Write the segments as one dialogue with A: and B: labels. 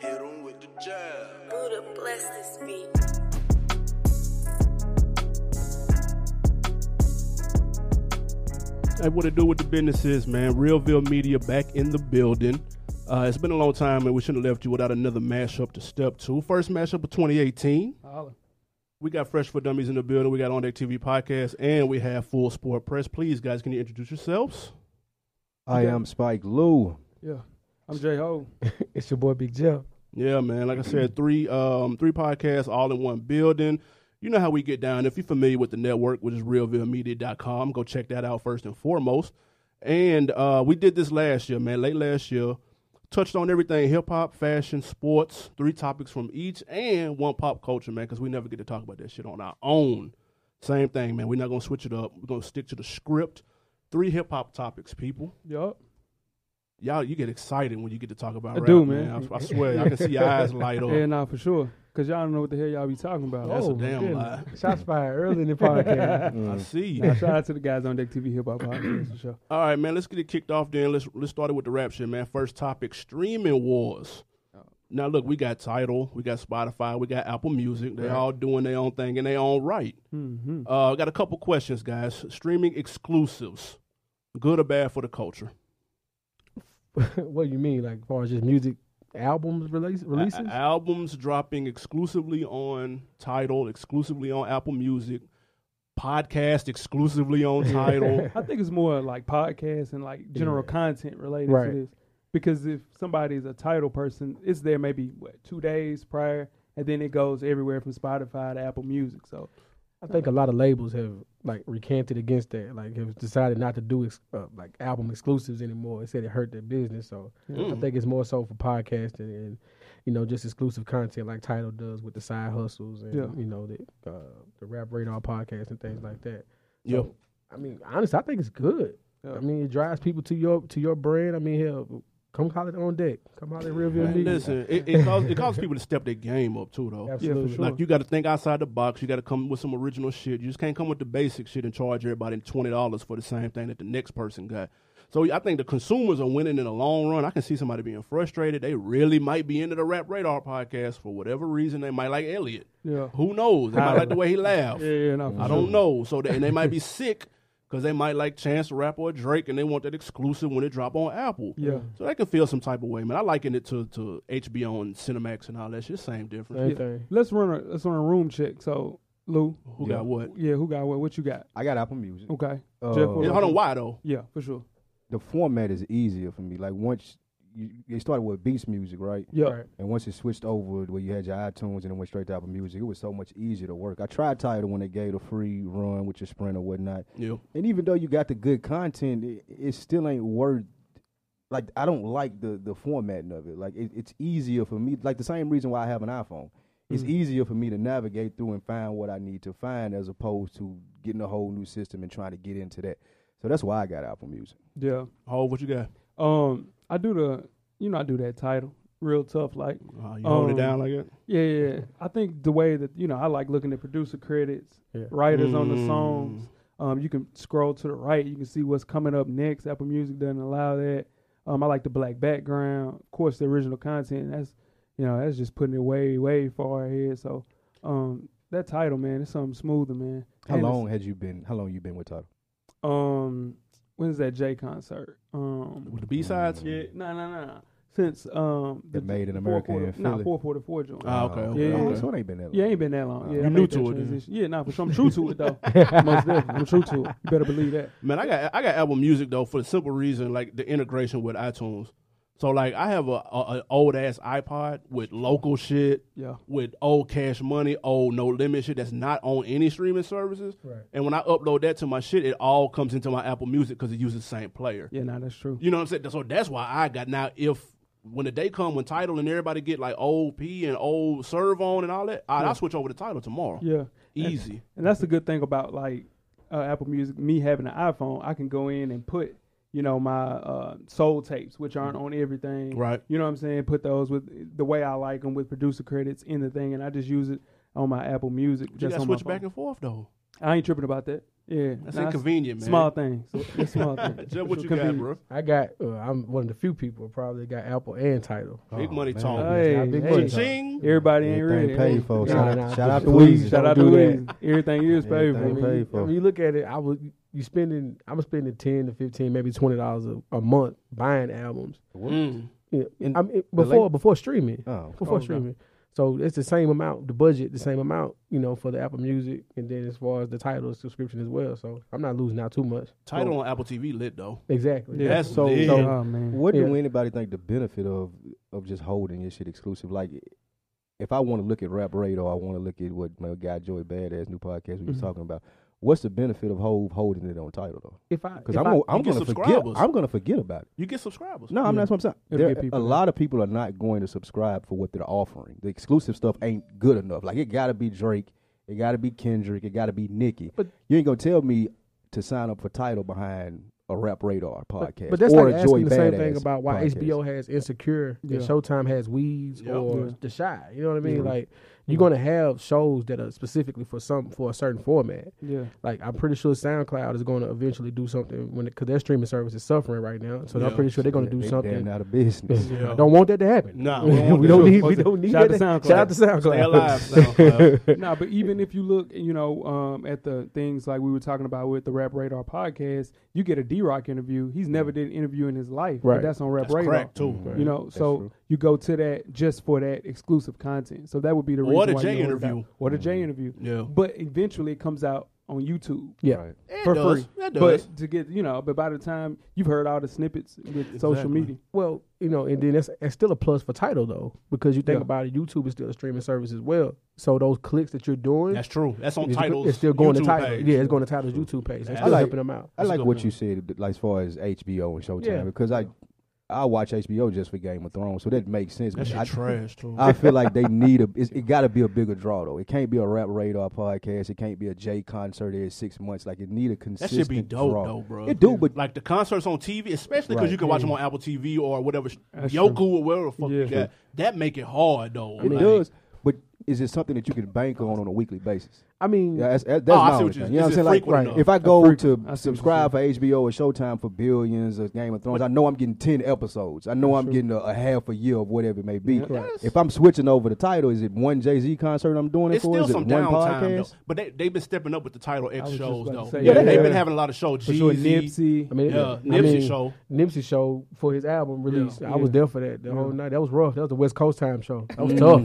A: Hit 'em with the jab.
B: Buddha bless this beat.
C: Hey, what it do with the business is, man? Realville Media back in the building. Uh, it's been a long time, and we shouldn't have left you without another mashup to step to. First mashup of 2018. We got Fresh for Dummies in the building. We got On Deck TV podcast, and we have Full Sport Press. Please, guys, can you introduce yourselves?
D: I am Spike Lou.
E: Yeah. I'm J Ho.
F: It's your boy Big Jeff.
C: Yeah, man. Like I said, three um, three podcasts all in one building. You know how we get down. If you're familiar with the network, which is realvillemedia.com, go check that out first and foremost. And uh, we did this last year, man, late last year. Touched on everything hip hop, fashion, sports, three topics from each, and one pop culture, man, because we never get to talk about that shit on our own. Same thing, man. We're not going to switch it up. We're going to stick to the script. Three hip hop topics, people
E: Yup.
C: y'all you get excited when you get to talk about
E: I
C: rap,
E: do,
C: man.
E: man.
C: I, I swear, I can see your eyes light up.
E: Yeah, nah, uh, for sure. Cause y'all don't know what the hell y'all be talking about.
C: That's a
F: Oh, my
C: damn
F: goodness.
C: lie.
F: Shots fired early in the podcast.
C: I see. you.
E: Nah, shout out to the guys on Deck TV Hip Hop Podcast for sure.
C: All right, man. Let's get it kicked off. Then let's let's start it with the rap shit, man. First topic: streaming wars. Now look, we got Title, we got Spotify, we got Apple Music. They all doing their own thing in their own right.
E: Mm-hmm.
C: Uh, I got a couple questions, guys. Streaming exclusives, good or bad for the culture?
F: what do you mean? Like, as far as just music albums release, releases?
C: A- albums dropping exclusively on Title, exclusively on Apple Music, podcast exclusively on Title.
E: I think it's more like podcasts and like general content related
F: Right.
E: to this. Because if somebody's a title person, it's there maybe what, two days prior and then it goes everywhere from Spotify to Apple Music. So
F: I think a lot of labels have like recanted against that. Like, have decided not to do ex- uh, like album exclusives anymore. They said it hurt their business. So
E: Hmm.
F: I think it's more so for podcasting and you know just exclusive content like Title does with the side hustles and
E: Yeah.
F: you know the uh, the Rap Radar podcast and things like that.
C: Yeah.
F: So, I mean, honestly, I think it's good. I mean, it drives people to your to your brand. I mean, hell, come holler at on deck. Come holler at Real
C: Man,
F: Media.
C: listen, it, it, causes, it causes people to step their game up too, though.
F: Absolutely.
E: Yeah, for sure.
C: Like you got to think outside the box. You got to come with some original shit. You just can't come with the basic shit and charge everybody twenty dollars for the same thing that the next person got. So I think the consumers are winning in the long run. I can see somebody being frustrated. They really might be into the Rap Radar podcast for whatever reason. They might like Elliot.
E: Yeah.
C: Who knows? They might like the way he laughed.
E: Yeah, yeah, no, for
C: I
E: sure.
C: don't know. So they, and they might be sick because they might like Chance the Rapper or Drake, and they want that exclusive when it drop on Apple.
E: Yeah.
C: So they can feel some type of way, man. I liken it to to HBO and Cinemax and all that shit. Same difference.
F: Same thing.
E: Let's run a let's run a room check. So Lou,
C: Who got what?
E: yeah, who got what? What you got?
D: I got Apple Music.
E: Okay.
D: Uh,
E: Jeff, what
C: Yeah,
E: about
C: hold on,
E: you?
C: why though?
E: Yeah, for sure.
D: The format is easier for me. Like once you, it started with Beats Music, right?
E: Yeah.
F: Right.
D: And once it switched over where you had your iTunes and it went straight to Apple Music, it was so much easier to work. I tried Tidal when they gave the free run with your Sprint or whatnot.
C: Yeah.
D: And even though you got the good content, it, it still ain't worth. Like I don't like the the formatting of it. Like it, it's easier for me. Like the same reason why I have an iPhone. It's
E: Mm-hmm.
D: easier for me to navigate through and find what I need to find as opposed to getting a whole new system and trying to get into that. So that's why I got Apple Music.
E: Yeah.
C: Hov, what you got?
E: Um, I do the, you know, I do that title real tough. Like,
C: Uh, you hold it
E: Um,
C: down like that.
E: yeah, yeah. yeah. I think the way that you know, I like looking at producer credits,
F: Yeah.
E: writers on the
C: Mm.
E: songs. Um, you can scroll to the right, you can see what's coming up next. Apple Music doesn't allow that. Um, I like the black background, of course, the original content. That's, you know, that's just putting it way, way far ahead. So, um, that title, man, it's something smoother, man.
D: How
E: And it's-
D: long had you been? How long you been with Tidal?
E: Um, when is that J concert? Um,
C: With the B sides.
E: Yeah, no, no, no. no. Since um,
D: The Made in
E: four
D: America
E: quarter-
D: in
E: Nah,
D: Philly.
E: four forty four joint.
C: Ah, okay. okay,
E: Yeah, yeah,
C: okay.
D: Oh, so it ain't been that. Long.
E: yeah, ain't been that long. Yeah,
C: Oh. You
E: I
C: new
E: made
C: to
E: that
C: it then.
E: transition. Yeah, nah, for sure. I'm true to it though. Most definitely, I'm true to it. You better believe that.
C: Man, I got I got Apple Music though for the simple reason like the integration with iTunes. So like I have a, a, old ass iPod with local shit,
E: Yeah.
C: with old Cash Money, old No Limit shit that's not on any streaming services.
F: Right.
C: And when I upload that to my shit, it all comes into my Apple Music because it uses the same player.
E: Yeah, nah, that's true.
C: You know what I'm saying? So that's why I got now. If when the day come when title and everybody get like old P and old serve on and all that, I, I'll switch over to title tomorrow.
E: Yeah,
C: Easy.
E: and that's the good thing about like uh, Apple Music. Me having an iPhone, I can go in and put you know my uh, soul tapes, which aren't on everything.
C: Right.
E: You know what I'm saying? Put those with the way I like them with producer credits in the thing, and I just use it on my Apple Music.
C: You
E: Just
C: got to
E: on my
C: switch
E: phone.
C: back and forth though.
E: I ain't tripping about that. Yeah,
C: That's
E: nah, it's
C: inconvenient, man.
E: Small things. It's small things.
C: Jeff, what
E: It's
C: you got,
E: convenient.
C: bro?
F: I got. Uh, I'm one of the few people probably got Apple and Title.
C: Big money
D: man.
C: talk.
E: Hey,
F: Not big
E: hey.
F: money talk.
C: Ching.
E: Everybody ain't
D: Everything
E: ready.
D: paid for.
F: Nah,
D: Shout
F: nah,
D: out, shout out to
F: for
D: Weezy.
E: Shout out to
F: Don't do that.
E: Wiz. Everything is paid
F: I
E: for.
D: Everything.
F: mean,
D: paid
F: you-
D: for.
F: I mean, you look at it. I was you spending. I'm spending ten to fifteen, maybe twenty dollars a a month buying albums.
C: Mm.
F: Yeah,
D: And
F: I mean,
D: the
F: before
D: late-
F: before streaming,
D: Oh,
F: before
E: Oh, okay.
F: streaming. So it's the same amount, the budget, the same amount, you know, for the Apple Music, and then as far as the title subscription as well. So I'm not losing out too much.
C: Title on Apple TV lit though.
F: Exactly.
E: Yeah.
C: That's
D: So-
C: lit.
F: so-
E: Oh man.
D: What do
F: Yeah.
D: anybody think the benefit of of just holding your shit exclusive? Like, if I want to look at Rap Radar, I want to look at what my guy Joey Badass new podcast we was
F: Mhm.
D: talking about. What's the benefit of hold, holding it on title though?
F: If I
D: Because
F: if
D: I'm
F: I-
D: gonna, I'm
C: you get
D: gonna forget.
C: subscribers.
D: I'm gonna forget about it.
C: you get subscribers.
D: No, I'm
E: Yeah.
D: not. That's what I'm saying.
E: It'll
D: There,
E: get people
D: a
E: there.
D: lot of people are not going to subscribe for what they're offering. The exclusive stuff ain't good enough. Like it got to be Drake, it got to be Kendrick, it got to be Nicki.
F: But-
D: you ain't gonna tell me to sign up for title behind a Rap Radar podcast.
F: but, but that's
D: or
F: like
D: a
F: asking
D: Joy
F: the same
D: Badass
F: thing about why
D: podcast.
F: HBO has Insecure
E: Yeah.
F: and Showtime has Weeds
C: Yep.
F: or
E: Yeah.
F: The Shy. You know what I mean?
E: Yeah.
F: Like you're gonna have shows that are specifically for some for a certain format.
E: Yeah.
F: Like I'm pretty sure SoundCloud is gonna eventually do something when because their streaming service is suffering right now. So
C: Yeah.
F: I'm pretty sure they're gonna
D: Yeah,
F: do
D: they
F: something.
D: Damn out of business.
C: Yeah.
F: I don't want that to happen.
C: Nah, we don't want
F: we
C: that.
F: don't need. We
E: Supposed to-
F: don't need
E: Shout out
F: that.
E: to SoundCloud.
F: Shout out to SoundCloud.
C: Stay alive, SoundCloud.
E: nah, but even if you look, you know, um, at the things like we were talking about with the Rap Radar podcast, you get a D Rock interview. He's never did an interview in his life, but
F: Right.
E: that's on Rap
C: That's
E: Radar.
C: crack too.
D: Right.
E: You know,
D: That's
E: so
D: true.
E: you go to that just for that exclusive content. So that would be the
C: Or
E: reason.
C: the
E: why
C: Jay
E: you hold it
C: interview.
E: out. Or the
D: Mm-hmm.
E: J interview.
C: Yeah.
E: But eventually it comes out on YouTube
F: Yeah.
D: Right.
C: It
E: for
C: does.
E: free.
C: It does.
E: But to get you know, but by the time you've heard all the snippets with social
C: Exactly.
E: media.
F: Well, you know, and then that's, that's still a plus for title though, because you think
E: Yeah.
F: about it, YouTube is still a streaming service as well. So those clicks that you're doing,
C: That's true. That's on
F: it's,
C: titles.
F: it's still going
C: YouTube
F: to title.
C: page.
F: Yeah, it's going to title's YouTube page.
C: That's
F: That's still
D: like-
F: helping them out.
D: I
C: That's a
D: like
C: good
D: what
C: point.
D: you said, th- like as far as HBO and Showtime,
F: Yeah.
D: because I I watch HBO just for Game of Thrones, so that makes sense.
C: That
D: but
C: shit
D: I,
C: trash too.
D: I feel like they need a. It's, it got to be a bigger draw though. It can't be a Rap Radar podcast. It can't be a J concert every six months. Like it need a
C: that
D: consistent.
C: should be dope
D: draw.
C: though, bro.
D: It do, but-
C: like the concerts on TV, especially because
D: Right.
C: you can watch them on Apple TV or whatever,
E: That's
C: Yoku
E: true.
C: or whatever the fuck
E: Yeah.
C: you got. That make it hard though.
D: It
C: Like,
D: does, but is it something that you can bank on on a weekly basis?
F: I mean,
D: Yeah, that's, that's
C: Oh, I
D: my
C: see
D: only
C: what you-
D: thing. You
C: it's
D: know what I'm
C: just
D: saying? Like,
C: frequent enough.
D: if I go
E: That's frequent. I see
D: to
E: what
D: subscribe for HBO or Showtime for billions or Game of Thrones, I know I'm getting ten episodes. I know I'm getting a, a half a year of whatever it may be.
E: Yeah,
C: that's-
D: If I'm switching over the title, is it one Jay Z concert I'm doing it
C: It's
D: for?
C: still
D: is it
C: some
D: one
C: downtime
D: podcast?
C: though, but they they've been stepping up with the title X
E: was just
C: shows
E: about to
C: though.
E: say,
C: yeah,
F: yeah.
C: they've been
F: Yeah.
C: having a lot of shows.
E: For sure,
C: Jeezy,
E: Nipsey.
F: I mean,
C: Yeah,
F: I
C: Nipsey
F: mean,
C: show.
F: Nipsey show for his album release. I was
E: Yeah.
F: there for that the
E: Yeah.
F: whole night. That was rough. That was the West Coast time show. That was tough.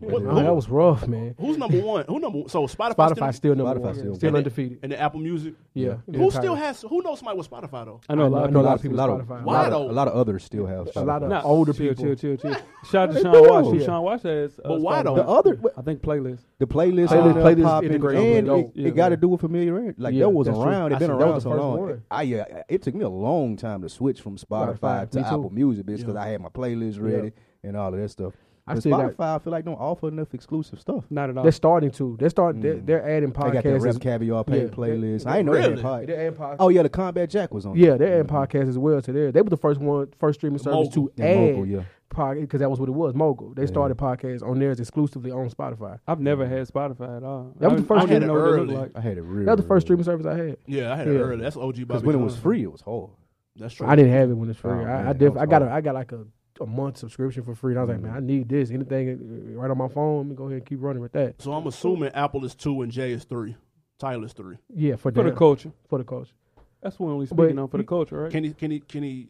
C: What-
F: Man, that
C: who-
F: was rough, man.
C: Who's number one? Who number? So Spotify,
F: Spotify
C: still,
F: still number
D: Spotify
F: one.
D: still-
F: Still,
C: And it-
F: undefeated.
C: and the Apple Music.
F: Yeah.
C: Who still has? Who knows somebody with Spotify though?
E: I know a lot
F: I
E: of
F: know
E: people.
F: a lot of people
D: a lot of,
F: Spotify.
D: a
C: Why
D: lot of-
C: though?
D: a lot of others still have.
F: A lot of
D: Spotify.
E: Nah,
F: older
E: chill,
F: people.
E: Chill, chill, chill. Shout out to
D: They
E: Sean
D: do.
E: Watts. Sean Watts has. Uh,
C: But why
E: Spotify.
C: though?
D: the other
E: I think playlist.
D: the playlist
F: Playlist-
D: on
F: Oh, playlist
D: popping,
F: integrated
D: and
F: on
D: it,
E: those. Yeah.
D: got to do with familiarity. Like
F: Yeah,
D: that was
F: that's true.
D: around;
F: I
D: it's been
F: see, that
D: around
F: was
D: so
F: the first
D: long.
F: one.
D: I yeah, it took me a long time to switch from Spotify,
F: Spotify,
D: to
F: me too.
D: Apple Music because
C: Yeah.
D: I had my playlist ready and all of that stuff.
F: I
D: But
F: still got-
D: Spotify, I feel like don't offer enough exclusive stuff.
E: Not at all.
F: They're starting to. They're starting.
D: Mm.
F: They're, they're adding
D: They got that
F: podcasts.
D: Rap
F: as-
D: Caviar paid
F: yeah, they-
D: playlist. I ain't know
C: Really?
D: that. Pod.
F: They're adding podcasts.
D: Oh yeah, the Combat Jack was on.
F: Yeah, they're adding podcasts as well to there. They were the first one, first streaming service
C: Mogul.
F: to
D: Yeah,
F: add
D: Mogul, yeah.
F: podcast because that was what it was. Mogul. They started podcasts on theirs exclusively on Spotify.
E: I've never had Spotify at all.
F: That
E: I
F: was the
E: don't-
F: first
E: I don't
C: one.
E: even know what it
C: Early.
E: looked
D: I had it real.
F: That was the first streaming service I had.
C: Yeah, I had it
F: Yeah.
C: earlier. That's OG
D: because
C: Bobby.
D: when it was
C: Jones.
D: free, it was hard.
C: that's true.
F: I didn't have it when it's free.
D: Oh, man,
F: I, I,
D: that
F: def-
D: was
F: I got a,
D: hard.
F: I got like a, a month subscription for free, and I was like, man, I need this. Anything uh, right on my phone, let me go ahead and keep running with that.
C: So I'm assuming Apple is two and Jay is three. Tyler is three.
F: Yeah, for,
E: like. For the
F: them.
E: culture.
F: for the culture.
E: That's what we're only speaking
F: But
E: on for the
F: you-
E: culture, right?
C: Can he? Can he? Can he?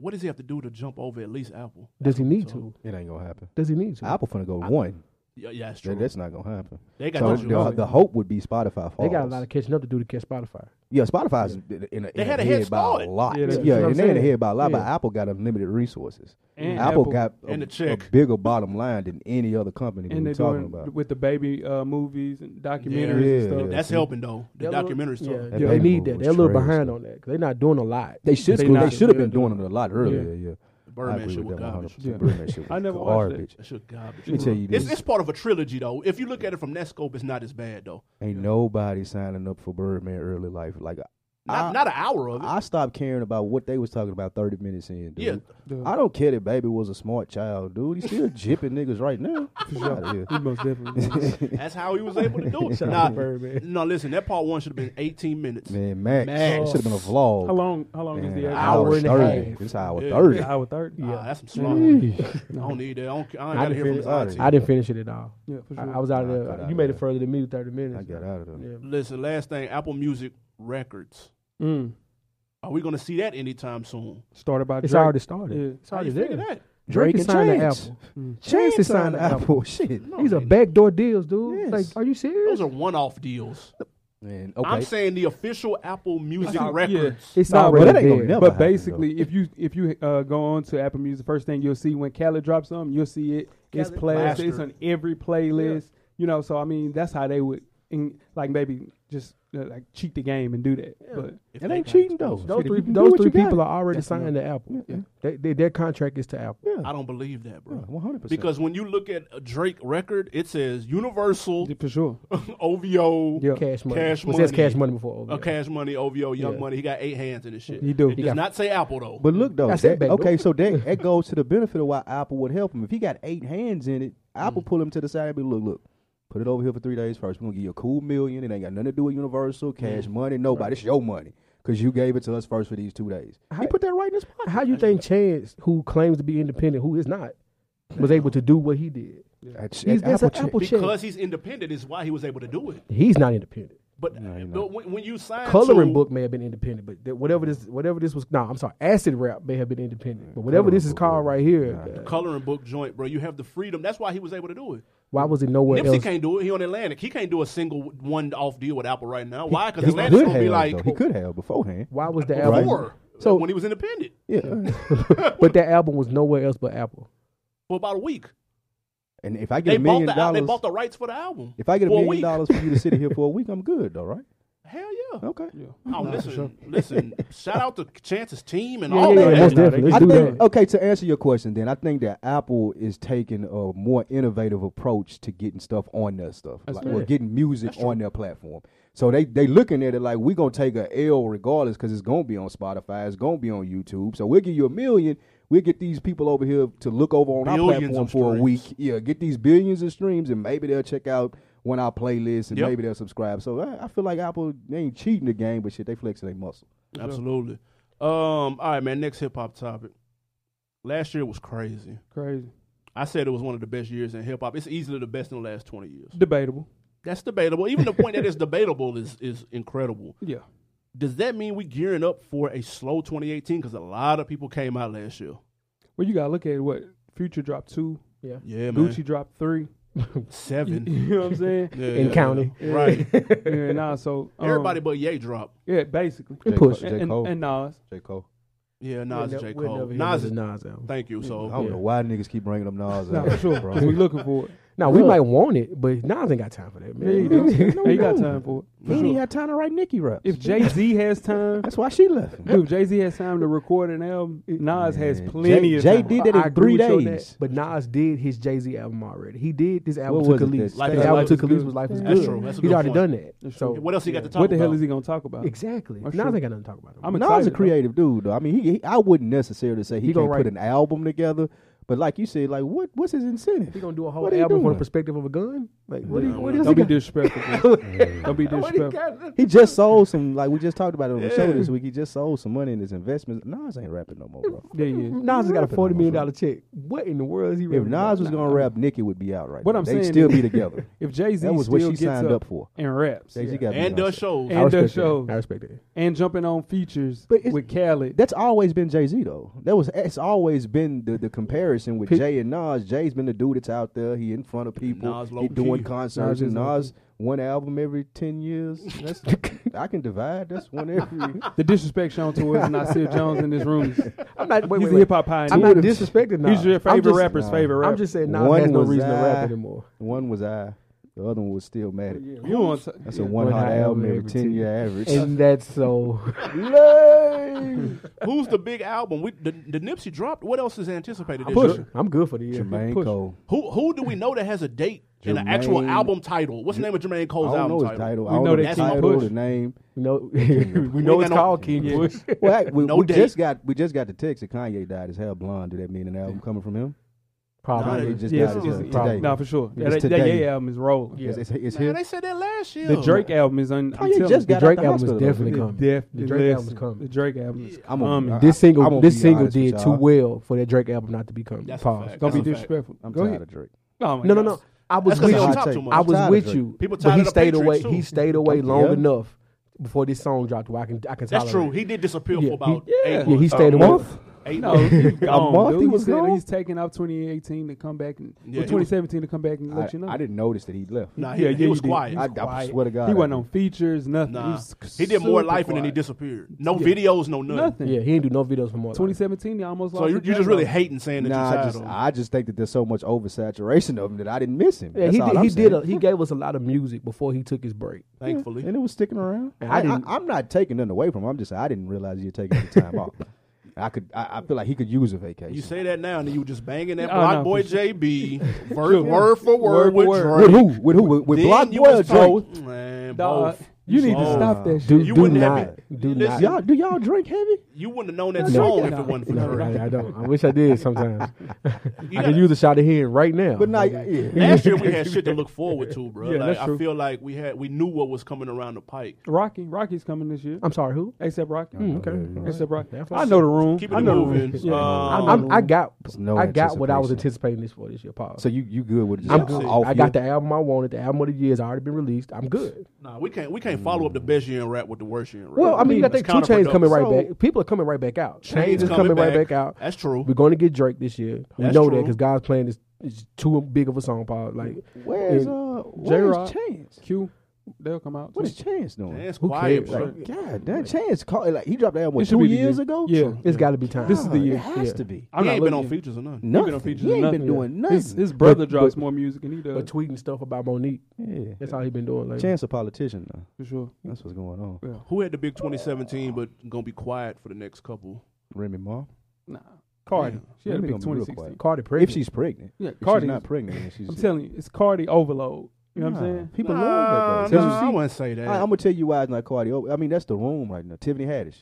C: What does he have to do to jump over at least Apple?
F: Does he need
C: So-
F: to?
D: It ain't gonna happen.
F: Does he need to?
D: Apple finna go one.
C: Yeah, yeah that's true.
D: That- That's not gonna happen.
C: they got
D: So
C: Jay
D: the,
C: Jones.
D: the hope would be Spotify. Falls.
F: they got a lot of catching up to do to catch Spotify.
D: Yeah, Spotify's in, in, in
C: They had
D: the
C: a head
D: by
C: start.
D: a lot.
E: Yeah,
D: Yeah,
E: that's
D: and
E: what I'm
D: they had a
F: saying.
D: head by a lot, but
F: Yeah.
D: Apple got unlimited resources.
E: And
D: Apple,
E: Apple.
D: got a,
C: And the check.
D: a bigger bottom line than any other company that
E: and
D: we're
E: they're
D: talking
E: doing
D: about.
E: with the baby uh, movies and documentaries
D: Yeah.
E: and stuff.
D: Yeah.
C: That's helping though. The
F: That little-
C: documentaries too.
F: Yeah,
D: That
F: yeah,
D: baby
F: they need
D: boom
F: that.
D: was
F: They're a little
D: trash,
F: behind on that 'cause they're not doing a lot.
D: They should
E: They
D: school- they
E: not-
D: should have been
E: they're
D: doing it a lot earlier. Yeah, yeah. I
C: Birdman
D: agree
C: shit was
D: with that
C: garbage.
D: 100%. Birdman shit was
E: I never watched it.
D: garbage.
C: That shit garbage.
D: Let me
C: bro.
D: tell you
C: it's,
D: this.
C: it's part of a trilogy though. If you look at it from that scope, it's not as bad though.
D: Ain't nobody signing up for Birdman early life. Like
C: Not,
D: I-
C: not an hour of it.
D: I stopped caring about what they was talking about 30 minutes in, dude.
C: yeah,
E: Dude,
D: I don't care that baby was a smart child, dude. He's still jipping niggas right now. Get outta here.
E: he most definitely.
C: that's how he was able to do it.
F: Shout
C: Nah,
F: out to Birdman.
C: no, listen, that part one should have been 18 minutes.
D: Man, Max,
F: Max.
D: should have been a vlog.
E: how long? How long is
D: Man,
E: the
D: an
F: hour
D: hour
F: and a
D: 30.
F: half?
D: It's an hour
C: Yeah.
D: 30.
E: hour thirty?
C: Nah, Ah, that's some slop.
F: Mm.
C: I don't need that. I don't, I ain't
F: I
C: gotta
F: didn't,
C: hear from
F: finish,
C: his
D: finish-
C: auntie.
F: I didn't finish it at all.
E: Yeah, for
F: I,
E: sure.
F: I was out
D: Nah, I got
F: of
D: out
F: there.
D: of
F: You made
D: there.
F: it further than me, thirty minutes.
D: I got out of there.
F: Yeah.
C: Listen, last thing, Apple Music Records.
E: Mm.
C: Are we gonna see that anytime soon?
E: Started by
F: It's
E: Drake.
F: already started.
E: Yeah.
F: It's
C: How
F: already
C: you figure
F: there.
C: that?
F: Drake
D: Drake
F: is
D: and
F: signed to
D: Chance.
F: Apple.
E: Mm.
F: Chance is signed to Apple.
D: Apple. Shit.
C: No,
F: These are
C: man,
F: backdoor deals, dude.
D: Yes.
F: Like, are you
C: Those
F: serious?
C: are one-off deals.
D: Man, okay.
C: I'm saying the official Apple Music
E: Yeah.
C: Records.
F: it's
E: Nah, but
F: already
E: that
D: ain't gonna
F: there.
D: never-
E: But
D: happen,
E: basically, if you if you uh, go on to Apple Music, first thing you'll see when Khaled drops something, you'll see it. It's
C: Khaled
E: played. It's
C: mastered.
E: on every playlist. You know, so I mean, that's how they would, in, like maybe just uh, like cheat the game and do that. But
C: If
D: It
C: they
D: ain't
C: got
D: cheating
C: it.
D: though.
F: Those
D: Shit, if
F: three,
D: you do
F: those
D: what
F: three
D: you got,
F: people are already
D: that's
F: signed to Apple.
D: Yeah.
F: They, they, their contract is to Apple.
D: Yeah,
C: I don't believe that, bro.
D: one hundred percent.
C: Because when you look at a Drake record, it says Universal,
E: for sure,
C: OVO,
E: Yeah.
F: Cash money.
C: Cash
F: Well, it says
C: Money.
F: cash money before.
C: uh,
F: OVO.
C: Cash Money, OVO, Young
F: Yeah.
C: Money. He got eight hands in this shit.
E: He do.
C: It
E: He
C: does
F: got-
C: not say Apple though.
D: but look though,
F: I said
D: that-
F: baby.
D: okay, so that that goes to the benefit of why Apple would help him. If he got eight hands in it,
F: Mm.
D: Apple pull him to the side and be look, look, put it over here for three days first. We're gonna give you a cool million. It ain't got nothing to do with Universal, cash
F: Mm.
D: money, nobody. It's your money because you gave it to us first for these two days.
F: How-
D: he put that right in his pocket.
F: How you think Chance, who claims to be independent, who is not, was able to do what he did?
D: At-
F: He's-
D: at
F: that's an
D: Apple check.
F: Apple check.
C: because he's independent is why he was able to do it.
F: He's not independent.
C: But,
D: No, you're
C: but when, when you sign
F: Coloring
C: to,
F: book may have been independent, but that whatever this, whatever this was, no, I'm sorry, acid rap may have been independent, but whatever
D: Coloring
F: this is
D: Book
F: called
D: was-
F: right here,
D: Nah.
F: uh,
C: coloring book joint, bro, you have the freedom. That's why he was able to do it.
F: why was it nowhere
C: Nipsey
F: else?
C: can't do it. He on Atlantic. He can't do a single one off deal with Apple right now. Why? Because
D: He
C: Atlantic's
D: could
C: gonna
D: have.
C: be like
D: though. He could have beforehand.
F: Why was the album?
C: before.
F: So-
C: So when he was independent
D: Yeah.
F: But that album was nowhere else but Apple.
C: for about a week,
D: and if I get
C: they
D: a
C: bought
D: million
C: the al- they
D: dollars,
C: bought the rights for the album.
D: if I get a
C: for
D: million
C: week.
D: dollars for you to sit in here for a week, I'm good though, right?
C: Hell yeah.
D: Okay.
C: Oh, listen, listen. Shout out to Chance's team and
F: Yeah,
C: all
F: yeah, yeah,
C: that.
F: most
E: Nah, they
F: definitely.
D: I
F: Let's do
D: think,
F: that.
D: Okay, to answer your question, then I think that Apple is taking a more innovative approach to getting stuff on their stuff, like, or
F: right.
D: getting music on their platform. So they they looking at it like we're gonna take a L regardless because it's gonna be on Spotify, it's gonna be on YouTube. So we'll give you a million. We'll get these people over here to look over on
C: Billions
D: our platform
C: of
D: for a
C: streams.
D: week. Yeah, get these billions of streams, and maybe they'll check out one of our playlists, and
C: Yep.
D: maybe they'll subscribe. So I, I feel like Apple they ain't cheating the game, but shit, they flexing their muscle.
C: Absolutely. Um. All right, man. Next hip hop topic. Last year was crazy.
E: crazy,
C: I said it was one of the best years in hip hop. It's easily the best in the last twenty years.
E: debatable.
C: That's debatable. Even the point that it's debatable is is incredible.
E: Yeah,
C: Does that mean we gearing up for a slow 2018? Because a lot of people came out last year.
E: well, you gotta look at what Future dropped two,
C: Yeah, man.
E: Gucci dropped three.
C: Seven.
E: You know what I'm saying?
C: Yeah,
F: In
C: yeah,
F: county.
C: yeah. Right.
E: yeah, nah. So um,
C: Everybody but Ye drop.
E: yeah, basically,
F: It
D: J.
F: pushed.
D: Cole-
E: and,
D: J.
E: and,
D: Cole.
E: and Nas.
D: J. Cole.
C: Yeah, Nas
F: We'll
C: is J.
F: ne- we'll
C: Cole.
F: never hear
C: Nas
F: another
C: is.
F: Nas album.
C: Thank you.
D: I don't
C: So
F: Yeah.
D: know why niggas keep bringing them Nas
E: Nah,
D: out.
E: for sure.
D: bro.
E: 'cause we looking for it.
F: Now we
D: Look.
F: might want it, but Nas ain't got time for that,
E: Yeah, he,
F: man.
E: do. He got
D: no.
E: time for it. For
D: Man,
E: sure.
D: he had time to write Nicki raps.
E: If Jay Z has time,
D: That's why she left.
E: dude, if Jay Z has time to record an album, Nas has
D: Man,
E: plenty
D: Jay-
E: of
D: Jay
E: time.
D: did that in
F: I agree
D: three
F: with you on
D: days.
F: that, but Nas did his Jay Z album already. He did this album
D: What
F: to
D: was it
F: Khalees.
D: that-
C: Life
F: His
C: is-
F: album
C: Life
F: to
E: is
F: Khalees
E: Good.
F: was Life is
E: That's
F: good.
C: true. That's a
F: He's
C: good
F: already
C: point.
F: done that.
E: That's
F: So
E: true.
C: what else he got to talk
E: What the
C: about?
E: hell is he gonna talk about?
F: exactly,
E: That's
F: Nas
E: true.
F: ain't got nothing to talk about.
E: I'm
F: I'm
D: Nas a
E: excited.
D: creative dude, though. I mean, he, he I wouldn't necessarily say he,
F: He gonna
D: can't
F: write-
D: put an album together, but like you said, like what what's his incentive?
F: he gonna do a whole
D: What are you
F: album from
D: doing?
F: the perspective of a gun? Like what?
C: Yeah,
F: he- what
C: well,
E: Don't
F: is he
E: be
F: got?
E: disrespectful. man. Don't be
F: What he
E: disrespectful.
F: got?
D: He just sold some. Like we just talked about it on the show
C: Yeah.
D: this week. He just sold some money in his investments. Nas ain't rapping no more, bro.
E: There he is.
F: Nas has got a
D: Rapping
F: forty million
D: on
F: dollar check. What in the world is he?
D: If
F: rapping about?
D: Nas was
F: Nah.
D: gonna rap, Nicki would be out right
E: What
D: now.
E: I'm
D: They'd
E: saying
D: still
E: is-
D: be together.
E: If Jay Z
D: That was what
E: still
D: she
E: gets
D: signed
E: up,
D: up for.
E: and raps
D: Jay Z got
C: And
D: on
C: does shows.
E: And
F: I respect
E: does
F: that.
E: shows.
F: I respect that.
E: and jumping on features
D: But it's-
E: with Khaled,
D: That's always been Jay Z though. That was it's always been the, the comparison with
F: Pe-
D: Jay and Nas. Jay's been the dude that's out there. He in front of people.
C: Nas low
D: he
C: key.
D: doing concerts.
E: Nas is
D: and
E: low
D: Nas one album every ten years. That's I can divide. That's one every.
E: the disrespect shown towards Nasir Jones in this room. is-
F: I'm not. Wait,
E: He's
F: wait,
E: a
F: wait.
E: hip hop pioneer.
F: I'm not disrespecting Nas.
E: He's your
F: I'm
E: favorite
F: just-
E: rapper's
D: Nah.
E: favorite rapper.
F: I'm just saying Nas
D: One
F: has no
D: was
F: reason to
D: I.
F: rap anymore.
D: one was I. The other one was still mad. at-
E: You want to-
D: That's a one hot album every ten year average.
F: And that's so.
D: Lame.
C: Who's the big album? We, the, the Nipsey dropped. What else is anticipated? this
E: Pusha.
C: year?
F: I'm good for the year.
D: Jermaine
E: Push.
D: Cole.
C: Who who do we know that has a date and an actual
D: Jermaine-
C: album title. What's the name of Jermaine
D: I
C: Cole's
D: don't know
C: album
D: his
C: title?
D: title. I
E: We
D: don't
E: know
D: know
E: that
D: the
C: King
D: title,
E: Push.
D: the name.
F: You know, we know
C: We
F: it's
C: got no-
F: called King
E: Yeah.
F: Bush.
D: Well, I- we,
C: No
D: we
C: date.
D: just got we just got the text that Kanye died. His hair blonde. Did that mean an album coming from him?
F: Probably.
D: Kanye
C: it-
D: just
E: Yes,
D: died.
E: it's-
D: his,
E: it's-
D: uh, today.
E: nah, for sure. Yeah,
D: It's
E: that, that
D: today.
E: Ye album is rolling.
F: Yeah.
D: It's, it's, it's
C: Man,
D: him.
C: they said that last year.
E: The Drake album is un- I'm
D: Kanye
E: telling
D: just
E: Oh, you,
F: The
D: got out
F: Drake
D: the
F: album is
D: hospital, though.
F: definitely
E: the
F: coming.
E: Def-
F: The Drake album's
E: listen,
F: coming.
E: The Drake album is
D: I'm gonna-
E: um,
D: I-
F: This
D: I'm
F: single,
D: gonna
F: this
D: be
F: single
D: honest with
F: did too
D: y'all.
F: well for that Drake album not to be coming.
C: That's a
F: Pause.
C: fact.
E: Don't be
C: That's a fact.
E: disrespectful.
D: I'm
E: Go
D: tired
E: ahead.
D: of Drake.
E: Oh my
F: No, no,
E: God.
F: no. I was
C: That's 'cause
F: with
C: he on
F: you.
D: I'll
C: top
D: take-
C: too much.
F: I was
D: tired
F: with
D: of
F: you,
C: People
F: but
C: tired
F: he
C: of the
F: stayed away.
C: Patriots, too.
F: He stayed away
D: Yeah.
F: long enough before this song dropped. Where I can, I can.
C: That's true.
F: tolerate it.
C: He did disappear
F: Yeah,
C: for
F: he-
C: about
E: yeah.
C: eight
F: Yeah, he
C: months.
F: stayed
C: Uh,
F: away.
C: Eight
E: No,
C: months.
E: he's gone,
D: month
E: dude.
D: he was
E: said
D: gone?
E: He's taking off 2018 to come back and
C: Yeah, he
E: or
C: was-
E: 2017 to come back and
D: I,
E: let you know.
D: I didn't notice that he left.
C: Nah, he,
E: Yeah,
C: he
E: yeah,
C: was
E: he did.
C: quiet.
D: I, I
E: quiet.
D: swear to God,
E: he
D: I
E: wasn't
D: didn't.
E: on features, nothing.
C: Nah.
E: was
C: He did more
E: super
C: life and then he
E: quiet.
C: disappeared. No
E: Yeah.
C: videos, no nothing.
E: nothing.
F: Yeah, he didn't do no videos for more.
E: 2017, he almost
C: So
E: lost.
C: you,
E: the
C: you just
E: Grammy.
C: really hating saying that
D: Nah,
C: you're
D: I
C: tired
D: just
C: of him.
D: I just think that there's so much oversaturation of him that I didn't miss him.
F: Yeah,
D: That's
F: he
D: all
F: did.
D: I'm
F: He
D: saying.
F: did. A, he gave us a lot of music before he took his break.
C: Thankfully.
D: and it was sticking around.
F: And I
D: I,
F: didn't-
D: I, am not taking nothing away from him. I'm just I didn't realize you're taking the time off. I could. I, I feel like he could use a vacation.
C: You say that now, and then you just banging that
E: Yeah,
C: block
E: I know,
C: boy
E: for sure.
C: JB
E: Sure.
C: word, word for
E: Word
C: word,
E: for
C: with
E: word.
C: Drake.
D: with who? With who? With, with
C: Then
D: Block
C: you
D: Boy or
C: was
D: Drake?
C: talking- Man,
E: Dog,
C: both.
E: you need to
C: Both.
E: stop that shit.
F: Do,
C: You
F: do
C: wouldn't have
F: not.
C: it.
F: Do
C: Listen,
F: not.
D: Y'all do y'all drink heavy?
C: You wouldn't have known that
E: No,
C: song
E: no,
C: if it
E: no.
C: wasn't for
F: No,
C: Drake.
F: I, I don't. I wish I did sometimes.
C: You
F: I could
C: know,
F: use a shot of hearing right now.
D: But now, yeah.
C: last year we had shit to look forward to, bro.
E: Yeah,
C: like,
E: that's
C: I
E: true.
C: feel like we had we knew what was coming around the pike.
E: Rocky, Rocky's coming this year.
F: I'm sorry. Who?
E: Except Rocky.
F: okay.
E: Except Rocky.
F: That's
E: Oh, I
F: what's
E: know
F: up.
E: the room.
C: Keep
E: I
C: it
E: know the
C: moving.
E: room.
F: Yeah.
C: Um,
F: I'm, I got.
D: no
F: I got what I was
D: anticipation.
F: anticipating this for this year. Pause.
D: So you you good with it?
F: I'm
C: Yeah.
F: good.
C: Off
F: I got the album I wanted. The album of the year has already been released. I'm good.
C: nah, we can't we can't follow up the best year in rap with the worst year in rap.
F: Well, I mean, you got
C: That's
F: that two chains
C: counterproductive.
F: coming right
D: So-
F: back. People are coming right back out. Chains
C: Chainz
F: is coming right back out.
C: That's true.
F: We're going to get Drake this year. We
C: That's
F: know that
C: true.
F: because God's plan is, is too big of a song. Paul. Like
D: Where's
F: and-
D: uh
E: J-Rock.
D: Where's Chance?
E: Q, they'll come out.
D: What
E: too.
D: is Chance doing?
C: That's
F: Who
C: quiet,
F: cares?
C: bro.
F: Like,
D: God, that Chance called like he dropped that album
E: It
D: what,
E: should
D: two
E: be the
D: years
E: year.
D: ago.
E: Yeah.
D: So-
F: it's got to be time.
E: This is the
D: God,
E: year.
D: It has
F: Yeah.
D: to be.
E: I'm
C: he
E: not
C: ain't been on
E: looking-
C: features or nothing.
E: been on
D: Nothing.
E: features
D: he
E: and
D: ain't
E: nothing.
D: been doing nothing.
E: His, his brother
F: But-
E: drops
F: but-
E: more music than he does.
F: But tweeting stuff about Monique.
D: yeah.
F: That's all he's been doing lately.
D: Chance a politician though.
E: for sure.
D: That's what's going on.
E: Yeah.
C: Who had the big 2017 but gonna be quiet for the next couple?
D: Remy Ma.
E: Nah. Cardi.
C: Yeah.
E: She had a
D: Maybe
E: big
D: gonna be real
E: 2016.
D: quiet.
F: Cardi
D: If
F: pregnant.
D: she's pregnant.
E: Yeah,
D: If
E: Cardi.
D: she's not pregnant. then She's
E: I'm telling you, it's Cardi overload. You know what I'm
D: Nah,
E: saying?
D: People
C: nah,
D: love that though.
C: nah,
D: Did you
C: I
D: see-
C: wouldn't say that.
D: I, am gonna tell you why it's not Cardi. O- I mean, that's the room right now. Tiffany Haddish,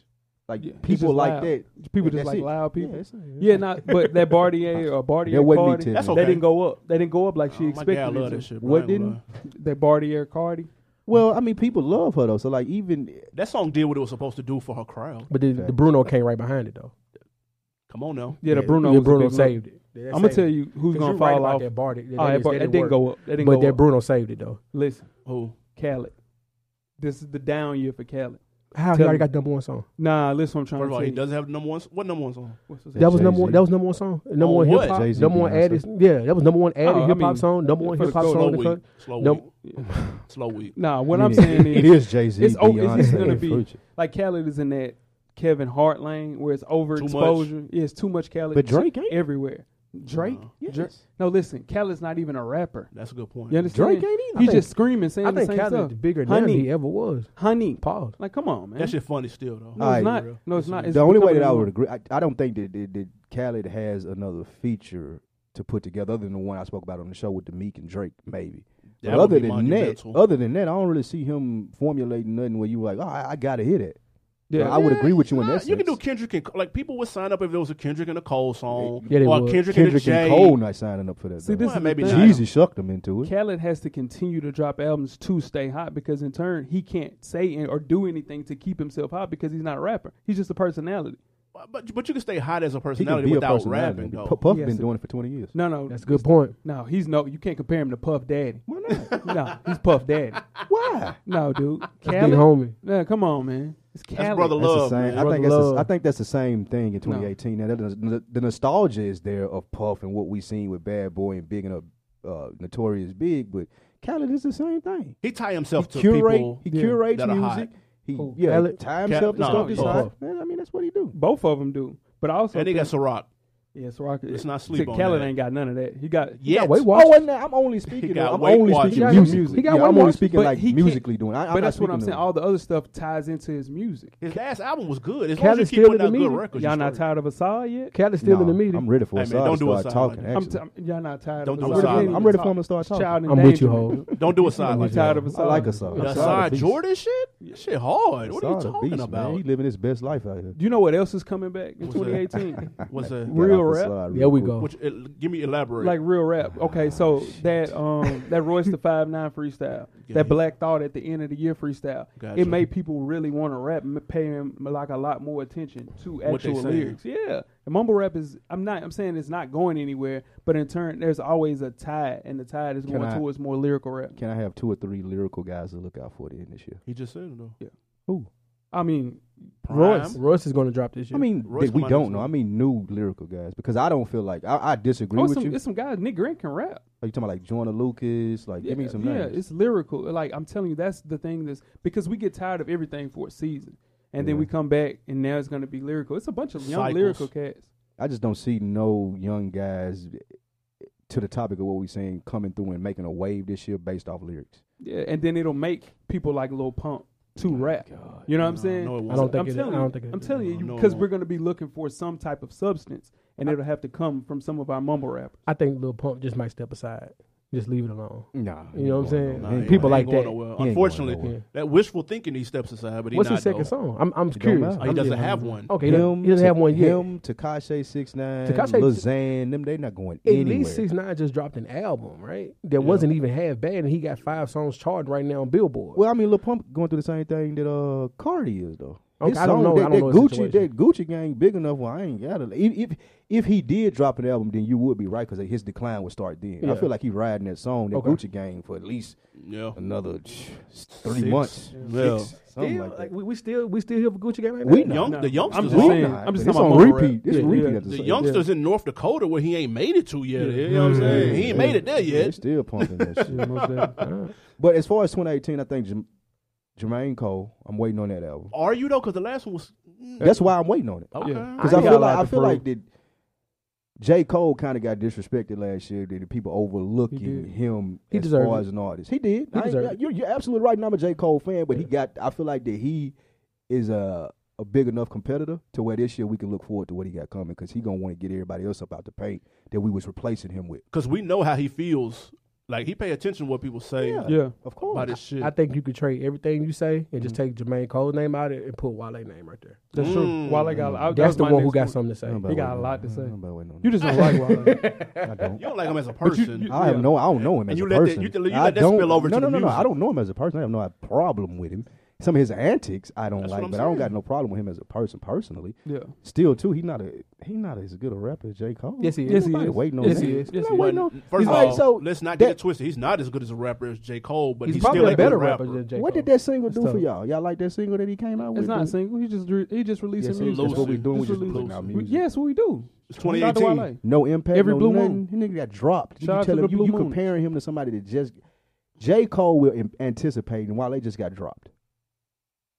D: like
E: Yeah, it's
D: people
E: just
D: like
E: loud.
D: that.
E: People
D: Yeah,
E: just
D: that's
E: like
D: it.
E: loud people.
D: it's-
E: Yeah, not but that Bartier or Bartier
D: That wasn't me,
E: Cardi,
D: Tiffany.
C: That's
E: they
C: okay.
E: didn't go up. They didn't go up like she
C: Oh, my
E: expected.
C: dad
E: it
C: love
E: to.
C: that shit. bro.
D: What
C: I ain't gonna
D: didn't?
C: lie.
E: That Bartier Cardi.
D: Well, I mean, people love her though. So like, even
C: That song did what it was supposed to do for her crowd.
F: But the, the Bruno came right behind it though.
C: Come on now.
E: Yeah, the Bruno. was
F: Yeah,
E: a
F: Bruno
E: big one.
F: saved it.
E: I'm gonna tell you who's gonna fall off.
F: That Barty. That,
E: Oh, that,
F: didn't-
E: bar-
F: that
E: that
F: didn't
E: didn't
F: work.
E: go up. That didn't
F: but
E: go
F: that
E: up.
F: Bruno saved it though.
E: Listen,
C: Who?
E: Khaled. This is the down year for Khaled.
F: How he
E: Tell
F: already
E: me.
F: got number one song.
E: Nah, listen, what I'm trying
C: First of all, he
E: to tell
C: doesn't have the number one. s- What number one song?
E: you. What's his
D: That
F: That was
D: Jay-Z.
F: number one. That was number one song. Number
C: On
F: one
C: what?
F: hip hop.
D: Jay-Z,
F: Number one
D: Beyonce.
F: added. Yeah, that was number one added
E: Oh, I
F: hip hop
E: mean,
F: song. Number one
E: for
F: hip hop
E: the
F: song.
C: Slow
F: in the
C: week.
F: country.
C: Slow
F: No.
C: week. Slow week.
E: Nah, what
D: I
E: I'm
D: mean,
E: saying
D: it
E: is,
D: is Jay Z.
E: it's o- it's- it's gonna be-
D: Future.
E: like Khaled is in that Kevin Hart lane where it's overexposure. Yeah, it's too much Khaled.
D: But Drake
E: It's
D: ain't.
E: everywhere. Drake?
C: No.
E: Dra- No, listen, Khaled's not even a rapper.
C: That's a good point.
E: You understand?
D: Drake ain't either.
E: He's
D: I
E: just screaming, saying
F: I
E: the
F: think
E: same
F: Khaled
E: stuff.
F: is bigger now than
E: Honey.
F: he ever was.
E: Honey,
F: Pause.
E: like come on, man.
C: That shit funny still though.
E: no,
D: Alright.
E: it's not. No, it's not. It's
D: the only way that I
E: becoming
D: would agree, I, I don't think that, that, that Khaled has another feature to put together other than the one I spoke about on the show with the Meek and Drake, maybe.
C: That
D: But
C: would
D: other
C: be
D: than that,
C: monumental.
D: other than that, I don't really see him formulating nothing where you like, oh, I, I gotta hit it.
E: more-
D: I would agree with you in
C: Nah,
D: that
C: You can do
D: sense.
C: Kendrick and like people would sign up if there was a Kendrick and a Cole song,
F: Yeah, they
C: or a
F: would.
C: Kendrick,
D: Kendrick
C: and a
D: and
C: Jay.
D: Cole not signing up for that.
E: See,
D: though.
E: this
C: Well,
E: is
C: maybe
E: the
C: not.
E: thing.
D: Jeezy sucked him into it.
E: Khaled has to continue to drop albums to stay hot because in turn he can't say and- or do anything to keep himself hot because he's not a rapper. He's just a personality.
C: But but you can stay hot as a
D: He can
C: personality
D: be a
C: without
D: personality.
C: rapping though.
D: Pu- Puff
E: He has
D: been
E: to-
D: doing it for twenty years.
E: No, no,
F: That's a good point.
E: No, he's no. You can't compare him to Puff Daddy. Why not? no, he's Puff Daddy.
D: Why?
E: No, dude.
F: Big
E: Khaled.
F: homie.
E: Nah, come on, man. It's
C: That's
E: Khaled.
C: brother
D: That's
C: love.
D: the same.
C: man.
D: I
F: Brother
D: think that's the-
F: Love.
D: I think that's the same thing in
E: No.
D: 2018. Now, that is- the, the nostalgia is there of Puff and what we seen with Bad Boy and Big and Up, uh, Notorious Big, but Khaled is the same thing.
C: He tie
D: He
C: himself to
D: curate,
C: people.
D: he
E: yeah,
D: curates
C: that are hot.
D: music. He
F: Who,
D: yeah,
F: Khaled?
D: tie
C: Khaled-
D: himself to
C: no,
D: stuff.
F: Puff.
D: I mean, that's what he do.
E: Both of them do. But I also,
C: And they
E: think,
C: got Ciroc.
E: Yeah, so I could.
C: Let's not sleep
E: Sid
C: on
E: Khaled
C: that.
E: ain't got none of that. He got
C: He got Yet.
F: Weight
D: Oh,
F: Watchers.
D: and now I'm only speaking.
C: got
D: I'm
C: Weight
D: only
C: Watchers.
D: speaking
F: He got
D: music.
F: Weight
D: Yeah,
F: Watchers.
D: I'm only speaking
E: But
D: like
E: he can't-
D: musically doing. I, I'm
E: but
D: not
E: that's what
D: speaking
E: I'm saying.
D: of-
E: All the other stuff ties into his music.
C: His last album was good. As long as
F: Khaled
C: you keep
F: still
C: putting
F: in the
C: out good
F: media.
C: records,
E: Y'all
C: you
E: not
C: straight.
E: tired of Assad yet?
F: Cal is still in
D: Nah,
F: the meeting.
D: I'm ready for
C: Hey,
D: Assad
C: man, don't
D: to
C: do
D: start
C: Assad like
D: talking.
C: that.
E: I'm,
D: actually.
E: t- I'm- y'all not tired
C: Don't
E: of
C: do
E: Assad.
C: Assad.
E: yet?
C: I'm
D: ready for him to start
E: Child
D: talking.
F: I'm
E: endangerment.
F: with you, ho.
C: Don't do a side
E: I'm
C: like
E: tired
C: that.
E: of
D: I
E: Assad.
D: like Assad.
C: The
D: Assad a
C: side
D: beast.
C: Jordan shit? That Shit hard. What are you
D: Assad a
C: talking
D: beast,
C: about?
D: Man. He living his best life out here.
E: You know what else is coming back in
C: What's that?
E: 2018?
C: What's that?
D: Get
E: Real
D: off
E: rap.
D: Assad real
F: There we
D: quick.
F: go.
C: Which, it, give me elaborate.
E: like real rap. Okay, so that um that Royce the Five Nine freestyle,
C: Oh, Yeah.
E: that Black Thought at the end of the year freestyle,
C: Gotcha.
E: it made people really want to rap, m- pay him like a lot more attention to
C: What they
E: actual
C: saying.
E: lyrics. Yeah, and mumble rap is I'm not I'm saying it's not going anywhere, but in turn there's always a tide, and the tide is
D: Can
E: going
D: I-
E: towards more lyrical rap.
D: Can I have two or three lyrical guys to look out for the end this year?
C: he just said it though.
E: I mean,
C: Prime.
F: Royce is going to drop this year.
D: I mean,
C: Royce
D: that we
C: Kamani
D: don't
C: too.
D: know. I mean, new lyrical guys because I don't feel like I, I disagree
E: oh,
D: with
E: some,
D: you.
E: it's some guys Nick Grant can rap.
D: Are you talking about like Joyner Lucas? Like, give me some
E: yeah,
D: names.
E: it's lyrical. Like I'm telling you, that's the thing that's because we get tired of everything for a season. And then
D: Yeah.
E: we come back and now it's gonna be lyrical. It's a bunch of young
C: Cycles.
E: lyrical cats.
D: I just don't see no young guys to the topic of what we're saying coming through and making a wave this year based off lyrics.
E: Yeah. And then it'll make people like Lil Pump to rap.
D: God.
E: You know what I'm
C: No,
E: saying?
C: no, it won't.
F: I don't think
E: I'm
F: it-
E: telling
F: I don't
E: you-
F: think it-
E: I'm telling you,
C: no, it
E: because we're
C: won't.
E: gonna be looking for some type of substance, and it'll have to come from some of our mumble rappers.
F: I think Lil Pump just might step aside, just leave it alone.
D: Nah,
F: You know what I'm saying?
C: Nah, he
F: And
D: ain't
C: ain't-
F: people
C: he
D: going
F: like
C: ain't going
F: that.
C: nowhere.
D: He ain't
C: Unfortunately,
D: going nowhere.
F: Yeah.
C: that wishful thinking he steps aside, but he
F: What's
C: not
F: his second
C: though.
F: song? I'm I'm
D: don't
F: curious.
D: matter.
C: Oh, he
F: I'm
C: doesn't
F: just-
C: have one.
F: Okay, he doesn't, he doesn't have one yet.
D: Him, Takashi Six Nine,
F: Tekashi-
D: Lazan, them they not going
F: At
D: anywhere.
F: least six nine just dropped an album, right? That wasn't even half bad, and he got five songs charted right now on Billboard.
D: well, I mean, Lil Pump going through the same thing that uh Cardi is though.
F: Okay,
D: His
F: I don't
D: song,
F: know-
D: That,
F: I don't
D: that
F: know
D: Gucci,
F: his situation.
D: that Gucci gang big enough. Well, I ain't got it. If, if if he did drop an album, then you would be right because his decline would start then.
F: Yeah.
D: I feel like he riding that song, that
F: Okay.
D: Gucci gang, for at least
C: Yeah.
D: another ch- three
C: Six.
D: months.
C: Yeah.
D: Six, something
F: still,
D: like that.
F: like, we, we still we still here for Gucci Gang. Like
D: We
F: that?
D: know.
C: Young,
E: No,
C: the youngsters,
E: I'm just
C: are-
D: We
E: saying-
D: not.
E: I'm just
D: it's
E: talking
D: on
E: about mumble
D: repeat.
E: rap.
D: It's
E: Yeah,
D: repeat.
E: yeah.
D: At
C: the
D: same-
C: youngsters in North Dakota where he ain't made it to yet. You know what I'm saying? He ain't made it there
D: Yeah, they
C: yet.
D: still pumping that shit.
E: Yeah, most definitely.
F: Uh,
D: But as far as 2018, I think Jerm- Jermaine Cole. I'm waiting on that album.
C: Are you though? Because the last one was. mm,
D: That's why I'm waiting on it.
C: Okay.
E: Yeah.
D: Because
E: I
D: I,
E: ain't
D: feel
E: got a lot
D: like I
E: to
D: feel like that J Cole kind of got disrespected last year. That the people overlooking
E: did.
D: him
F: He
D: as
F: deserved
D: far
F: it.
D: as an artist. He did. I ain't-
F: deserved it.
D: you're, you're absolutely right. And I'm a J Cole fan, but he got. I feel like that he is a a big enough competitor to where this year we can look forward to what he got coming because he gonna want to get everybody else up out the paint that we was replacing him with.
C: Because we know how he feels. Like he pay attention to what people say
D: Yeah.
E: Yeah.
D: Of course.
C: about his shit.
F: I think you could trade everything you say and just
D: Mm.
F: take Jermaine Cole's name out of it and put Wale's name right there.
E: That's
C: Mm.
E: true. Wale got I, that
F: That's
E: was
F: the
E: my
F: one who
E: next
F: got something to say.
D: I'm about
E: He got
D: waiting
E: a lot
D: on
E: to
D: that.
E: say.
D: I'm about waiting on that.
E: You just don't like Wale.
D: I don't.
C: you don't like him as a
E: But you-
C: person.
E: you-
D: I have
E: Yeah.
D: no. I don't know him
C: And
D: as
C: you
D: a
C: let that-
D: person.
C: you let- you
D: I
C: let that
D: don't-
C: spill over
D: no,
C: to
D: no,
C: the
D: no, no. I
C: music.
D: don't know him as a person. I have no problem with him. Some of his antics I don't
C: That's what
D: like,
C: I'm
D: but I don't
C: saying.
D: got no problem with him as a person personally.
E: Yeah.
D: Still, too, he not a he not as good a rapper as J Cole.
F: Yes, he is.
D: Ain't
E: Yes, he
D: nobody
E: is.
D: Waiting on
F: Yes,
D: that.
F: he is.
E: Yes,
D: Not
E: he is.
D: waiting on-
C: First of
D: Like,
C: all,
D: so
C: let's not
D: that-
C: get it twisted. He's not as good as a rapper as J. Cole, but
F: He's,
C: he's,
F: probably
C: still
F: a better
C: good
F: rapper
C: rapper.
F: than J.
D: What
F: Cole.
D: did that single do
F: That's
D: for
F: tough.
D: y'all? Y'all like that single that he came out with?
E: It's not a
D: dude?
E: single. He just re- he just released
F: Yes,
E: some
F: he
E: music.
D: That's what we
C: Lucy.
D: doing. We
E: Just
D: just
E: release
D: putting
E: it.
D: out
C: We-
E: We-
D: music.
E: Yes, we do.
C: It's
E: Shout out to
C: 2018.
E: Wale.
D: No impact.
E: Every
D: no
E: blue
D: nothing. That nigga got dropped. You
E: Shout out to
D: tell him
E: the
D: you, you
E: blue moon.
D: comparing him to somebody that just J Cole will am- anticipate, and while they just got dropped.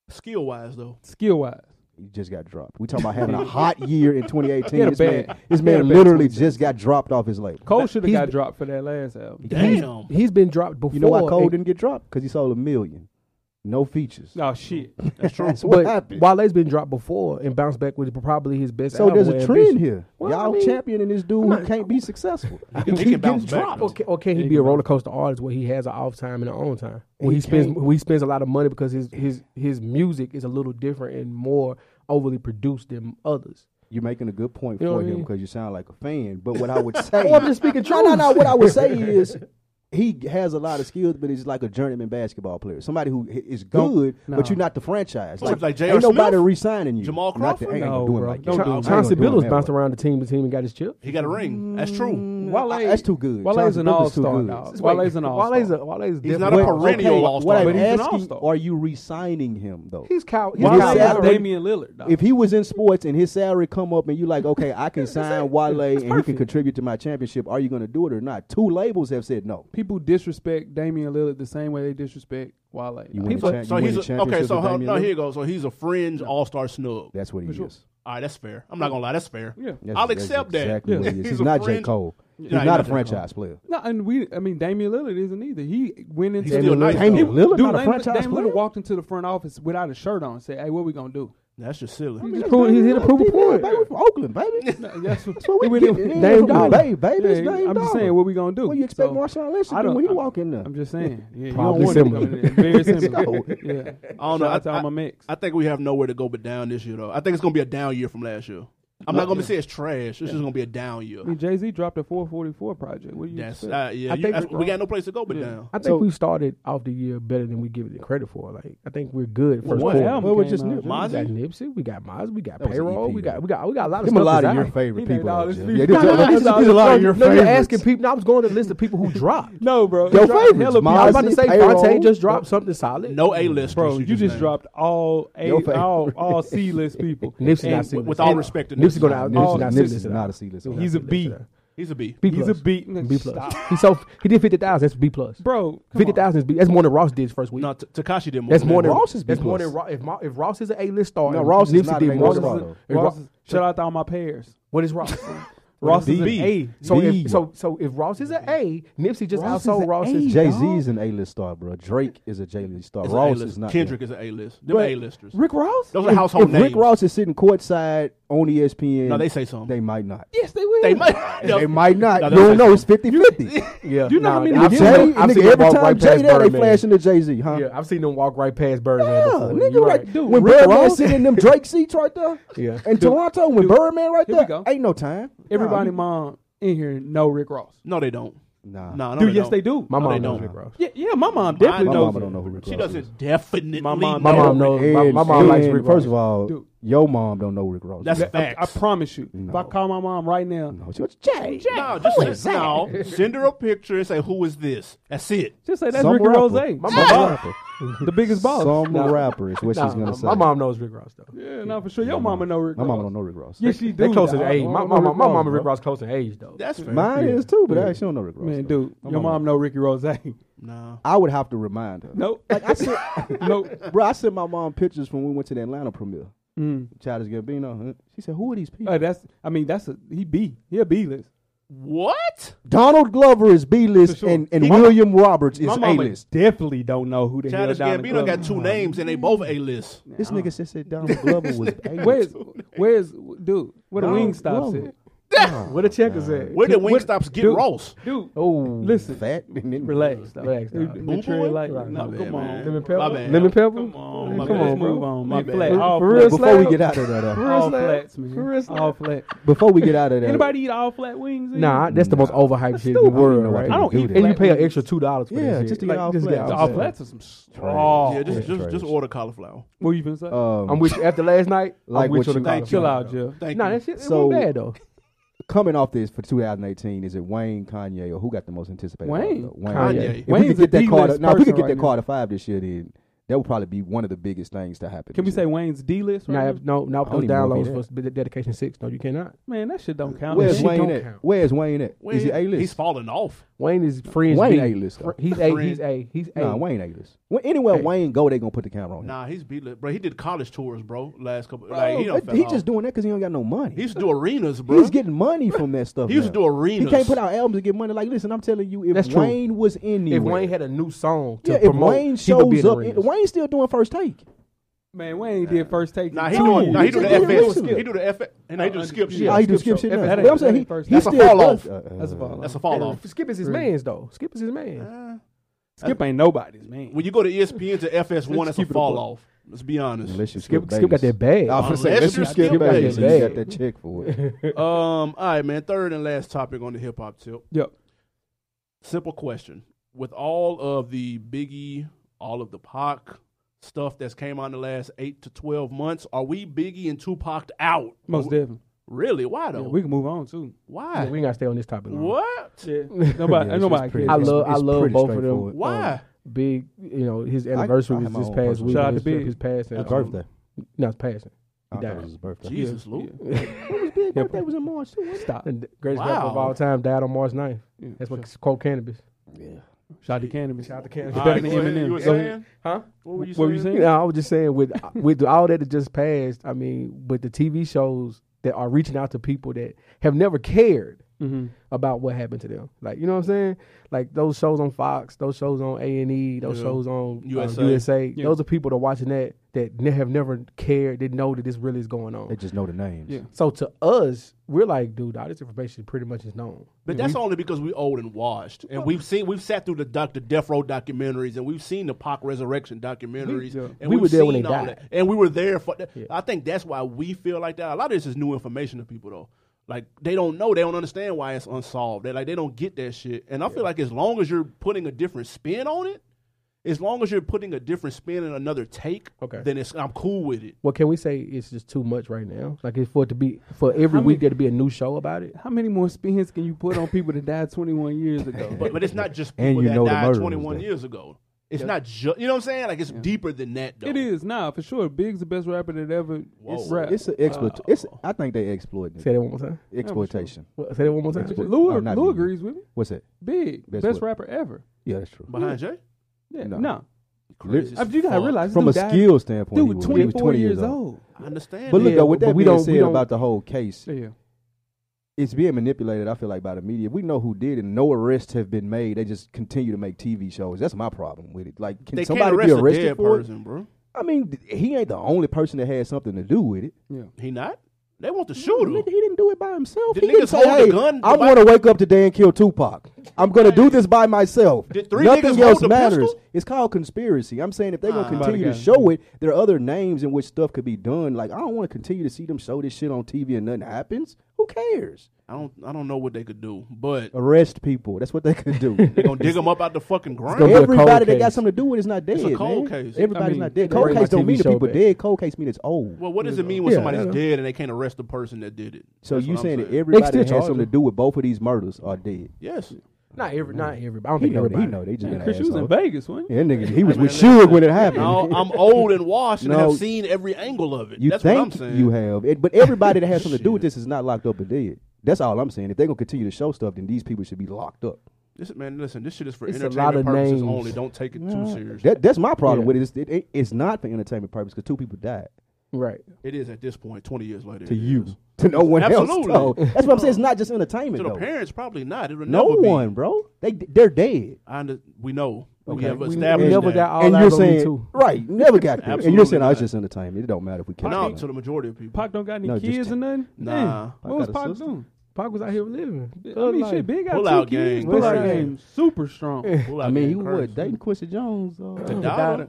C: Skill wise though,
E: Skill wise.
D: He just got dropped. We talking about having a hot year in 2018.
E: He had a
D: This man,
E: bad-
D: this
E: he had
D: man
E: a bad
D: literally
E: 2017.
D: just got dropped off his label.
E: Cole should have
F: He's
E: got
F: been-
E: dropped for that last album.
C: damn.
F: He's been dropped before.
D: You know why Cole
F: and-
D: didn't get dropped? Because he sold a million, no features.
E: Oh shit.
C: That's true.
D: That's what
F: but
D: happened.
F: Wale's been dropped before and bounced back with probably his best.
D: so there's
F: album
D: a
F: and
D: trend
F: ambition.
D: here.
F: Well, I
D: Y'all
F: mean,
D: championing this dude
F: I'm not-
D: who can't be successful.
C: can- he can bounce back,
D: dropped.
C: though.
F: Or can, or can he be a roller coaster artist where he has an off time and an on time? Where he,
D: He
F: spends
D: can't.
F: where he spends a lot of money because his his his music is a little different and more overly produced than others.
D: You're making a good point
F: You know
D: for
F: what I
D: him
F: mean?
D: because you sound like a fan. But what I would say,
F: Oh, I'm just speaking
D: no, no, no.
F: truth.
D: What I would say is. He has a lot of skills, but he's like a journeyman basketball player. Somebody who i- is
E: Don't-
D: good,
E: no.
D: but you're not the franchise.
C: Like- like J.R.
D: ain't nobody
C: Smith?
D: re-signing you.
C: Jamal
D: Not that-
C: Crawford?
D: ain't
E: No,
D: doing
E: bro.
D: like
E: Don't
D: that.
E: do it.
D: I ain't
F: Chauncey
D: gonna do
F: Billups
D: him that
F: bounced
D: way.
F: around the team. The team and got his chip.
C: He got a ring. That's true.
D: Wale, Mm, that's too good.
E: Wale's
D: Chauncey
E: an
D: Billups too
E: all-star
D: good.
E: now. Wale's an all-star.
F: Wale's a, Wale's
C: He's
F: different.
C: not a
F: Well,
C: perennial
D: okay,
C: all-star,
D: What I'm
C: but
E: he's an
D: asking,
E: all-star.
D: are you re-signing him though?
F: He's Cal. He's
E: Wale
D: Wale
F: Cal
E: is
D: Saturday-
E: Damian Lillard. dog.
D: if he was in sports and his salary come up and you like, okay, I can sign Wale and he can contribute to my championship, are you going to do it or not? Two labels have said no.
E: people disrespect Damian Lillard the same way they disrespect Wale.
D: You win
E: People,
D: the champ-
C: So
D: you win
C: he's
D: the
C: a, okay.
D: championships
C: So
D: with
C: hold-
D: Damian
C: no,
D: Lillard?
C: here you go. So he's a fringe All Star snub.
D: That's what he
E: Which one?
D: is.
C: All right, that's fair. I'm not gonna lie, that's fair.
E: yeah.
D: That's,
C: I'll
D: that's
C: accept that.
D: exactly
E: Yeah.
D: What he is.
C: He's
D: He's
C: a
D: not J.
C: fringe-
D: Cole. He's
C: Yeah, he's
D: not a
C: not J. Cole.
D: franchise player.
E: No, and we, I mean, Damian Lillard isn't either. He went into
C: still
E: the,
C: nice, though.
D: Damian Lillard
E: Dude,
D: not a
E: Damian-
D: franchise
E: Damian
D: player?
E: Lillard walked into the front office without a shirt on and said, hey, what we going to do?
C: That's just silly.
D: Mm.
F: He's proving- he's here to prove a point.
D: Baby, we from Oakland, baby.
E: No, That's what,
D: So we
E: He went
D: get
E: in-
D: Dame
E: Dame
D: Dollar.
E: Dollar.
D: Baby, baby, it's Dame
E: Yeah, I'm just
D: Dollar.
E: saying, what we going to do?
D: What do you expect
E: So,
D: Marshawn Lynch
E: I
D: to do
E: don't-
D: when he
E: I-
D: walk in there?
E: I'm just saying. Yeah,
F: Probably
E: you don't
F: similar.
E: want him to come in there. Very similar. yeah.
C: I don't know.
E: Shout out to
C: I-
E: all my mix.
C: I think we have nowhere to go but down this year, though. I think it's gonna be a down year from last year. I'm not gonna say it's trash. It's just gonna be a down year.
E: I mean, Jay Z dropped a 444 project. What do you
C: That's
E: expect?
C: uh, yeah.
F: I
C: you-
F: think
C: that's-
F: we're
C: we got no place to go but
E: Yeah.
C: down.
F: I think
D: So-
F: we started off the year better than we give it the credit for. Like I think we're good
E: Well,
F: first
E: what
F: quarter.
E: album
D: Well, we're
E: came
D: just
E: out,
D: new.
E: Jay?
F: We
C: Mozzie?
F: got Nipsey, we got Miles, we got
D: That was an
F: payroll,
D: EP,
F: we
D: though.
F: got we got we got a lot of
D: Give him
F: stuff.
D: a lot
F: that's
D: of your
F: out.
E: He
D: favorite
E: named
D: people.
E: all
D: though,
E: his
D: Jeff.
E: people.
D: Yeah, these
E: No, no,
D: are-
E: no,
D: these
E: no,
D: are- these are a lot of your
F: no,
D: favorites.
F: you're asking people. No, I was going to list the people who dropped.
E: No, bro.
D: Your
E: He dropped
D: favorites,
E: hella
D: Ma-
F: I was about to say
D: Mozzie,
F: Fonte
D: Payroll.
F: just dropped something solid.
C: No A list,
E: Bro, you just,
C: named.
E: dropped all A,
D: Your favorite.
E: all all C list people.
F: Nipsey
E: And
F: not C-list.
C: With all
F: And
C: respect to
F: Nipsey gonna out.
D: Nipsey-
F: Nipsey not
D: Nipsey's
F: C-list at all.
D: not a C-list.
F: Nipsey
E: He's
F: not
E: a
F: C-list
E: B.
F: at all.
C: He's a B.
F: B
E: He's
F: plus.
E: a beat.
F: B plus.
E: Stop.
F: He so he did fifty thousand. That's B plus.
E: Bro, come
F: Fifty
E: on.
F: thousand is B. That's more than Ross did his first week.
C: No, T- Takashi did more.
F: That's
C: than
F: more than
C: that.
D: Ross is B
F: That's more than
D: plus.
F: Ross. If, Ma, if Ross is an A list star,
D: No,
F: and
D: Ross is
F: Nipsey
D: not
F: did
D: an
F: more
E: Ross
F: than
E: is
D: A-list
F: Ross.
D: star,
E: a,
F: If
E: Ross
F: Ro-
E: is, shout out to all my pairs.
F: What is Ross?
E: Ross is an
D: B.
E: A.
F: So
D: B.
F: if, so so if Ross is an A, Nipsey just
E: Ross is
F: outsold
E: an
F: Ross's.
E: A.
D: Jay Z is an A-list star, bro. Drake is a J-list star.
C: It's an
D: Ross
C: A-list.
D: is not.
C: Kendrick is an A list. Them
D: But-
C: A listers.
E: Rick Ross?
C: Those are household
D: if
C: names.
D: Rick Ross is sitting courtside on ESPN,
C: No, they say something.
D: they might not.
E: Yes, they will.
C: They might.
D: They might not.
C: No,
D: you
C: that's
D: don't
C: like-
D: know. It's 50-50.
F: Yeah,
E: You know how many
F: I've
D: Jay,
F: seen them- I've
D: nigga,
F: seen them
D: every
F: walk
D: time
F: right
D: Jay
F: past
D: there, they
F: Birdman.
D: flashing to Jay Z, huh?
F: Yeah, I've seen them walk right past Birdman.
D: Yeah,
F: before.
D: nigga,
F: You're
D: right.
F: right.
D: when
E: Rick
D: Birdman
E: Ross-
D: sitting in them Drake seats right there,
F: Yeah.
D: in Toronto, when Birdman right
E: Here
D: there,
E: we go.
D: ain't no time.
E: Everybody mom in here know Rick Ross.
C: No, they don't.
D: nah,
C: No, no,
E: Dude, yes,
C: don't.
E: they do.
F: My
C: No, they
F: mom knows
C: don't.
F: Rick Ross.
E: yeah, yeah, my mom
D: my
E: definitely
C: My
E: knows.
D: mama don't know who Rick
C: She
D: Ross is.
C: doesn't definitely.
E: My mom-
F: My mom knows. My,
D: And-
F: my mom likes
D: and
F: Rick Ross.
D: First of all,
E: Dude.
D: your mom don't know Rick Ross.
C: That's
D: That-
E: I, I
C: facts.
E: promise you. If I
D: No.
E: call my mom right now,
D: no, she goes, Jay.
C: No, just send, no. Send her a picture and say, "Who is this?" That's it.
E: just say that's
D: Some
E: Rick eh?
D: rapper.
E: Rose. My
F: My
E: mom,
F: mom,
E: the biggest boss.
D: Some
F: Nah.
D: rapper is what
F: Nah,
D: she's gonna say.
F: my mom knows Rick Ross though.
E: yeah, no, for sure. Your mama know Rick
D: My
E: Ross.
D: mama don't know Rick Ross.
E: Yeah, she do.
F: They close in
E: dog.
F: age.
E: My
F: My
E: mama
F: mom, my
E: Rick Ross,
F: mom, and Rick
E: bro.
F: Ross close in age though.
C: That's fair.
D: Mine is too, but I actually don't know Rick Ross.
E: Man,
D: though.
E: dude, your mom know Ricky Rose.
C: no.
D: I would have to remind her.
E: nope.
D: I sent,
E: nope.
D: bro, I sent my mom pictures when we went to the Atlanta premiere.
E: Mm.
D: Childish Gambino. huh? She said, "Who are these people?"
E: Uh, that's. I mean, that's a he B. He a B list.
C: What?
D: Donald Glover is B list,
E: For sure.
D: and, and
E: He-
D: William Roberts is
E: My
D: A
E: mama
D: list.
E: definitely don't know who the hell
C: Childish
E: Donald
C: Gambino got
E: Glover-
C: two names and they both A list.
D: This nigga said, said Donald Glover was A list.
E: Where's where's dude? Where the
D: Donald
E: wing stops
D: Glover.
E: it,
F: Where the checkers at?
C: Where did
E: Dude, what-
C: Wingstops get
E: dude.
C: Ross?
E: dude?
F: Oh,
E: Listen.
D: fat? and then-
E: Relax, dog.
F: Relax, dog.
E: Dude,
F: Boo
E: make sure you
C: boy?
E: like-
F: Right.
E: no,
C: My
E: come
C: bad,
E: on.
C: man.
F: lemon
C: My
F: pepper.
C: bad.
F: Lemon pepper.
C: Come on,
F: Hey,
C: my
F: come
C: bad.
F: on,
E: Move
F: bro.
E: on,
C: My
E: man.
C: bad.
E: Flat.
C: For-
E: all
F: for
E: flat.
F: real
D: Before we
F: slap.
D: get out of that, uh,
E: all
F: slap.
E: flats, man.
F: For real slap.
E: all flat.
D: before we get out of that,
E: Anybody eat all flat wings? in
F: Nah,
E: here?
F: that's the most overhyped shit in the
E: stupid.
F: world.
D: I
F: Right?
D: don't
E: eat
F: And you
E: flat
F: pay an
E: wings.
F: extra two dollars for
D: Yeah,
F: that shit.
D: just to get
F: Like,
D: all
F: just
D: flat.
E: all
F: flat.
E: flats are some straw.
D: Trash.
C: Yeah, just,
D: Oh, Yeah,
C: just, just
D: trash.
C: order cauliflower.
E: What you finna say?
D: um,
F: I'm with you. After last night,
D: Like
F: I'm
D: what
F: with you. on
D: you
F: the
D: like.
F: college.
E: Chill out, Jeff.
C: Thank
F: Nah,
C: you.
F: that shit it
D: So-
F: wasn't bad though.
D: coming off this for 2018, is it Wayne, Kanye, or who got the most anticipated?
E: Wayne.
D: Outlook? Wayne.
F: Kanye.
D: If we
E: Wayne's
D: could
E: a
D: get that
E: D-list
D: card, now if we could
E: person
D: get
E: right
D: that
E: now.
D: card to five this year, then that would probably be one of the biggest things to happen.
E: Can we
D: this
E: say
D: year.
E: Wayne's D list?
F: Nah,
E: Right now?
F: no, not
D: I
F: those
D: don't even know if he
F: downloads for the dedication six. No, you cannot.
E: Man, that shit don't count.
D: Where's
F: She
D: Wayne
F: don't
D: at?
F: count.
D: Where's Wayne at? Is he
C: Well,
D: A
C: He's
D: list?
C: falling off.
F: Wayne is fringe.
D: Wayne
F: B.
D: A-list, though.
F: Fr- He's a.
C: Fringe.
F: He's a. He's a.
D: Nah, Wayne A list. When, anywhere
F: Hey.
D: Wayne go, they gonna put the camera on. him.
C: Nah, he's beat it. Bro, he did college tours, bro. Last couple. like, he
D: Bro,
C: don't
D: that- he just doing that because he don't got no money.
C: He used to do arenas, bro.
D: He's getting money from that stuff.
C: He used to
D: now.
C: do arenas.
D: He can't put out albums to get money. Like, listen, I'm telling you, if
F: That's true.
D: Wayne was in
F: If Wayne had a new song to
D: yeah, if
F: promote,
D: Wayne
F: he would be
D: shows
F: in the
D: up,
F: ring.
D: Wayne's still doing first take.
E: Man, Wayne did first take.
C: Nah, he
E: Two.
C: doing. Nah, he do the
D: Just do
C: FX.
D: skip.
C: He do the FX. And he do the skip shit.
E: Yeah,
D: Yeah, he do skip
E: skip show.
D: shit.
E: If
D: now.
E: that
D: But
E: ain't-
D: I'm saying
E: that
D: he,
E: ain't first
D: he
E: take.
C: That's a
D: still
C: fall off.
D: does- uh, uh,
E: That's a ball.
C: That's a fall off. Ah,
F: Skip is his man's though. Skip is his man.
E: Skip ain't nobody's man.
C: When you go to E ESPN to FS1, that's a
F: keep it a
C: fall
F: buck.
C: off. Let's be honest.
D: Unless you
F: Skip- Skip
D: Bayless.
F: got that bag.
D: I was gonna say,
C: Unless
D: unless
C: you
D: you skip
C: Skip
D: Bayless,
F: Bayless.
D: he got that check for it.
C: Um. All right, man. Third and last topic on the hip hop tip.
E: Yep.
C: Simple question. With all of the Biggie, all of the Pac stuff that's came out in the last eight to twelve months, are we Biggie and Tupac out?
E: Most
C: Are we-
E: definitely.
C: Really? Why
E: Yeah,
C: though?
E: we can move on too.
C: Why?
F: we ain't gotta stay on this topic. Long.
C: what?
E: Yeah. Nobody.
D: Yeah, it's
E: nobody.
D: just pretty-
E: cares.
F: I
D: It's-
F: love. I
D: it's
F: love
D: pretty
F: both of
D: straightforward.
F: them.
C: Why?
F: Um, Big, you know, his anniversary
D: I
F: was
D: have my
F: this
D: own
F: past
D: personal
F: week.
E: Shout out
F: his,
E: to Big.
F: his past
D: His
F: um,
D: birthday.
F: No, his passing.
D: I thought
F: died.
D: it was his birthday.
C: Jesus, Luke.
D: His birthday was in March too.
E: Stop.
F: The greatest rapper of
C: Wow.
F: all time died on March 9th.
E: Yeah,
F: That's what quote cannabis.
D: Yeah.
E: Shout out to Cannabis.
F: Shout out to Cannabis.
E: It's
C: All
E: better
C: right,
E: than
C: go ahead. You were
E: Eminem. So-
C: saying?
F: Huh?
C: What were you
E: What were you
C: saying?
E: saying?
F: You know, I was just saying with with all that that just passed. I mean, with the TV shows that are reaching out to people that have never cared
E: Mhm.
F: about what happened to them. Like, you know what I'm saying? Like those shows on Fox, those shows on A and E, those
C: Yeah.
F: shows on uh,
C: USA.
F: USA.
E: Yeah.
F: Those are people that are watching that that ne- have never cared, didn't know that this really is going on.
D: They just know the names.
E: Yeah.
F: So to us, we're like, dude, all this information pretty much is known.
C: But that's only because we old and washed, and we've seen we've sat through the Doctor Death Row documentaries, and we've seen the Pac Resurrection documentaries,
E: yeah.
C: and
F: We
C: we've
F: were there when
C: seen
F: they
C: all
F: died.
C: that. and we were there for. That.
F: Yeah.
C: I think that's why we feel like that. A lot of this is new information to people, though. Like they don't know, they don't understand why it's unsolved. They like they don't get that shit. And I feel like as long as you're putting a different spin on it, as long as you're putting a different spin and another take,
F: Okay.
C: then it's I'm cool with it.
F: What can we say? It's just too much right now. Like it's for it to be for every
E: How
F: week
E: many-
F: there to be a new show about it.
E: How many more spins can you put on people that died 21 years ago?
C: But but it's not just
D: And
C: people
D: you
C: that
D: know the
C: died
D: murderers
C: 21
D: then.
C: years ago. It's
E: Yeah.
C: not just you know what I'm saying. Like it's deeper than that. though.
E: it is nah for sure. Big's the best rapper that ever
C: Whoa.
E: it's rap.
D: It's an exploit. it's I think they exploiting
F: Say
D: it.
F: that one more time.
D: exploitation.
F: What- Say that one more time.
D: Exploit-
E: Lou,
D: Oh, not
E: Lou
D: me.
E: agrees with me.
D: What's that?
E: Big best,
D: Best what?
E: rapper ever.
D: Yeah, that's true.
C: behind Jay.
E: Yeah,
D: No.
E: no.
C: Crazy
E: I,
C: as
E: you gotta
C: fuck.
E: realize this
D: From a
E: dude died-
D: skill standpoint, he
E: Dude,
D: was,
E: twenty
D: he was
E: four
D: 20
E: years old.
C: I understand.
D: But look,
C: that.
F: Yeah,
D: though, with
F: but
D: that
F: we
D: being
F: don't- we
D: said
F: don't-
D: about the whole case,
E: Yeah,
D: it's being manipulated. I feel like by the media. We know who did, and no arrests have been made. They just continue to make TV shows. That's my problem with it. Like, can
C: they can't
D: somebody
C: arrest
D: be arrested
C: a dead
D: for it?
C: person, bro.
D: I mean, th- he ain't the only person that had something to do with it.
E: yeah.
C: He not. They want to shoot him.
D: Nigga, He didn't do it by himself.
C: Did
D: he can
C: niggas
D: say,
C: hold the
D: "Hey,
C: gun?
D: I'm
C: Why-
D: going to wake up today and kill Tupac. I'm going to do this by myself.
C: Did three niggas
D: Nothing
C: hold
D: else
C: the
D: matters.
C: pistol?
D: It's called conspiracy. I'm saying if they're going
C: Ah.
D: to continue to
E: Somebody
D: show it, there are other names in which stuff could be done. Like I don't want to continue to see them show this shit on TV and nothing happens. Who cares?
C: I don't. I don't know what they could do, but
D: Arrest people. That's what they could do.
C: they gonna dig him up out the fucking
F: gonna
C: ground.
F: be a cold
D: Everybody that got
F: case.
D: something to do with it is not dead.
C: a cold
D: man.
C: case.
D: Everybody's
E: I mean,
D: not dead.
F: they
D: Cold
F: bring my
D: case don't
F: TV
D: mean the
F: show
D: people
F: back.
D: dead. Cold case mean it's old.
C: Well, what does it mean when
F: Yeah,
C: somebody's
F: yeah.
C: dead and they can't arrest the person that did it?
D: so
C: That's
D: you
C: what I'm
D: saying that
F: They
D: everybody
F: still
D: that had
F: charge
D: something to
F: them.
D: do with both of these murders are dead?
C: yes?
F: Not every, not every. I don't
D: He
F: think
D: know. He
F: everybody.
D: know. They just
E: Man,
D: been
E: Chris, you was in
D: assholes.
E: Vegas, wasn't you?
D: Yeah, nigga, he was
C: Hey,
D: with
C: man,
D: Suge when it happened.
C: No, I'm old and washed and
D: No.
C: have seen every angle of it.
D: you
C: uh, That's what I'm
D: think
C: saying.
D: you have, it, but everybody that has something to do with
C: Shit.
D: this is not locked up and dead. That's all I'm saying. If they're gonna continue to show stuff, then these people should be locked up.
C: this man, listen. This shit is for
F: It's a lot
C: entertainment
F: of
C: purposes
F: names.
C: only. Don't take it too serious.
D: That, that's my problem
F: Yeah.
D: with it. It's, it, it- It's not for entertainment purposes because two people died
F: Right.
C: it is at this point, 20 years later.
D: to
C: it
D: you,
C: is.
D: to no one
C: Absolutely.
D: else. So, that's what I'm saying. It's not just entertainment
C: to the
D: though.
C: parents, probably not. It'll
D: no
C: never be.
D: one, bro. They they're dead.
C: I under, we know. We
D: Okay.
C: have
D: We- we
C: established
F: never
C: that.
F: got all
D: and
F: eyes
D: you're
F: on me
D: saying
F: too.
D: right, never got there. and you're
C: Absolutely
D: saying oh, it's
C: not.
D: just entertainment. It don't matter if we catch
C: No,
D: it.
C: to the majority of people.
E: Pac don't got any
D: No, just
E: kids
D: t-
E: or nothing.
C: Nah.
E: Damn,
D: Pac
E: what was
D: got a
E: Pac
D: sister.
E: doing?
F: Pac was out here living.
E: I mean,
F: Like,
E: shit, Big got
C: pull
E: two
C: out
E: kids.
C: gang,
E: Pull
F: pull
E: out
F: out
E: game, super strong. yeah,
C: Pull out
D: I mean,
C: that
D: he was
C: curse.
D: dating Quincy Jones.
C: The
D: Uh,
C: daughter.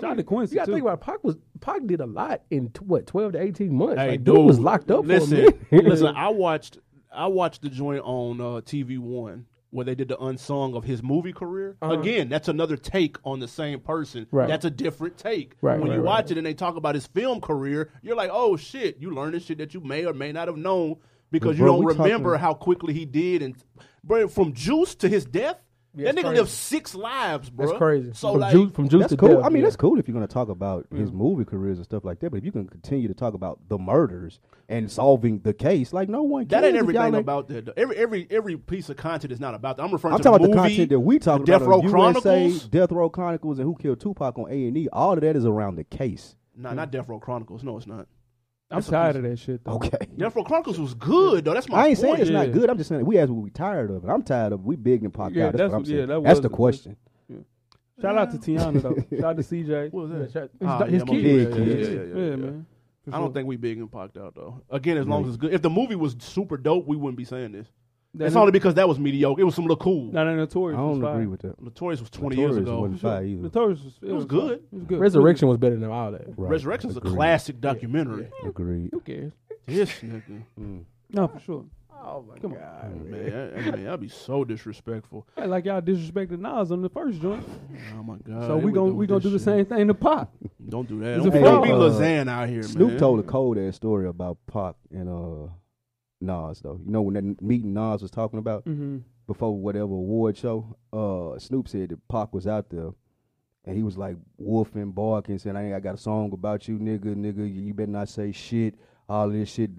E: Shout out to Quincy.
F: You gotta
E: too.
F: think about it. Pac was Pac did a lot in t- what twelve to eighteen months.
C: Hey,
F: like, dude, was locked up. for a
C: Listen,
F: minute.
C: listen. I watched, I watched the joint on uh, TV One where they did the unsung of his movie career. Again, that's another take on the same person.
F: Uh-huh. Right.
C: That's a different take.
F: Right,
C: when
F: right,
C: you
F: right.
C: watch it and they talk about his film career, you're like, oh shit, you learning shit that you may or may not have known because
D: Bro,
C: you
D: we
C: don't
D: talking-
C: remember how quickly he did and, bro, from Juice to his death.
F: Yeah,
C: that
F: it's
C: nigga
F: crazy.
C: lived six lives, bro.
F: That's crazy.
C: So
F: from
C: like,
F: juice, from juice
D: that's
F: to
D: cool.
F: Death,
D: I mean,
F: yeah.
D: that's cool if you're going to talk about his movie careers and stuff like that. But if you can continue to talk about the murders and solving the case, like no one
C: That
D: cares
C: ain't
D: if y'all
C: everything about that. Though. Every every every piece of content is not about that. I'm referring
D: I'm
C: to
D: talking
C: the
D: about
C: movie,
D: the content that we
C: the
D: talking
C: Death
D: about. on
C: Row
D: USA,
C: Chronicles.
D: Death Row Chronicles, and Who Killed Tupac on A and E. All of that is around the case.
C: Nah, not Death Row Chronicles. No, it's not.
E: I'm tired of that shit. Though.
D: Okay.
C: Death Row Chronicles was good though. That's my
D: I ain't saying
C: point.
D: it's not
E: Yeah.
D: good. I'm just saying we asked what we tired of, and I'm tired of. We big and popped
E: Yeah,
D: out. That's,
E: that's
D: what I'm
E: what- yeah,
D: saying.
E: that
D: that's
E: was
D: the
E: the-
D: question.
E: Shout out to Tiana though. Shout out to CJ.
C: What was that?
F: Yeah, shout- his,
C: Ah,
F: do-
C: yeah,
F: his
C: my
F: kid.
D: Big
C: bad.
D: kid.
C: Yeah, yeah, yeah, yeah, yeah.
E: man. For
C: I don't
E: sure.
C: think we big and pocked out though. Again, as long as it's good. If the movie was super dope, we wouldn't be saying this.
E: That
C: it's
E: is-
C: only because that was mediocre. It was some little cool.
E: Not in Notorious.
D: I don't
E: was fire.
D: agree with that.
C: Notorious was 20
D: Tories
C: years ago.
D: wasn't fire either.
E: Notorious was, it
C: was
E: was
C: good.
E: It was good.
F: Resurrection was better than all that.
D: Right.
C: Resurrection is a
D: Agreed.
C: classic documentary.
D: Agreed.
E: Who cares?
C: This nigga,
E: No, for sure.
F: Oh my
E: Come on.
F: god.
C: man, I, I mean, I'd be so disrespectful.
E: Hey, Like y'all disrespected Nas on the first joint.
C: Oh my god.
E: so
C: here
E: we gon' we
C: with
E: gonna
C: this
E: do the
C: shit.
E: same thing to Pop.
C: Don't do that.
E: It's
C: Don't,
E: a
C: don't be
D: fraud.
C: Lazan out here,
D: Snoop
C: man.
D: told a cold ass story about Pac and uh Nas though. You know when that meeting Nas was talking about
C: Mm.
E: Mm-hmm.
D: before whatever award show, uh Snoop said that Pac was out there and he was like wolfing, barking, saying, I ain't I got a song about you, nigga, nigga, you better not say shit, all this shit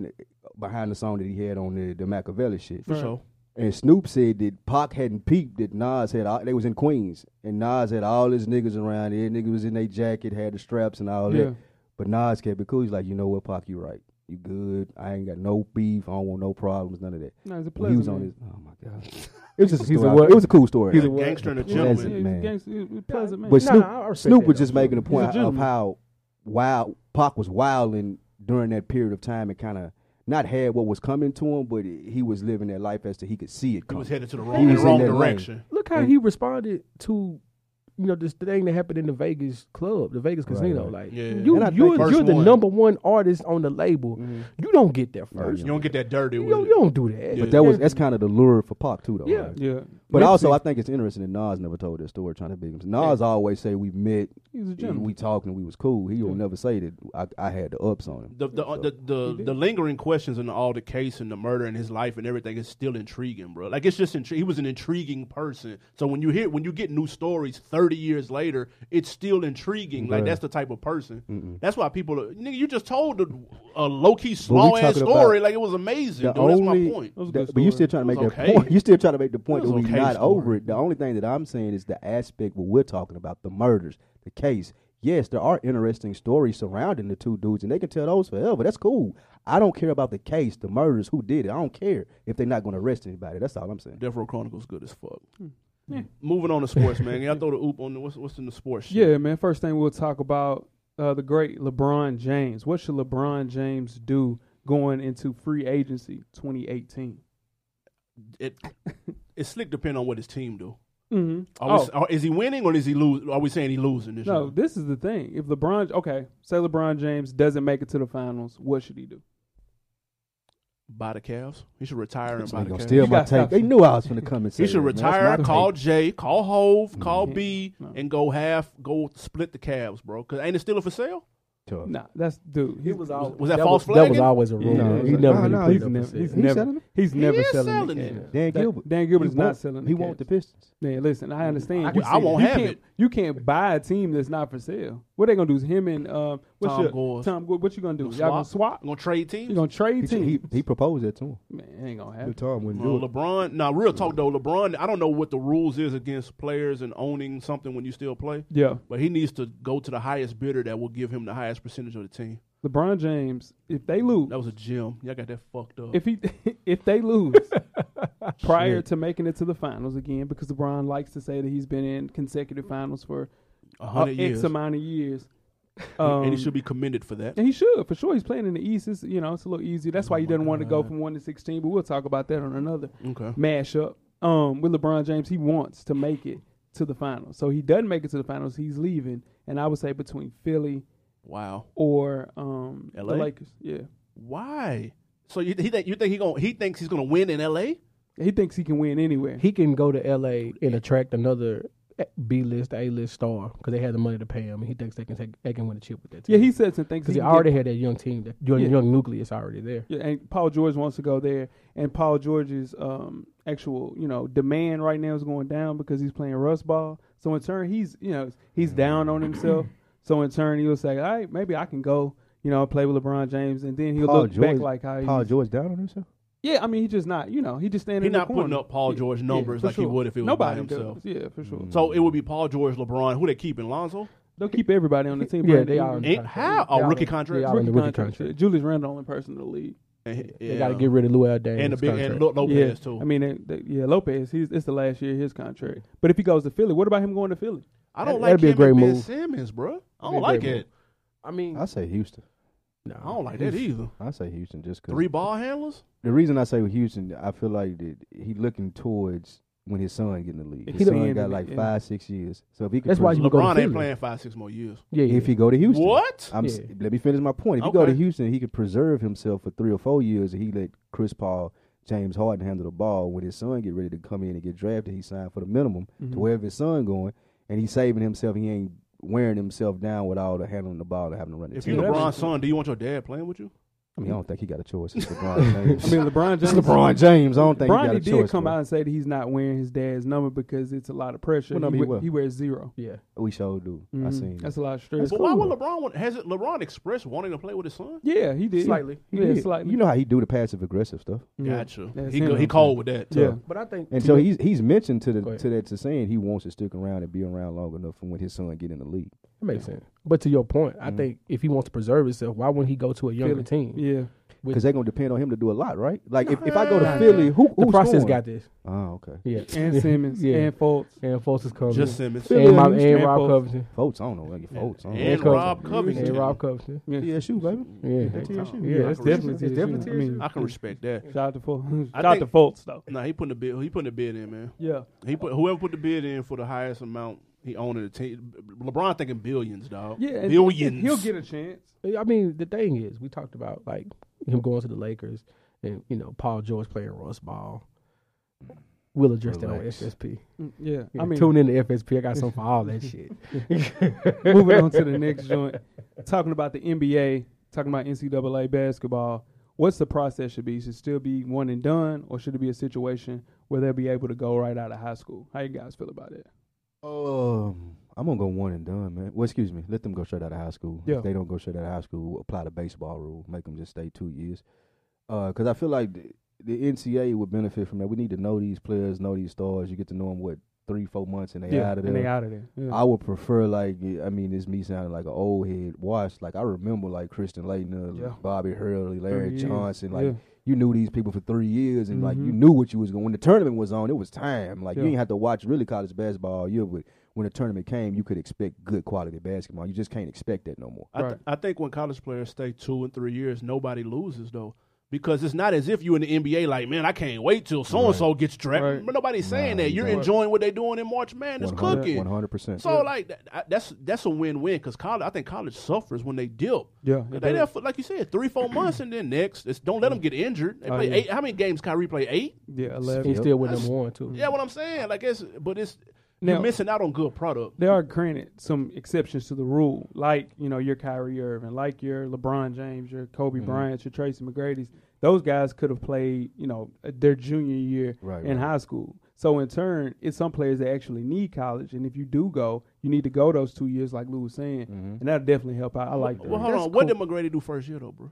D: behind the song that he had on the, the Machiavelli shit.
C: For sure.
D: And Snoop said that Pac hadn't peeped that Nas had. all- They was in Queens, and Nas had all his niggas around. Every nigga was in their jacket, had the straps and all
E: Yeah.
D: that. But Nas kept it cool. He's like, you know what, Pac, you right. You good. I ain't got no beef. I don't want no problems. None of that.
E: No, he's a
D: When he
E: pleasant
D: was on
E: man.
D: his. Oh my god. It was just a
F: He's a
D: story.
F: what?
D: It was a cool story.
F: He's a
C: Gangster and a
E: Yeah,
D: Pleasant
E: yeah,
C: gentleman.
E: he's
D: man.
E: gangster- he was a pleasant man.
D: But
F: No,
D: Snoop,
F: no, I respect
D: Snoop
F: that,
D: was
F: though.
D: just making a
E: a
D: point of
E: gentleman.
D: how wild Pac was wild and during that period of time and kind of not had what was coming to him, but he was living that life as to he could see it
C: He
D: coming.
C: was headed to the
D: He
C: wrong,
D: was in
C: wrong
D: that lane.
C: direction.
F: Look how he responded to, you know, this thing that happened in the Vegas club, the Vegas
D: Right,
F: casino.
D: right.
F: Like,
C: Yeah.
F: you,
D: And I
F: you're,
D: think-
F: you're
C: First
F: the
C: one.
F: number one artist on the label. You don't get there first.
C: You don't get that dirty
F: you,
C: with
F: don't,
C: it.
F: you don't do that.
C: But
D: But that was that's kind of the lure for Pac too, though.
F: Yeah.
D: right?
E: yeah,
D: But
F: Memphis-
D: also, I think it's interesting that Nas never told that story trying to be him. Nas always say we met,
E: he was a
D: and
E: gentleman.
D: we talked, and we was cool. He will never say that I, I had the ups on him.
C: The the, the the the lingering questions and all the case and the murder and his life and everything is still intriguing, bro. Like it's just intri- he was an intriguing person. So when you hear when you get new stories thirty years later, it's still intriguing. Like
D: Right.
C: that's the type of person. That's why people. Are, nigga, you just told a, a low key
D: Well,
C: slow
D: we
C: ass
D: talking about
C: story. Like it was amazing.
D: the
C: Dude, that's my
D: only-
C: point.
E: That was a
D: That-
E: good
D: but you
E: story.
D: still trying to
C: It
D: make
C: was
D: that
C: okay.
D: point. You still trying to make the point
C: was
D: that we
C: okay
D: not
C: story.
D: over it. The only thing that I'm saying is the aspect what we're talking about, the murders, the case. Yes, there are interesting stories surrounding the two dudes, and they can tell those forever. That's cool. I don't care about the case, the murders, who did it. I don't care if they're not going to arrest anybody. That's all I'm saying.
C: Death Row Chronicles good as fuck. Moving on to sports, man. Y'all throw the oop on the what's what's in the sports? shit?
E: Yeah, man. First thing we'll talk about uh, the great LeBron James. What should LeBron James do going into free agency 2018?
C: it it slick depend on what his team do.
E: Mm-hmm.
C: Are we-
E: Oh.
C: are- is he winning or is he lose? Are we saying he losing this
E: No,
C: year?
E: this is the thing. If LeBron, okay, say LeBron James doesn't make it to the finals, what should he do?
C: Buy the Cavs. He should retire and
D: So
C: buy
D: they
C: the
D: gonna
C: Cavs.
D: steal
E: You
D: my
E: gotta stop
D: take. They knew I was going to come and say
C: he should
D: that, man. That's my Mm-hmm.
C: retire.
D: take.
C: Call Jay. Call Hove. Call
E: Mhm.
C: B.
E: No.
C: And go half. Go split the Cavs, bro. Cause ain't it still for sale?
D: Tough.
E: Nah, that's dude. He,
F: It was, al-
C: was that
F: was,
C: false
F: That was
C: flagging?
F: always a rumor.
D: Yeah.
F: he
D: No,
F: never
D: no,
F: really
E: he's
F: put
E: never-
F: it up for
E: he's
F: sale.
D: He
E: never-
D: selling it?
E: he's never
C: is
E: selling,
C: selling
E: the
C: it.
D: Dan
E: Cavs. That-
D: Gilbert.
E: Dan Gilbert
D: He
E: is not
D: won't-
E: selling.
D: He
E: the
D: won't the
E: Cavs.
D: Pistons.
E: Man, listen, I understand.
C: I
E: You
C: can see- I won't
E: you
C: have
E: can't,
C: it.
E: You can't buy a team that's not for sale. What they gonna do is him and um, what's
C: Tom
E: your,
C: Gores.
E: Tom, Gores, what you gonna do?
C: Gonna
E: Y'all gonna swap?
C: Gonna trade
E: You
C: teams.
E: gonna trade
D: He, should-
E: teams?
D: he, he proposed that to him.
E: Man, it ain't gonna happen.
D: But Tom wouldn't
C: No,
D: do it.
C: Uh, LeBron. Now, real talk though, LeBron. I don't know what the rules is against players and owning something when you still play,
E: Yeah,
C: but he needs to go to the highest bidder that will give him the highest percentage of the team.
E: LeBron James. If they lose,
C: That was a gem. Y'all got that fucked up.
E: if he if they lose prior to making it to the finals again, because LeBron likes to say that he's been in consecutive finals for
C: A
E: uh,
C: hundred years,
E: x amount of years,
C: and he
E: um,
C: should be commended for that.
E: And he should, for sure. He's playing in the East. It's, you know, it's a little easier. That's why he doesn't want to go from 1 to 16, but we'll talk about that on another
C: Okay.
E: mashup. Um, with LeBron James, he wants to make it to the finals. So he doesn't make it to the finals. He's leaving. And I would say between Philly
C: Wow.
E: or um, the
C: LA?
E: Lakers. Yeah.
C: Why? So you he think you think he going he thinks he's gonna win in L.A.
E: He thinks he can win anywhere.
F: He can go to LA and attract another B list, A list star because they had the money to pay him, and he thinks they can take, they can win a chip with that. Team.
E: yeah, he said some things.
F: because he
E: can get-
F: already had that young team, that young,
E: Yeah.
F: young nucleus already there.
E: Yeah, and Paul George wants to go there, and Paul George's um, actual, you know, demand right now is going down because he's playing Rust ball. So in turn, he's, you know, he's down on himself. so in turn, he'll say, "All right, maybe I can go, you know, play with LeBron James," and then he'll
D: Paul
E: look
D: George-
E: back like how
D: Paul
E: he's,
D: George down on himself?
E: yeah. I mean, he's just not, you know, he just standing.
C: He
E: in the
C: not putting
E: corner.
C: up Paul
E: Yeah,
C: George
E: yeah,
C: numbers
E: for
C: like he
E: sure.
C: would if he was
E: Nobody
C: by
E: does.
C: himself.
E: Yeah, for sure.
C: So it would be Paul George, LeBron. Who they keeping? Lonzo?
E: They'll keep everybody on the team.
F: Yeah,
E: but
F: they are.
C: Ain't- how? Oh,
F: They all
C: rookie
F: in-
C: contract?
F: they all
E: Rookie
F: in the rookie
E: contract.
F: contract.
E: Julius Randle, only person in the league.
C: And,
F: They got to get rid of Luau Daniels.
C: and the big and
F: contract.
C: Lo- Lopez
E: yeah,
C: too.
E: I mean, they, they, yeah, Lopez. He's it's the last year of his contract. But if he goes to Philly, what about him going to Philly?
C: I don't
F: that'd
C: like
F: be a
C: him
F: great
C: and Ben
F: move.
C: Simmons, bro. I
F: be a
C: don't like
F: great move.
C: it.
F: I mean,
D: I say Houston.
F: no,
C: I don't like that either.
D: I say Houston just because.
C: Three ball handlers.
D: The reason I say with Houston, I feel like that he looking towards when his son get in the league. His
E: He don't-
D: son got like
E: Yeah.
D: five, six years. So if he could
F: That's why
D: prove-
F: you go to
C: LeBron ain't
F: Philly.
C: playing five six more years.
F: Yeah, yeah.
D: if he go to Houston,
C: What?
D: I'm s
F: Yeah.
D: let me finish my point. If you go to
C: Okay.
D: Houston, he could preserve himself for three or four years. And he let Chris Paul, James Harden handle the ball. When his son get ready to come in and get drafted, he signed for the minimum
F: Mm-hmm.
E: Mm-hmm.
D: to wherever his son going, and he's saving himself. He ain't wearing himself down with all the handling the ball and having to run the
C: If
D: team.
C: you LeBron's son, do you want your dad playing with you?
D: I mean, I don't think he got a choice. It's LeBron James.
E: I mean, LeBron
D: it's
E: James.
D: LeBron James. I don't think he got
E: Bronny
D: a
E: did
D: choice.
E: come
D: bro.
E: out and say that he's not wearing his dad's number because it's a lot of pressure.
D: What number he
E: we-
D: wear?
E: he wears 0
F: Yeah.
D: We sure do. I
E: Mhm.
D: seen.
E: That's
D: That.
E: a lot of stress.
C: but why
D: cool,
C: would LeBron want, has it, LeBron expressed wanting to play with his son?
E: yeah, he did
F: Slightly.
E: Yeah,
D: Yeah,
E: slightly.
D: You know how he do the passive aggressive stuff.
E: Yeah.
C: Gotcha.
E: That's
C: he
E: him.
C: go, he called with that.
E: Yeah.
C: too.
F: But I think
D: And so he's he's mentioned to
F: Go
D: the
F: ahead.
D: to that to saying he wants to stick around and be around long enough for when his son get in the league.
F: That makes sense. But to your point, I
C: Mm-hmm.
F: think if he wants to preserve himself, why wouldn't he go to a younger
E: Philly.
F: team?
E: Yeah.
D: Because they're gonna depend on him to do a lot, right? Like if, if I go to Philly, who
F: The
D: who's
F: process
D: going?
F: got this.
D: Oh, okay.
F: Yeah.
E: And Simmons.
F: Yeah.
E: And Fultz.
F: And Folks is coming.
C: Just Simmons.
F: and, my,
E: Simmons,
F: and
E: and
F: Rob
E: Fultz.
F: Covington.
D: Folks, I don't know. Like, folks, I don't
C: And
D: know.
C: Rob Covington.
F: And Rob Covington.
E: Yeah.
D: TSU, baby.
F: Yeah.
D: That's TSU.
F: Yeah, that's definitely
E: It's
F: definitely
E: I mean,
C: I can respect that.
E: shout out to Fultz.
C: I
E: Shout out to
C: think-
E: Fultz though.
C: Nah, he putting the bid. He putting the bid in, man.
E: Yeah.
C: He put whoever put the bid in for the highest amount he owned in the team. LeBron thinking billions, dog.
E: Yeah. and
C: billions.
E: He'll get a chance.
F: I mean, the thing is, we talked about like him going to the Lakers, and you know Paul George playing Russ Ball. We'll address
D: Relax.
F: that on FSP.
E: Mm, Yeah.
F: Yeah,
E: I mean
F: tune in to FSP. I got something for all that shit.
E: moving on to the next joint. Talking about the NBA, talking about NCAA basketball. What's the process should be? Should it still be one and done, or should it be a situation where they'll be able to go right out of high school? How you guys feel about it?
D: Um, I'm gonna go one and done, man. Well, excuse me. Let them go straight out of high school.
E: Yeah.
D: If they don't go straight out of high school, apply the baseball rule. Make them just stay two years. Because I feel like the, the NCAA would benefit from that. We need to know these players, know these stars. You get to know them what three, four months, and they out of
E: and
D: there.
E: they out of there. Yeah.
D: I would prefer like I mean, this me sounding like an old head. Watch like I remember like Kristen Leitner,
E: Yeah.
D: Bobby Hurley, Larry
E: Thirty years.
D: Johnson. Like
E: Yeah.
D: you knew these people for three years, and like you
E: Mhm.
D: knew what you was going. When the tournament was on, it was time. Like
E: Yeah.
D: you didn't have to watch really college basketball all year, but when the tournament came, you could expect good quality basketball. You just can't expect that no more.
C: I, th-
E: Right.
C: I think when college players stay two and three years, nobody loses though, because it's not as if you in the NBA like, man, I can't wait till so and so gets drafted.
E: Right.
C: But nobody's saying
D: Nah,
C: that.
D: you
C: You're
D: don't.
C: enjoying what they're doing in March Madness, cooking.
D: One hundred percent.
C: So like that, I- that's that's a win win because college. I think college suffers when they dip.
E: Yeah, it
C: they there
E: does.
C: for like you said three four months and then next it's, don't let them get injured. They
E: Oh,
C: play
E: yeah.
C: eight. How many games Kyrie play eight?
E: yeah, eleven.
F: He still went
C: That's-
F: number one too.
C: Yeah, what I'm saying like it's but it's
E: Mm-hmm. Now-
C: you're missing out on good product.
E: There are granted some exceptions to the rule, like you know your Kyrie Irving, like your LeBron James, your
F: Mm-hmm.
E: Kobe Bryant, your Tracy McGrady's. Those guys could have played, you know, their junior year
D: Right,
E: in
D: right.
E: high school. So in turn, it's some players that actually need college, and if you do go, you need to go those two years, like Lou was saying,
F: Mm-hmm.
D: Mm-hmm.
E: and that'll definitely help out. I like that.
C: Well, hold
E: That's
C: on. What
E: cool.
C: did McGrady do first year though, bro?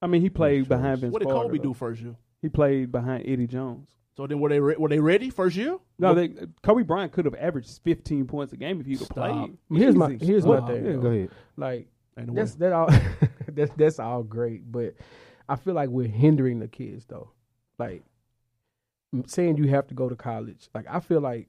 E: I mean, he played behind Vince.
C: What did
E: Carter,
C: Kobe
E: though.
C: do first year?
E: He played behind Eddie Jones.
C: So then were they re- were they ready first year?
E: No, they, Kobe Bryant could have averaged 15 points a game if he could
C: Stop.
E: play.
F: Here's my
E: Easy.
F: here's my
E: Stop.
F: thing.
E: Yeah.
F: though.
D: go ahead.
F: Like
C: Ain't no
F: that's
C: way.
F: that all that's that's all great, but I feel like we're hindering the kids though. Like m- saying you have to go to college. Like I feel like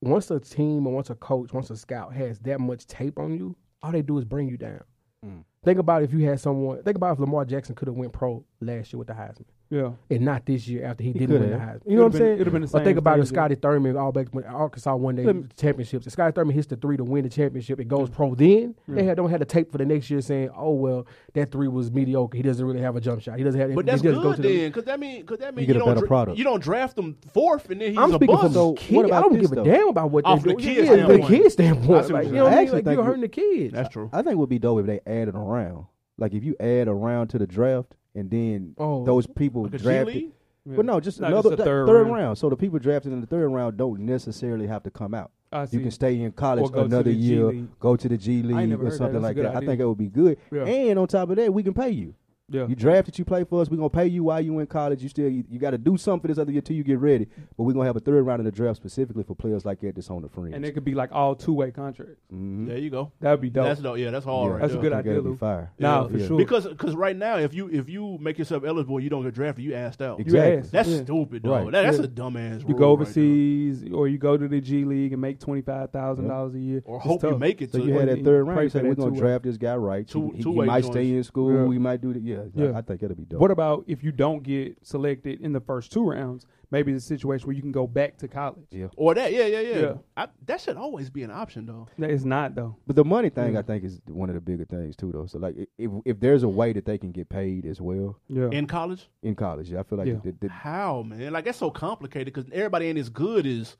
F: once a team or once a coach, once a scout has that much tape on you, all they do is bring you down.
D: Mm.
F: Think about if you had someone. Think about if Lamar Jackson could have went pro last year with the Heisman,
E: Yeah.
F: and not this year after he, didn't win the
D: coulda.
F: Heisman. You know what I'm
E: It'd
F: saying?
E: been- it'd been the
F: Or
E: same
F: think about if
E: thing, yeah.
F: Scotty Thurman all back when Arkansas won their
E: Lem-
F: championships. If Scotty Thurman hits the three to win the championship, it goes pro then. They had, don't have the tape for the next year saying, oh, well, that three was mediocre. He doesn't really have a jump shot. He doesn't have
C: But
F: he
C: that's
F: doesn't
C: good then, because that mean because that mean
D: get a
C: you don't
D: better
C: dra-
D: product.
C: you don't draft him fourth and then he's
F: I'm
C: a
F: speaking for
C: bust.
F: the
D: So
F: kid.
D: what
F: I
D: about
F: don't
D: this,
F: give a
D: though?
F: damn about what
C: Oh,
F: they
C: from
F: do.
C: the kid's
F: yeah, the
C: standpoint.
F: kid
C: I
F: standpoint.
C: see
F: Like,
C: what
F: you
C: you're
F: know what
D: saying.
F: I mean? Like,
D: I actually
F: you're
D: think-
F: hurting the kids.
C: That's true.
D: I think it would be dope if they added around. Like if you add around to the draft, and then
F: Oh.
D: those people
C: Like a G
D: drafted.
C: League?
D: But no, just
E: No, just
D: another
E: a
D: th-
E: third
D: third,
E: round.
D: round. So the people drafted in the third round don't necessarily have to come out.
E: I see.
D: You can stay in college
E: Or go to
D: another
E: the G
D: year,
E: League.
D: go to the G League
E: never heard
D: or
E: that.
D: something
E: That's a
D: like
E: good
D: that.
E: idea.
D: I think it would be good.
E: Yeah.
D: And on top of that, we can pay you.
E: Yeah.
D: You drafted, you play for us. We're gonna pay you while you in college. You still you, got to do something for this other year till you get ready. But we're gonna have a third round of the draft specifically for players like that that's on the fringe.
E: And it could be like all two way contracts.
D: Mhm.
C: There you go.
E: That'd be dope.
C: That's dope. Yeah, that's all
D: Yeah,
C: right
E: That's a
C: there.
E: good
D: I think
E: idea,
D: that'd be
E: Lou.
D: fire.
E: Nah,
D: Yeah.
E: for
D: Yeah.
E: sure.
C: Because cause right now, if you if you make yourself eligible, and you don't get drafted, you asked out.
E: you
D: Exactly.
E: ask.
C: That's
E: Yeah.
C: stupid, though.
D: Right.
C: That, that's
E: Yeah.
C: a dumbass.
E: You
C: rule
E: go
C: right
E: overseas or you go to the G League and make twenty five thousand dollars a year.
C: there. or
E: It's
C: hope you
E: tough.
C: make it.
D: So
C: to
D: you had
E: Or
D: that
E: you
D: third round.
E: pray
D: You
E: for
D: said
E: that
D: we're gonna
E: two-way.
D: draft this guy right.
C: Two-
D: He- he,
C: two-way
D: might
C: joints.
D: stay in school.
E: Yeah.
D: We might do the yeah. uh,
E: Yeah.
D: I, I think that'd be dope.
E: What about if you don't get selected in the first two rounds? Maybe it's a situation where you can go back to college.
D: Yeah.
C: Or that. Yeah, yeah, yeah.
E: Yeah.
C: I, that should always be an option, though.
E: That is not though.
D: But the money thing,
E: Yeah.
D: I think, is one of the bigger things too, though. So like, i- if if there's a way that they can get paid as well
E: Yeah.
C: In college,
D: in college, yeah, I feel like
E: Yeah.
D: the, the,
C: how man? Like that's so complicated because everybody ain't as good as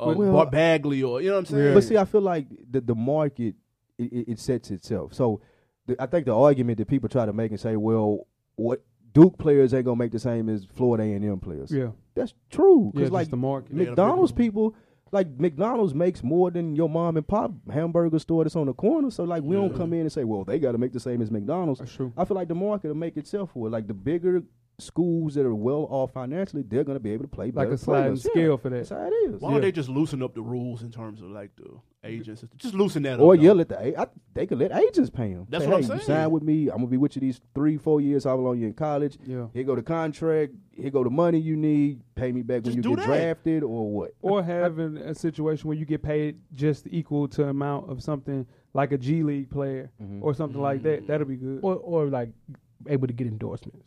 C: uh,
D: Well-
C: Bart Bagley or you know what I'm saying.
D: But see, I feel like the the market it, it, it sets itself. So the, I think the argument that people try to make and say, well, what Duke players ain't gonna make the same as Florida A and M players.
E: Yeah,
D: That's true.
E: yeah,
D: Cause
E: just
D: like
E: the market.
C: Yeah, the
D: McDonald's people, like McDonald's makes more than your mom and pop hamburger store that's on the corner. So like we don't
C: Yeah.
D: come in and say, well, they got to make the same as McDonald's.
E: That's true.
D: I feel like the market will make itself for it. Like the bigger schools that are well off financially, they're gonna be able to play
E: Like
D: better
E: a sliding
D: players. Yeah,
E: scale for
D: That's
E: that.
D: how it is.
C: Why
E: Yeah.
C: don't they just loosen up the rules in terms of like the agents? Just loosen that
D: Or
C: up.
D: yeah, let the a- I, they could let agents pay them.
C: That's
D: Say,
C: what I'm
D: hey, You
C: saying.
D: sign with me. I'm gonna be with you these three, four years. How long you in college?
E: Yeah.
D: Here go the contract. Here go the money you need. Pay me back
C: Just
D: when
C: do
D: you
C: that.
D: get drafted or what?
E: Or having a situation where you get paid just equal to amount of something like a G League player
D: Mm-hmm.
E: or something
D: Mm.
E: like that. That'll be good.
F: or or like able to get endorsements.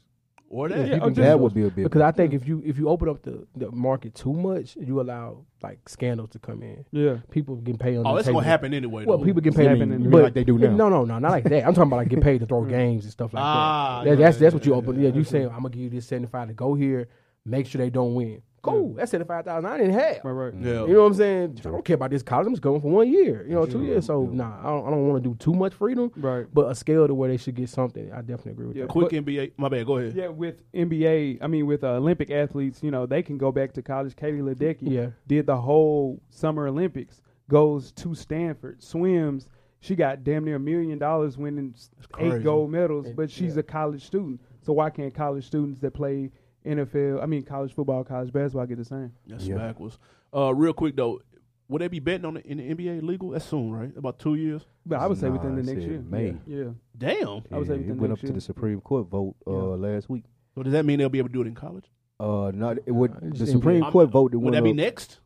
C: Or
F: Yeah,
C: that.
F: you
E: or
F: can
E: just-
F: do
D: That would be a big
F: Because I think if you if you open up the, the market too much, you allow like scandals to come in.
E: yeah,
F: People get paid on.
C: Oh,
F: the
C: it's
F: table.
C: gonna happen anyway.
F: Well,
C: though.
F: people get
E: It's
F: paid,
E: happening
F: but
D: like they do now.
F: No, no, no, not like that. I'm talking about like get paid to throw games and stuff like
C: Ah,
F: that. that
C: yeah,
F: that's that's what you
C: yeah,
F: open.
C: yeah,
F: Yeah, you saying I'm gonna give you this seventy five to go here, make sure they don't win. Cool, that's seventy five thousand I didn't have.
E: right, right.
C: Yeah.
F: You know what I'm saying? I don't care about this college. I'm just going for one year. You know, two years. So nah, I don't, I don't want to do too much freedom,
E: Right.
F: But a scale to where they should get something. I definitely agree with
E: Yeah.
F: that.
C: Quick
E: But-
C: NBA. My bad. Go ahead.
E: Yeah, with NBA, I mean with uh, Olympic athletes, you know, they can go back to college. Katie Ledecky
F: Yeah.
E: did the whole Summer Olympics, goes to Stanford, swims. She got damn near a million dollars winning s-
C: crazy.
E: eight gold medals,
F: It-
E: but she's
F: yeah.
E: a college student. So why can't college students that play NFL, I mean college football, college basketball get the same?
C: That's
D: Yeah.
C: backwards. Uh, real quick though, would they be betting on the, in the NBA legal? That's soon, right? About two years.
E: But I would say within the
D: Nah, I
E: next
D: said
E: year.
D: May.
E: Yeah.
C: Damn.
E: I was
D: Yeah,
E: able to
D: it went
E: next
D: up to
E: year.
D: the Supreme Court vote uh,
E: Yeah.
D: last week.
C: So does that mean they'll be able to do it in college?
D: Uh, not it
F: Uh,
D: would, the
F: just
D: Supreme
F: NBA.
D: Court vote that
C: Would
D: went
C: that be
D: up
C: next?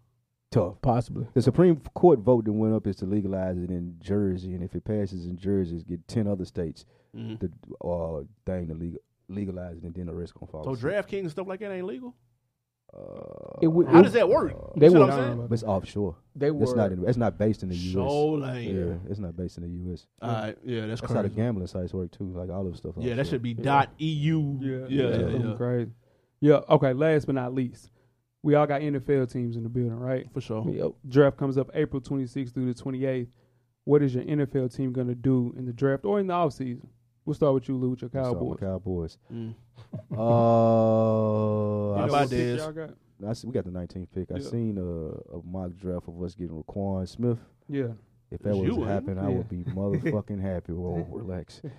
D: tough.
F: Possibly.
D: The Supreme Court vote that went up is to legalize it in Jersey, and if it passes in Jersey, it's get ten other states
C: Mm.
D: the uh, thing to legal, legalize it, and then the rest gonna fall.
C: So
D: suit.
C: DraftKings and stuff like that ain't legal.
D: Uh,
F: It would-
C: How does that work?
F: They
C: See what
F: would.
C: I'm saying?
D: But it's offshore.
F: They were.
D: It's not. In, it's not based in the U.S.
C: So lame.
D: yeah, it's not based in the U.S.
C: All right. Yeah, that's
D: That's how the
C: crazy.
D: gambling sites work too. Like all of stuff.
C: Yeah, that
D: offshore.
C: should be dot EU.
E: Yeah,
C: yeah, yeah.
E: something
C: yeah.
E: crazy. Yeah. Okay. Last but not least, we all got NFL teams in the building, right?
C: For sure.
F: Yep.
E: Draft comes up April 26th through the 28th. What is your NFL team going to do in the draft or in the offseason? We'll start with you, Lou, with your
D: Let's start
E: Cowboys.
D: with Cowboys.
C: Mm.
D: Uh,
E: You
C: How
D: I
E: know
C: about
E: what pick
C: this?
E: y'all got?
D: I see, we got the 19th pick. I
E: Yeah.
D: seen a, a mock draft of us getting Raquan Smith.
E: Yeah.
D: If
C: It's
D: that was
C: you,
D: to
C: ain't it?
D: happen, I
E: Yeah.
D: would be motherfucking happy. Well, relax. Uh,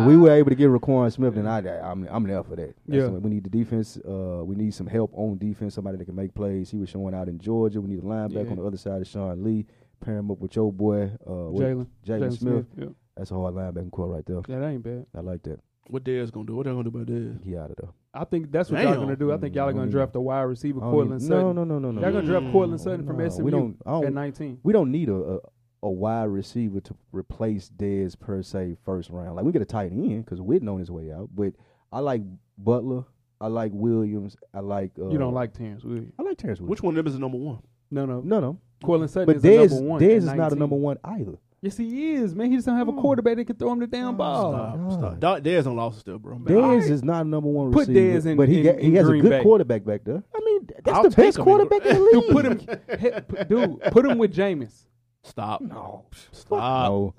D: if we were able to get Raquan Smith, then I, I'm, I'm there for that. That's
E: Yeah.
D: what- we need the defense. Uh, we need some help on defense. Somebody that can make plays. He was showing out in Georgia. We need a linebacker
E: Yeah.
D: on the other side of Sean Lee. Pair him up with your boy uh, what-
E: Jalen.
D: Jalen
E: Jalen
D: Smith.
E: Yeah.
D: That's a hard linebacker core right there.
E: That ain't bad.
D: I like that.
C: What Dez gonna do? What they gonna do about Dez?
D: He out of there.
E: I think that's what y'all
C: Damn.
E: going to do. I think y'all are going
D: Mm.
E: to draft a wide receiver,
D: I don't
E: Cortland
D: even-
E: Sutton.
D: No, no, no, no, no.
E: Y'all
D: no.
E: going to draft
C: Mm.
E: Cortland Sutton from
D: No,
E: SMU
D: We don't. I
E: at
D: don't
E: 19.
D: we don't need a, a a wide receiver to replace Dez per se first round. Like we get a tight end because Witten on his way out. But I like Butler. I like Williams. I like. Uh,
E: you don't like Terrence, will you?
D: I like Terrence Williams.
C: Which one of them is the number one?
E: No, no.
D: No, no.
E: Cortland Sutton
D: But
E: is
D: Dez,
E: a number one.
D: Dez
E: at
D: is not a
E: 19.
D: number one either.
E: Yes, he is, man. He just don't have a quarterback that can throw him the damn ball.
C: Stop,
D: Oh, God.
C: stop. Dot- Dez don't lost still, bro.
D: Dez
C: I-
D: is not a number one
E: Put
D: receiver.
E: Dez in-
D: but he
E: in-
D: got, he
E: in
D: has
E: Green
D: a good
E: Bay.
D: quarterback back there. I mean, that's
C: I'll
D: the
C: take
D: best
C: him in
D: quarterback in the
E: Dude,
D: league.
E: put him, he, put, dude, put him with Jameis.
C: stop. No, stop.
D: No.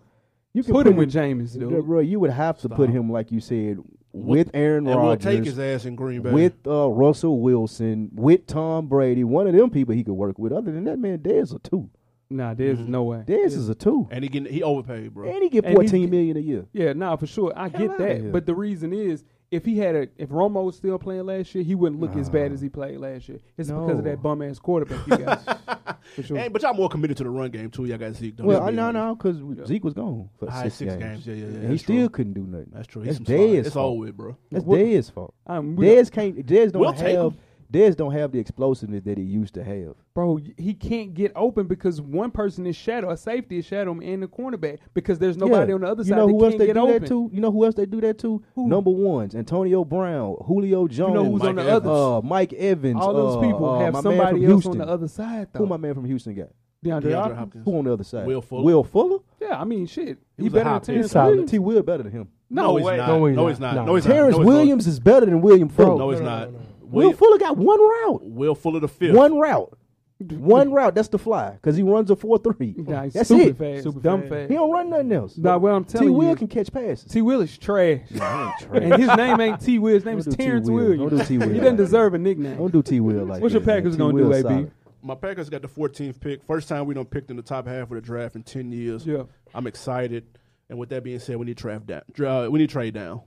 D: You can
E: Put him with
D: in-
E: Jameis, dude.
D: Bro, you would have to put
C: Stop.
D: him like you said with Aaron
C: And we'll
D: Rodgers.
C: take his ass in Green Bay.
D: with uh, Russell Wilson, with Tom Brady, one of them people he could work with. Other than that, man, Dez a two.
E: Nah, there's no way.
D: Dez is a two,
C: and he getting he overpaid, bro.
D: and he get
E: And he's-
D: fourteen million a year.
E: Yeah, nah, for sure. I get
D: outta here.
E: that. But the reason is, if he had a, if Romo was still playing last year, he wouldn't look as bad as he played last year. It's because of
D: No.
E: that bum ass quarterback you got. for sure.
C: Hey, but y'all more committed to the run game too. Y'all got Zeke. Don't
D: Well, I
C: y'all be
D: no,
C: honest.
D: no, because Zeke was gone for
C: All right,
D: six,
C: six games. Yeah, yeah, yeah,
D: And he
C: that's true.
D: still couldn't do nothing.
C: That's true.
D: That's
C: He's some slide.
D: Dez.
C: It's
D: fault.
C: over with, bro.
D: That's
E: What-
D: Dez fault.
E: Um, we-
D: Dez can't. Dez don't
C: We'll take
D: have. Dez don't have the explosiveness that he used to have.
E: bro, he can't get open because one person is shadow, a safety is shadow him and the cornerback because there's nobody
D: Yeah.
E: on the other
D: you
E: side
D: know
E: that
D: who else
E: can't
D: they
E: get
D: do
E: open.
D: that to? You know who else they do that to?
E: Who?
D: Number ones: Antonio Brown, Julio Jones,
E: You know who's
C: Mike
E: on the
C: Evans.
E: other?
D: uh, Mike Evans.
E: All
D: uh,
E: those people
D: uh,
E: have
D: my man
E: somebody
D: from
E: else
D: Houston.
E: on the other side though.
D: Who my man from Houston got?
E: DeAndre,
C: DeAndre
E: Hopkins.
C: Hopkins.
D: Who on the other side?
C: Will Fuller.
D: Will Fuller?
E: Yeah, I mean, shit.
C: He
E: He,
C: was a
E: better
C: hot
E: than
C: pick.
E: Terrence
F: Solid.
E: Williams.
D: T. Will better than him.
E: No,
C: he's
E: way.
C: not.
F: No, he's
C: No,
F: not.
C: he's not.
F: No.
C: No, he's not.
D: Terrence
C: No, he's
D: Williams is better than William
C: not.
D: Fuller.
C: No, he's
F: No, no,
C: not.
F: no, no.
D: Will
C: Will
D: Fuller got one route.
C: Will Fuller the fifth.
D: One route. One route, that's the fly, because he runs a four three.
E: Nah, he's
D: that's
E: super
D: it.
E: fast,
D: Super
E: dumb
D: fast.
E: fast.
D: He don't run nothing else.
E: Nah, well, I'm
D: T
E: telling
D: Will
E: you,
D: can catch passes.
E: T Will is trash,
D: Nah, he ain't trash.
E: and his name ain't T Will. His name
D: Don't
E: is
D: do T.
E: Terrence
D: Will.
E: Williams.
D: Don't do T. Will.
E: He doesn't deserve a nickname.
D: Don't do T Will like
E: What's
D: that,
E: your Packers
D: man.
E: gonna
D: T. Will's
E: do, AB?
D: solid.
C: My Packers got the 14th pick. First time we don't picked in the top half of the draft in 10 years.
E: Yeah.
C: I'm excited. And with that being said, we need trade down. dra- uh, we need trade down.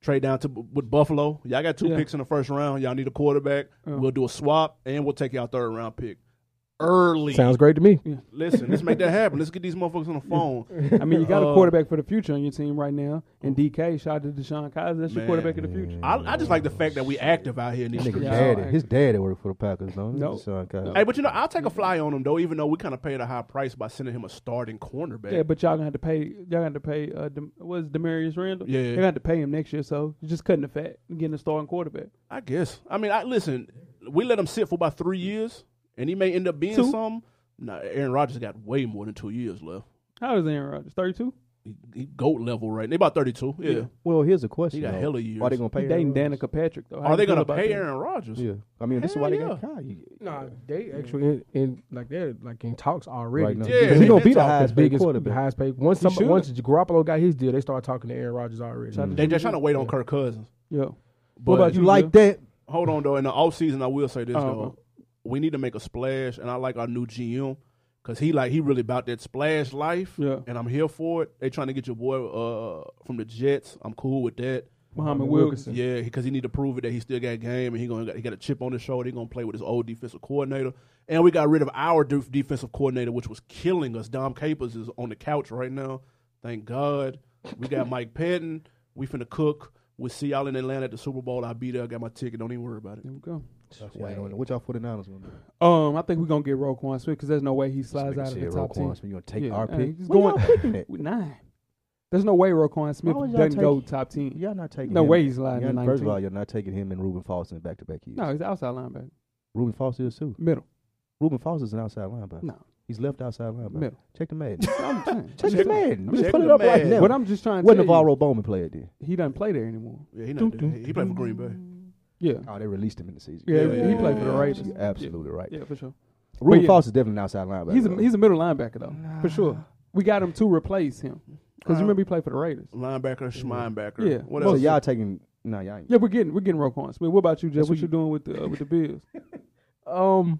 C: Trade down to with Buffalo. Y'all got two
E: Yeah.
C: picks in the first round. Y'all need a quarterback.
E: Yeah.
C: We'll do a swap and we'll take y'all third round pick early.
F: Sounds great to me.
C: Listen, let's make that happen. Let's get these motherfuckers on the phone.
E: I mean, you got a
C: Uh,
E: quarterback for the future on your team right now, and DK. Shout out to Deshaun Kaiser. That's your
C: Man.
E: quarterback of the future.
C: I, I just like the fact that we active out here in these
D: Nigga,
C: streets.
E: Yeah,
D: daddy.
E: I
D: His daddy worked for the Packers, don't he?
E: Nope.
D: Son, Kyle.
C: Hey, but you know, I'll take a fly on him though, even though we kind of paid a high price by sending him a starting cornerback.
E: Yeah, but y'all gonna have to pay. Y'all gonna have to pay. Uh, Dem- was Demarius Randall?
C: Yeah.
E: you're gonna have to pay him next year. So you're just cutting the fat, and getting a starting quarterback.
C: I guess. I mean, I listen. We let him sit for about three years, and he may end up being
E: Two?
C: something. Nah, Aaron Rodgers got way more than two years left.
E: How old is Aaron Rodgers? Thirty-two.
C: He, he goat level right. They about thirty two. Yeah.
E: Yeah.
D: Well, here's a question.
C: He got
D: though.
C: hella years.
D: Why they gonna pay?
E: He dating
D: Aaron Rodgers?
E: Danica Patrick though. How
C: Are
E: you
C: they
E: feel
C: gonna
E: about
C: pay
E: that?
C: Aaron Rodgers?
D: Yeah, I mean, this is why they
C: Hell
D: got Kyle. You-
F: Nah, they actually in, in like they're like in talks already.
D: Right now.
C: Yeah,
F: Because
C: they
F: he gonna
C: did
F: be the
D: talk that
F: highest
D: big
F: biggest,
D: quarterback.
F: the highest paid. Once some,
E: should.
F: once Garoppolo got his deal, they started talking to Aaron Rodgers already.
E: Shout out
C: They just trying to wait on Kirk Cousins.
E: Yeah.
C: But
E: about
D: You
E: Yeah.
D: like that?
C: hold on though. In the offseason, I will say this
E: Oh,
C: though.
E: okay.
C: We need to make a splash, and I like our new GM because he like he really about that splash life.
E: Yeah.
C: And I'm here for it. They trying to get your boy uh from the Jets. I'm cool with that.
E: Muhammad
F: Muhammad
E: Wilkinson.
F: Wilkinson.
C: Yeah, because he need to prove it that he still got game, and he gonna he got a chip on his shoulder. He gonna play with his old defensive coordinator, and we got rid of our def- defensive coordinator, which was killing us. Dom Capers is on the couch right now. Thank God we got Mike Patton. We finna cook. We see y'all in Atlanta at the Super Bowl. I'll be there. I got my ticket. Don't even worry about it.
E: There we go.
D: What y'all 49ers gonna do?
E: Um, I think we're gonna get Roquan Smith because there's no way he slides
D: Nigga
E: out of the
D: said
E: top
D: Roquan
E: ten.
D: Smith, You gonna take
E: Yeah,
D: our
E: hey,
D: pick?
E: he's
D: Where y'all
E: going-
D: picking at?
E: With Nine. There's no way Roquan Smith
D: would y'all
E: doesn't
D: take-
E: go top ten.
D: Y'all not taking.
E: No
D: him.
E: way he's lying.
D: Y'all-
E: in
D: First of
E: 19.
D: all, you're not taking him and Ruben Foster in back-to-back years.
E: no, he's outside linebacker,
D: Ruben Foster is too.
E: middle.
D: Ruben Foster is an outside linebacker.
E: No.
D: he's left outside linebacker.
E: Middle.
D: Check the Madden.
E: I'm saying.
D: Check the Madden. We
C: check
D: just put it
C: the
D: up right
C: Madden.
D: now.
E: But I'm just trying to
D: What
E: tell
D: Navarro Bowman played there?
E: you, he doesn't play there anymore.
C: Yeah, he, not doing- he played for Green Bay.
E: Yeah.
D: Oh, they released him in the season.
E: Yeah,
C: Yeah,
E: he
C: yeah,
E: played for the
C: yeah.
E: Raiders.
D: You're absolutely right.
E: Yeah, for sure.
D: Ruben
E: But yeah.
D: Foster's definitely an outside linebacker.
E: He's
D: though.
E: a he's a middle linebacker though, for sure. We got him to replace him because you remember he played for the Raiders.
C: Linebacker, schminebacker.
E: Yeah.
C: What
D: so
C: else?
D: y'all taking? Nah, y'all ain't.
E: Yeah, we're getting we're getting Roquan Smith. What about you, Jeff?
D: That's
E: What
D: what
E: you doing with the uh, with the Bills?
F: Um,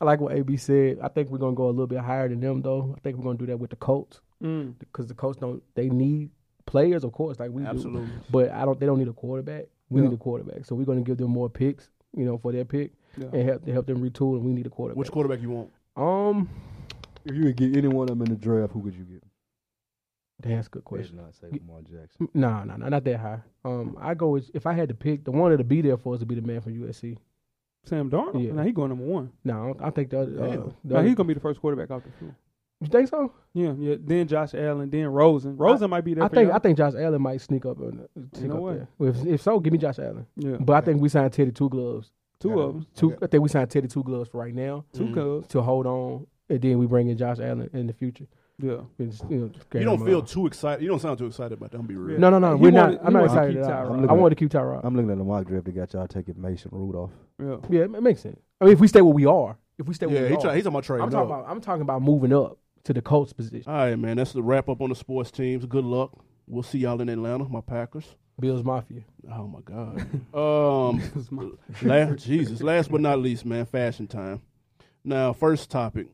F: I like what AB said. I think we're gonna go a little bit higher than them though. I think we're gonna do that with the Colts
E: Mm.
F: because the Colts don't they need players, of course, like we do.
C: Absolutely.
F: But I don't. They don't need a quarterback. We
E: Yeah.
F: need a quarterback. So we're gonna give them more picks, you know, for their pick
E: Yeah.
F: and help to help them retool. And we need a quarterback.
C: Which quarterback you want?
F: um,
D: If you could get any one of them in the draft, who would you get?
F: damn, that's a good question.
D: not say
F: You-
D: Lamar Jackson.
F: No, no, no, not that high. Um, I go with if I had to pick the one that'd be there for us to be the man from USC.
E: Sam Darnold.
F: Yeah.
E: Now he going number one.
F: No, I, don't, I think the other.
C: Damn.
F: Uh, the
E: Now
F: other-
E: he's gonna be the first quarterback off the field.
F: you think so?
E: Yeah, yeah. Then Josh Allen. Then Rosen. Rosen might be there.
F: I
E: for
F: think
E: y'all.
F: I think Josh Allen might sneak up. On, sneak
E: know
F: up
E: what?
F: there. Well, If, if so, give me Josh Allen.
E: yeah.
F: But I think we signed Teddy two gloves.
E: Two of them.
F: Two.
D: Okay.
F: I think we signed Teddy two gloves for right now
E: Two
C: Mhm.
E: cubs.
F: to hold on, and then we bring in Josh Allen in the future.
E: Yeah.
F: And just, you know, just
C: You
F: carry
C: don't
F: him
C: feel
F: along.
C: too excited. You don't sound too excited about that. I'm be real.
F: No, no,
E: He
F: no. We're
E: wanted-
F: not.
E: he
F: I'm not
E: wanted to
F: excited
E: keep
F: at
E: Tyrod.
F: all.
D: I'm
F: I
D: looking
F: wanted to keep Tyrod.
D: I'm looking at the mock draft. They got y'all taking Mason Rudolph.
E: Yeah.
F: Yeah, it ma- makes sense. I mean, if we stay where we are, if we stay where
C: Yeah,
F: we
C: he
F: are,
C: try, he's on my trade.
F: I'm talking about. I'm talking about moving up to the Colts position.
C: All right, man. That's the wrap up on the sports teams. Good luck. We'll see y'all in Atlanta, my Packers.
F: Bills Mafia.
C: Oh my God. um,
E: It's my-
C: last, Jesus. Last but not least, man. Fashion time. Now, first topic,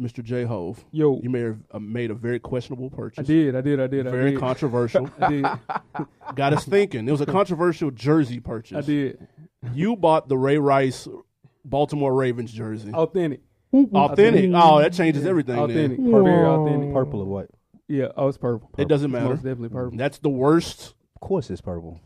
C: Mr. J. Hove.
E: Yo,
C: You may have uh, made a very questionable purchase.
E: I did. I did. I did. I
C: Very
E: did.
C: controversial.
E: I did.
C: Got us thinking. It was a controversial jersey purchase.
E: I did.
C: You bought the Ray Rice Baltimore Ravens jersey.
D: Oh,
E: Authentic.
C: authentic. Oh, that changes everything. then.
E: Authentic.
F: Yeah.
E: Very authentic.
D: Purple or white?
E: Yeah. Oh, it's purple.
C: It doesn't matter.
E: Most definitely purple.
C: That's the worst.
D: Of course, it's purple.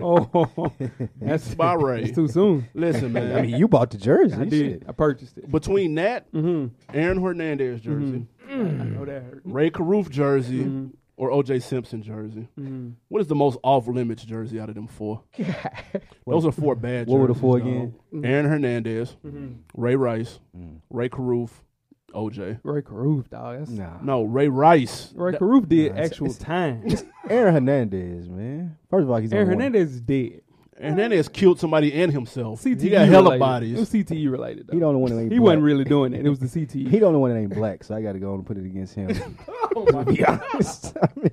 E: oh, that's
C: By Ray.
E: It's too soon.
C: Listen, man.
D: I mean, you bought the jersey.
E: I did.
D: shit.
E: I purchased it.
C: between that,
E: Mm-hmm.
C: Aaron Hernandez jersey,
D: Mm-hmm.
E: I know that hurt.
C: Ray Caruth jersey, or OJ Simpson jersey,
D: Mm-hmm.
E: Mhm.
C: what is the most off limits jersey out of them four? Those are four bad.
D: What were the
C: jerseys,
D: four
C: dog.
D: again? Mm-hmm.
C: Aaron Hernandez,
E: Mm-hmm.
C: Ray Rice,
D: Mm.
C: Ray Caruth, OJ.
E: Ray Caruth, dog. That's
D: Nah.
C: No, Ray Rice.
E: Ray Caruth did
D: Nah, it's-
E: actual
D: it's-
E: time.
D: Aaron Hernandez, man. First of all, he's
E: Aaron
D: on one.
E: Hernandez is dead.
C: And then it's killed somebody and himself.
E: CTE
C: he got hella
E: E related. It was
C: bodies.
E: CTE related. Though.
D: He the only one that ain't.
E: He
D: black.
E: wasn't really doing it. It was the
D: He
E: E. CTE.
D: the only one that ain't black, so I got to go and put it against him.
E: Oh
D: to be honest, I mean,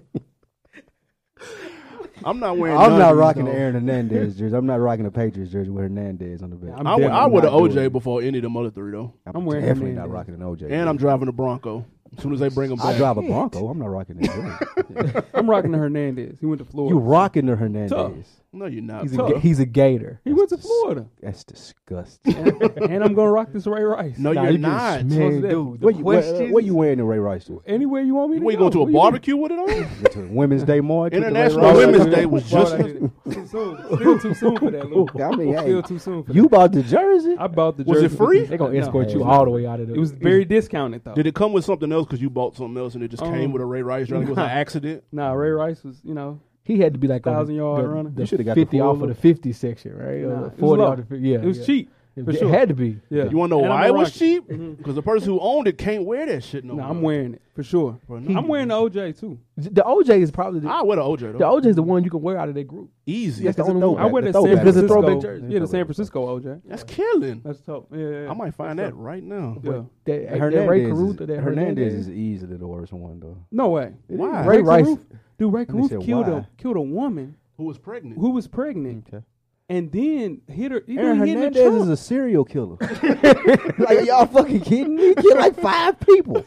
C: I'm not wearing. none
D: I'm
C: of
D: not
C: these,
D: rocking
C: though.
D: the Aaron Hernandez jersey. I'm not rocking the Patriots jersey with Hernandez on the back.
E: I'm
C: I, would- I
E: definitely
C: would have
E: not doing
C: OJ before any of them other three though,
D: I'm,
E: I'm wearing
D: definitely not
E: Hernandez.
D: rocking an OJ.
C: and I'm driving a Bronco. As soon as they bring them
D: I
C: back,
D: drive a Bronco. I'm not rocking that.
E: it. I'm rocking the Hernandez. He went to Florida.
D: you rocking the Hernandez?
C: no, you're not.
F: He's a,
C: bro.
F: ga- he's a gator.
E: He went to Florida.
D: That's disgusting.
E: and, and I'm gonna rock this Ray Rice.
C: no,
F: Nah,
C: you're
F: you get
C: not.
F: smeared,
E: What's
F: dude. The
D: what, you, what, uh,
F: questions-
D: what you wearing the Ray Rice to?
E: Anywhere you want me to
C: We
E: go.
C: going to a
E: What you
C: barbecue with it on?
D: It's a Women's Day market. the Ray
C: International
D: Rice?
E: doing?
C: Women's
E: Why would I
C: Day
E: do
C: was
E: that? Why
C: just-
E: would I do that? too soon. Still too soon for that, Lou.
D: I mean, hey,
E: Still too soon for that.
D: you bought the jersey.
E: I bought the
C: Was
E: jersey.
C: it free?
F: They're gonna
E: No.
F: escort you
D: Yeah.
F: all the way out of the.
E: It was very discounted though.
C: Did it come with something else because you bought something else and it just came
E: Um,
C: with a Ray Rice drink? It was an
E: nah.
C: accident.
E: Nah, Ray Rice was, you know,
F: He had to be like on the-
E: 1,000 yard
F: the,
E: runner.
F: the
D: You shoulda got the
F: fifty off
D: full
F: of the fifty section, right?
E: nah,
F: Or
E: it
F: the
E: was
F: forty
E: low.
F: off the fifty. Yeah,
E: it was
F: yeah.
E: cheap.
F: It,
E: for
F: it
E: sure.
F: had to be.
E: Yeah.
C: You want to know
E: And I'm
C: why it was
E: rocking.
C: cheap? Because the person who owned it can't wear that shit no
E: Nah,
C: more.
E: I'm wearing it for sure.
C: Bro, no.
E: I'm wearing the OJ too.
F: The OJ is probably the,
C: I wear the OJ
F: the
C: though.
F: OJ is the one you can wear out of that group.
C: Easy.
F: That's the
D: it's a
F: only one.
D: throwback.
E: I wear
D: the
E: that San
D: throwback.
F: Because
E: Francisco.
F: it's a throwback jersey.
E: Yeah, the San Francisco OJ.
C: That's killing.
E: That's dope. Yeah, yeah, yeah.
C: I might find
E: That's
C: that right now.
E: dope. Yeah.
F: That, that Ray
D: Hernandez,
F: Caruth,
D: is,
F: that
D: Hernandez is easily the worst one though.
E: No way.
C: Why?
F: Ray
E: Ray
F: Rice-
E: Caruth, dude. Ray
D: they
E: Caruth
D: said
E: killed
D: why?
E: a killed a woman
C: Who was pregnant?
E: who was pregnant,
D: Okay.
E: and then hit her. He
D: Aaron
E: done hit in the
D: Hernandez
E: trunk.
D: is a serial killer. like are y'all fucking kidding me? He killed like five people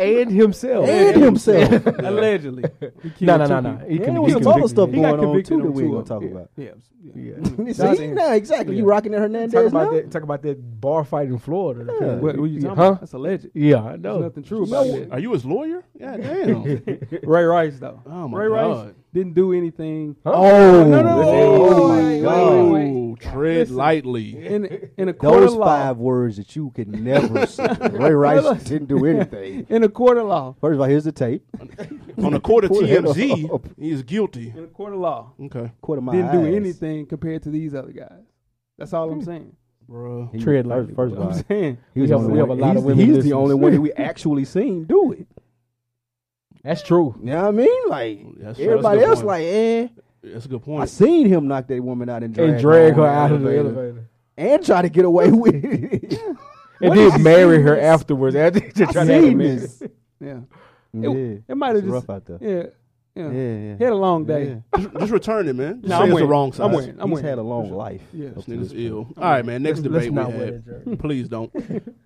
F: and himself.
D: and himself.
E: Allegedly. He killed
F: No, no,
E: two
F: no, no.
E: people.
F: He
D: And
F: can
D: there was
F: he
D: some
F: can
D: other
F: be-
D: stuff
E: He got
D: going on
E: convicted
D: too that we
E: on two
D: ain't gonna
E: of
D: talk
E: them.
D: about.
E: Yeah. yeah.
F: Nah,
D: See, nah, exactly. You rocking that Hernandez
F: Talk about
D: now?
F: that. Talk about that bar fight in Florida.
D: Yeah.
E: What, what you talking
F: Huh?
E: about? That's a legend.
F: Yeah, I
E: There's
F: know.
E: nothing true about
D: No.
E: that.
C: Are you his lawyer? Yeah,
E: Oh,
C: damn.
E: Ray Rice though.
C: Oh, my
E: Ray Rice
C: God.
E: didn't do anything.
D: Oh,
E: No, no, no,
D: oh my
E: wait, wait,
D: God.
E: wait, wait.
C: Oh, tread
E: Listen.
C: lightly.
E: In in a court
D: Those
E: of law.
D: five words that you could never say. Ray Rice didn't do anything.
E: In a court of law.
D: First of all, here's the tape.
C: On the court of
D: Pull it up.
C: TMZ, he's guilty.
E: In a court of law.
C: Okay,
D: Quarter of my
E: Didn't do
D: eyes.
E: anything compared to these other guys. That's all
D: Hmm.
E: I'm saying.
C: bro.
D: He- first-
F: Tread lightly.
D: First of all,
E: I'm saying.
D: he was
F: We have-
D: the only
F: we have a
D: one-
F: lot of
D: he's-
F: women
D: He's the
F: listeners.
D: only one that we actually seen do it.
F: That's true.
D: You know what I mean? Like
C: That's true.
D: everybody
C: That's a good
D: else,
C: point.
D: like, eh.
C: That's a good
D: I
C: point.
D: seen him knock that woman out and drag,
F: And drag her
D: on
F: out of the elevator.
D: and try to get away with it.
F: And
E: What is
F: then marry her
E: seamless?
F: afterwards. After to try to have a marriage.
D: Seamless.
E: Yeah.
D: Yeah,
E: It might have
D: It's
E: just
D: rough out there.
E: yeah,
D: Yeah,
E: yeah.
D: yeah.
E: He had a long day.
D: Yeah.
C: Just, just return it, man. Just say
E: Nah, I'm
C: it's the
E: wearing-
C: wrong size.
E: I'm wearing. I'm
D: He's
E: wearing.
D: had a long
E: For sure.
D: life.
E: Yeah.
D: up
C: This
D: to
C: nigga's
D: this
C: ill.
D: point.
C: All right, man. Next
F: Let's-
C: debate
F: let's not
C: we
F: wear
C: had.
F: that jersey.
C: Please don't.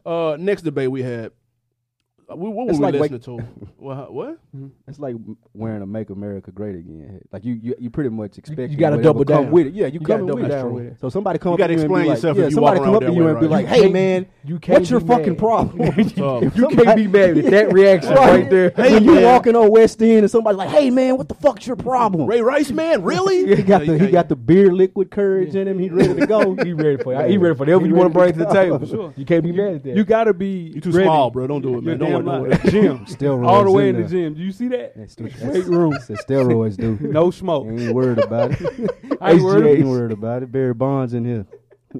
C: Uh, next debate we had. uh, We, what were
D: It's
C: we
D: like wake-
C: listening to? What? what?
D: It's like m- wearing a "Make America Great Again" hat. Like you, you, you pretty much expect
F: you gotta double
D: come
F: down.
D: with it. Yeah, you,
F: You gotta
D: come
F: double
D: with
F: down
D: it.
F: with it.
D: So somebody come
C: You
D: up
C: gotta
D: to you and be
C: explain
D: like,
C: yourself if
D: yeah,
C: you
D: somebody
C: walk around
D: come up to
C: that
D: you
C: way,
D: and be
C: right?
D: like,
C: You
D: "Hey
F: can't-
D: man,
F: You can't.
D: what's your
F: be
D: fucking
F: mad.
D: problem?"
C: Uh,
D: If
F: You can't be mad at that reaction
D: Right.
F: right there.
C: Hey,
D: when you
C: man.
D: walking on West End and somebody like, "Hey man, what the fuck's your problem?"
C: Ray Rice, man, really?
D: He got
C: Yeah,
D: the
C: you
D: he
C: can't-
D: got the beer liquid courage in him. He ready to go.
F: He ready for it. He ready for whatever
D: He
F: you want to bring
D: ready
F: to
D: to
F: the
D: go.
F: table. You can't be mad at that.
E: You gotta be.
C: You too
E: ready.
C: small, bro. Don't do it,
E: You're
C: man. Don't
E: damn
C: want
E: right.
C: to do it.
E: Gym.
D: Steroids
E: All the way in
D: in
E: the
D: the-
E: gym. Do you see that?
D: That's the-
E: Weight room.
D: It's the steroids, dude.
E: No smoke.
D: Ain't worried about it.
E: I ain't worried.
D: ain't worried about it. Barry Bonds in here.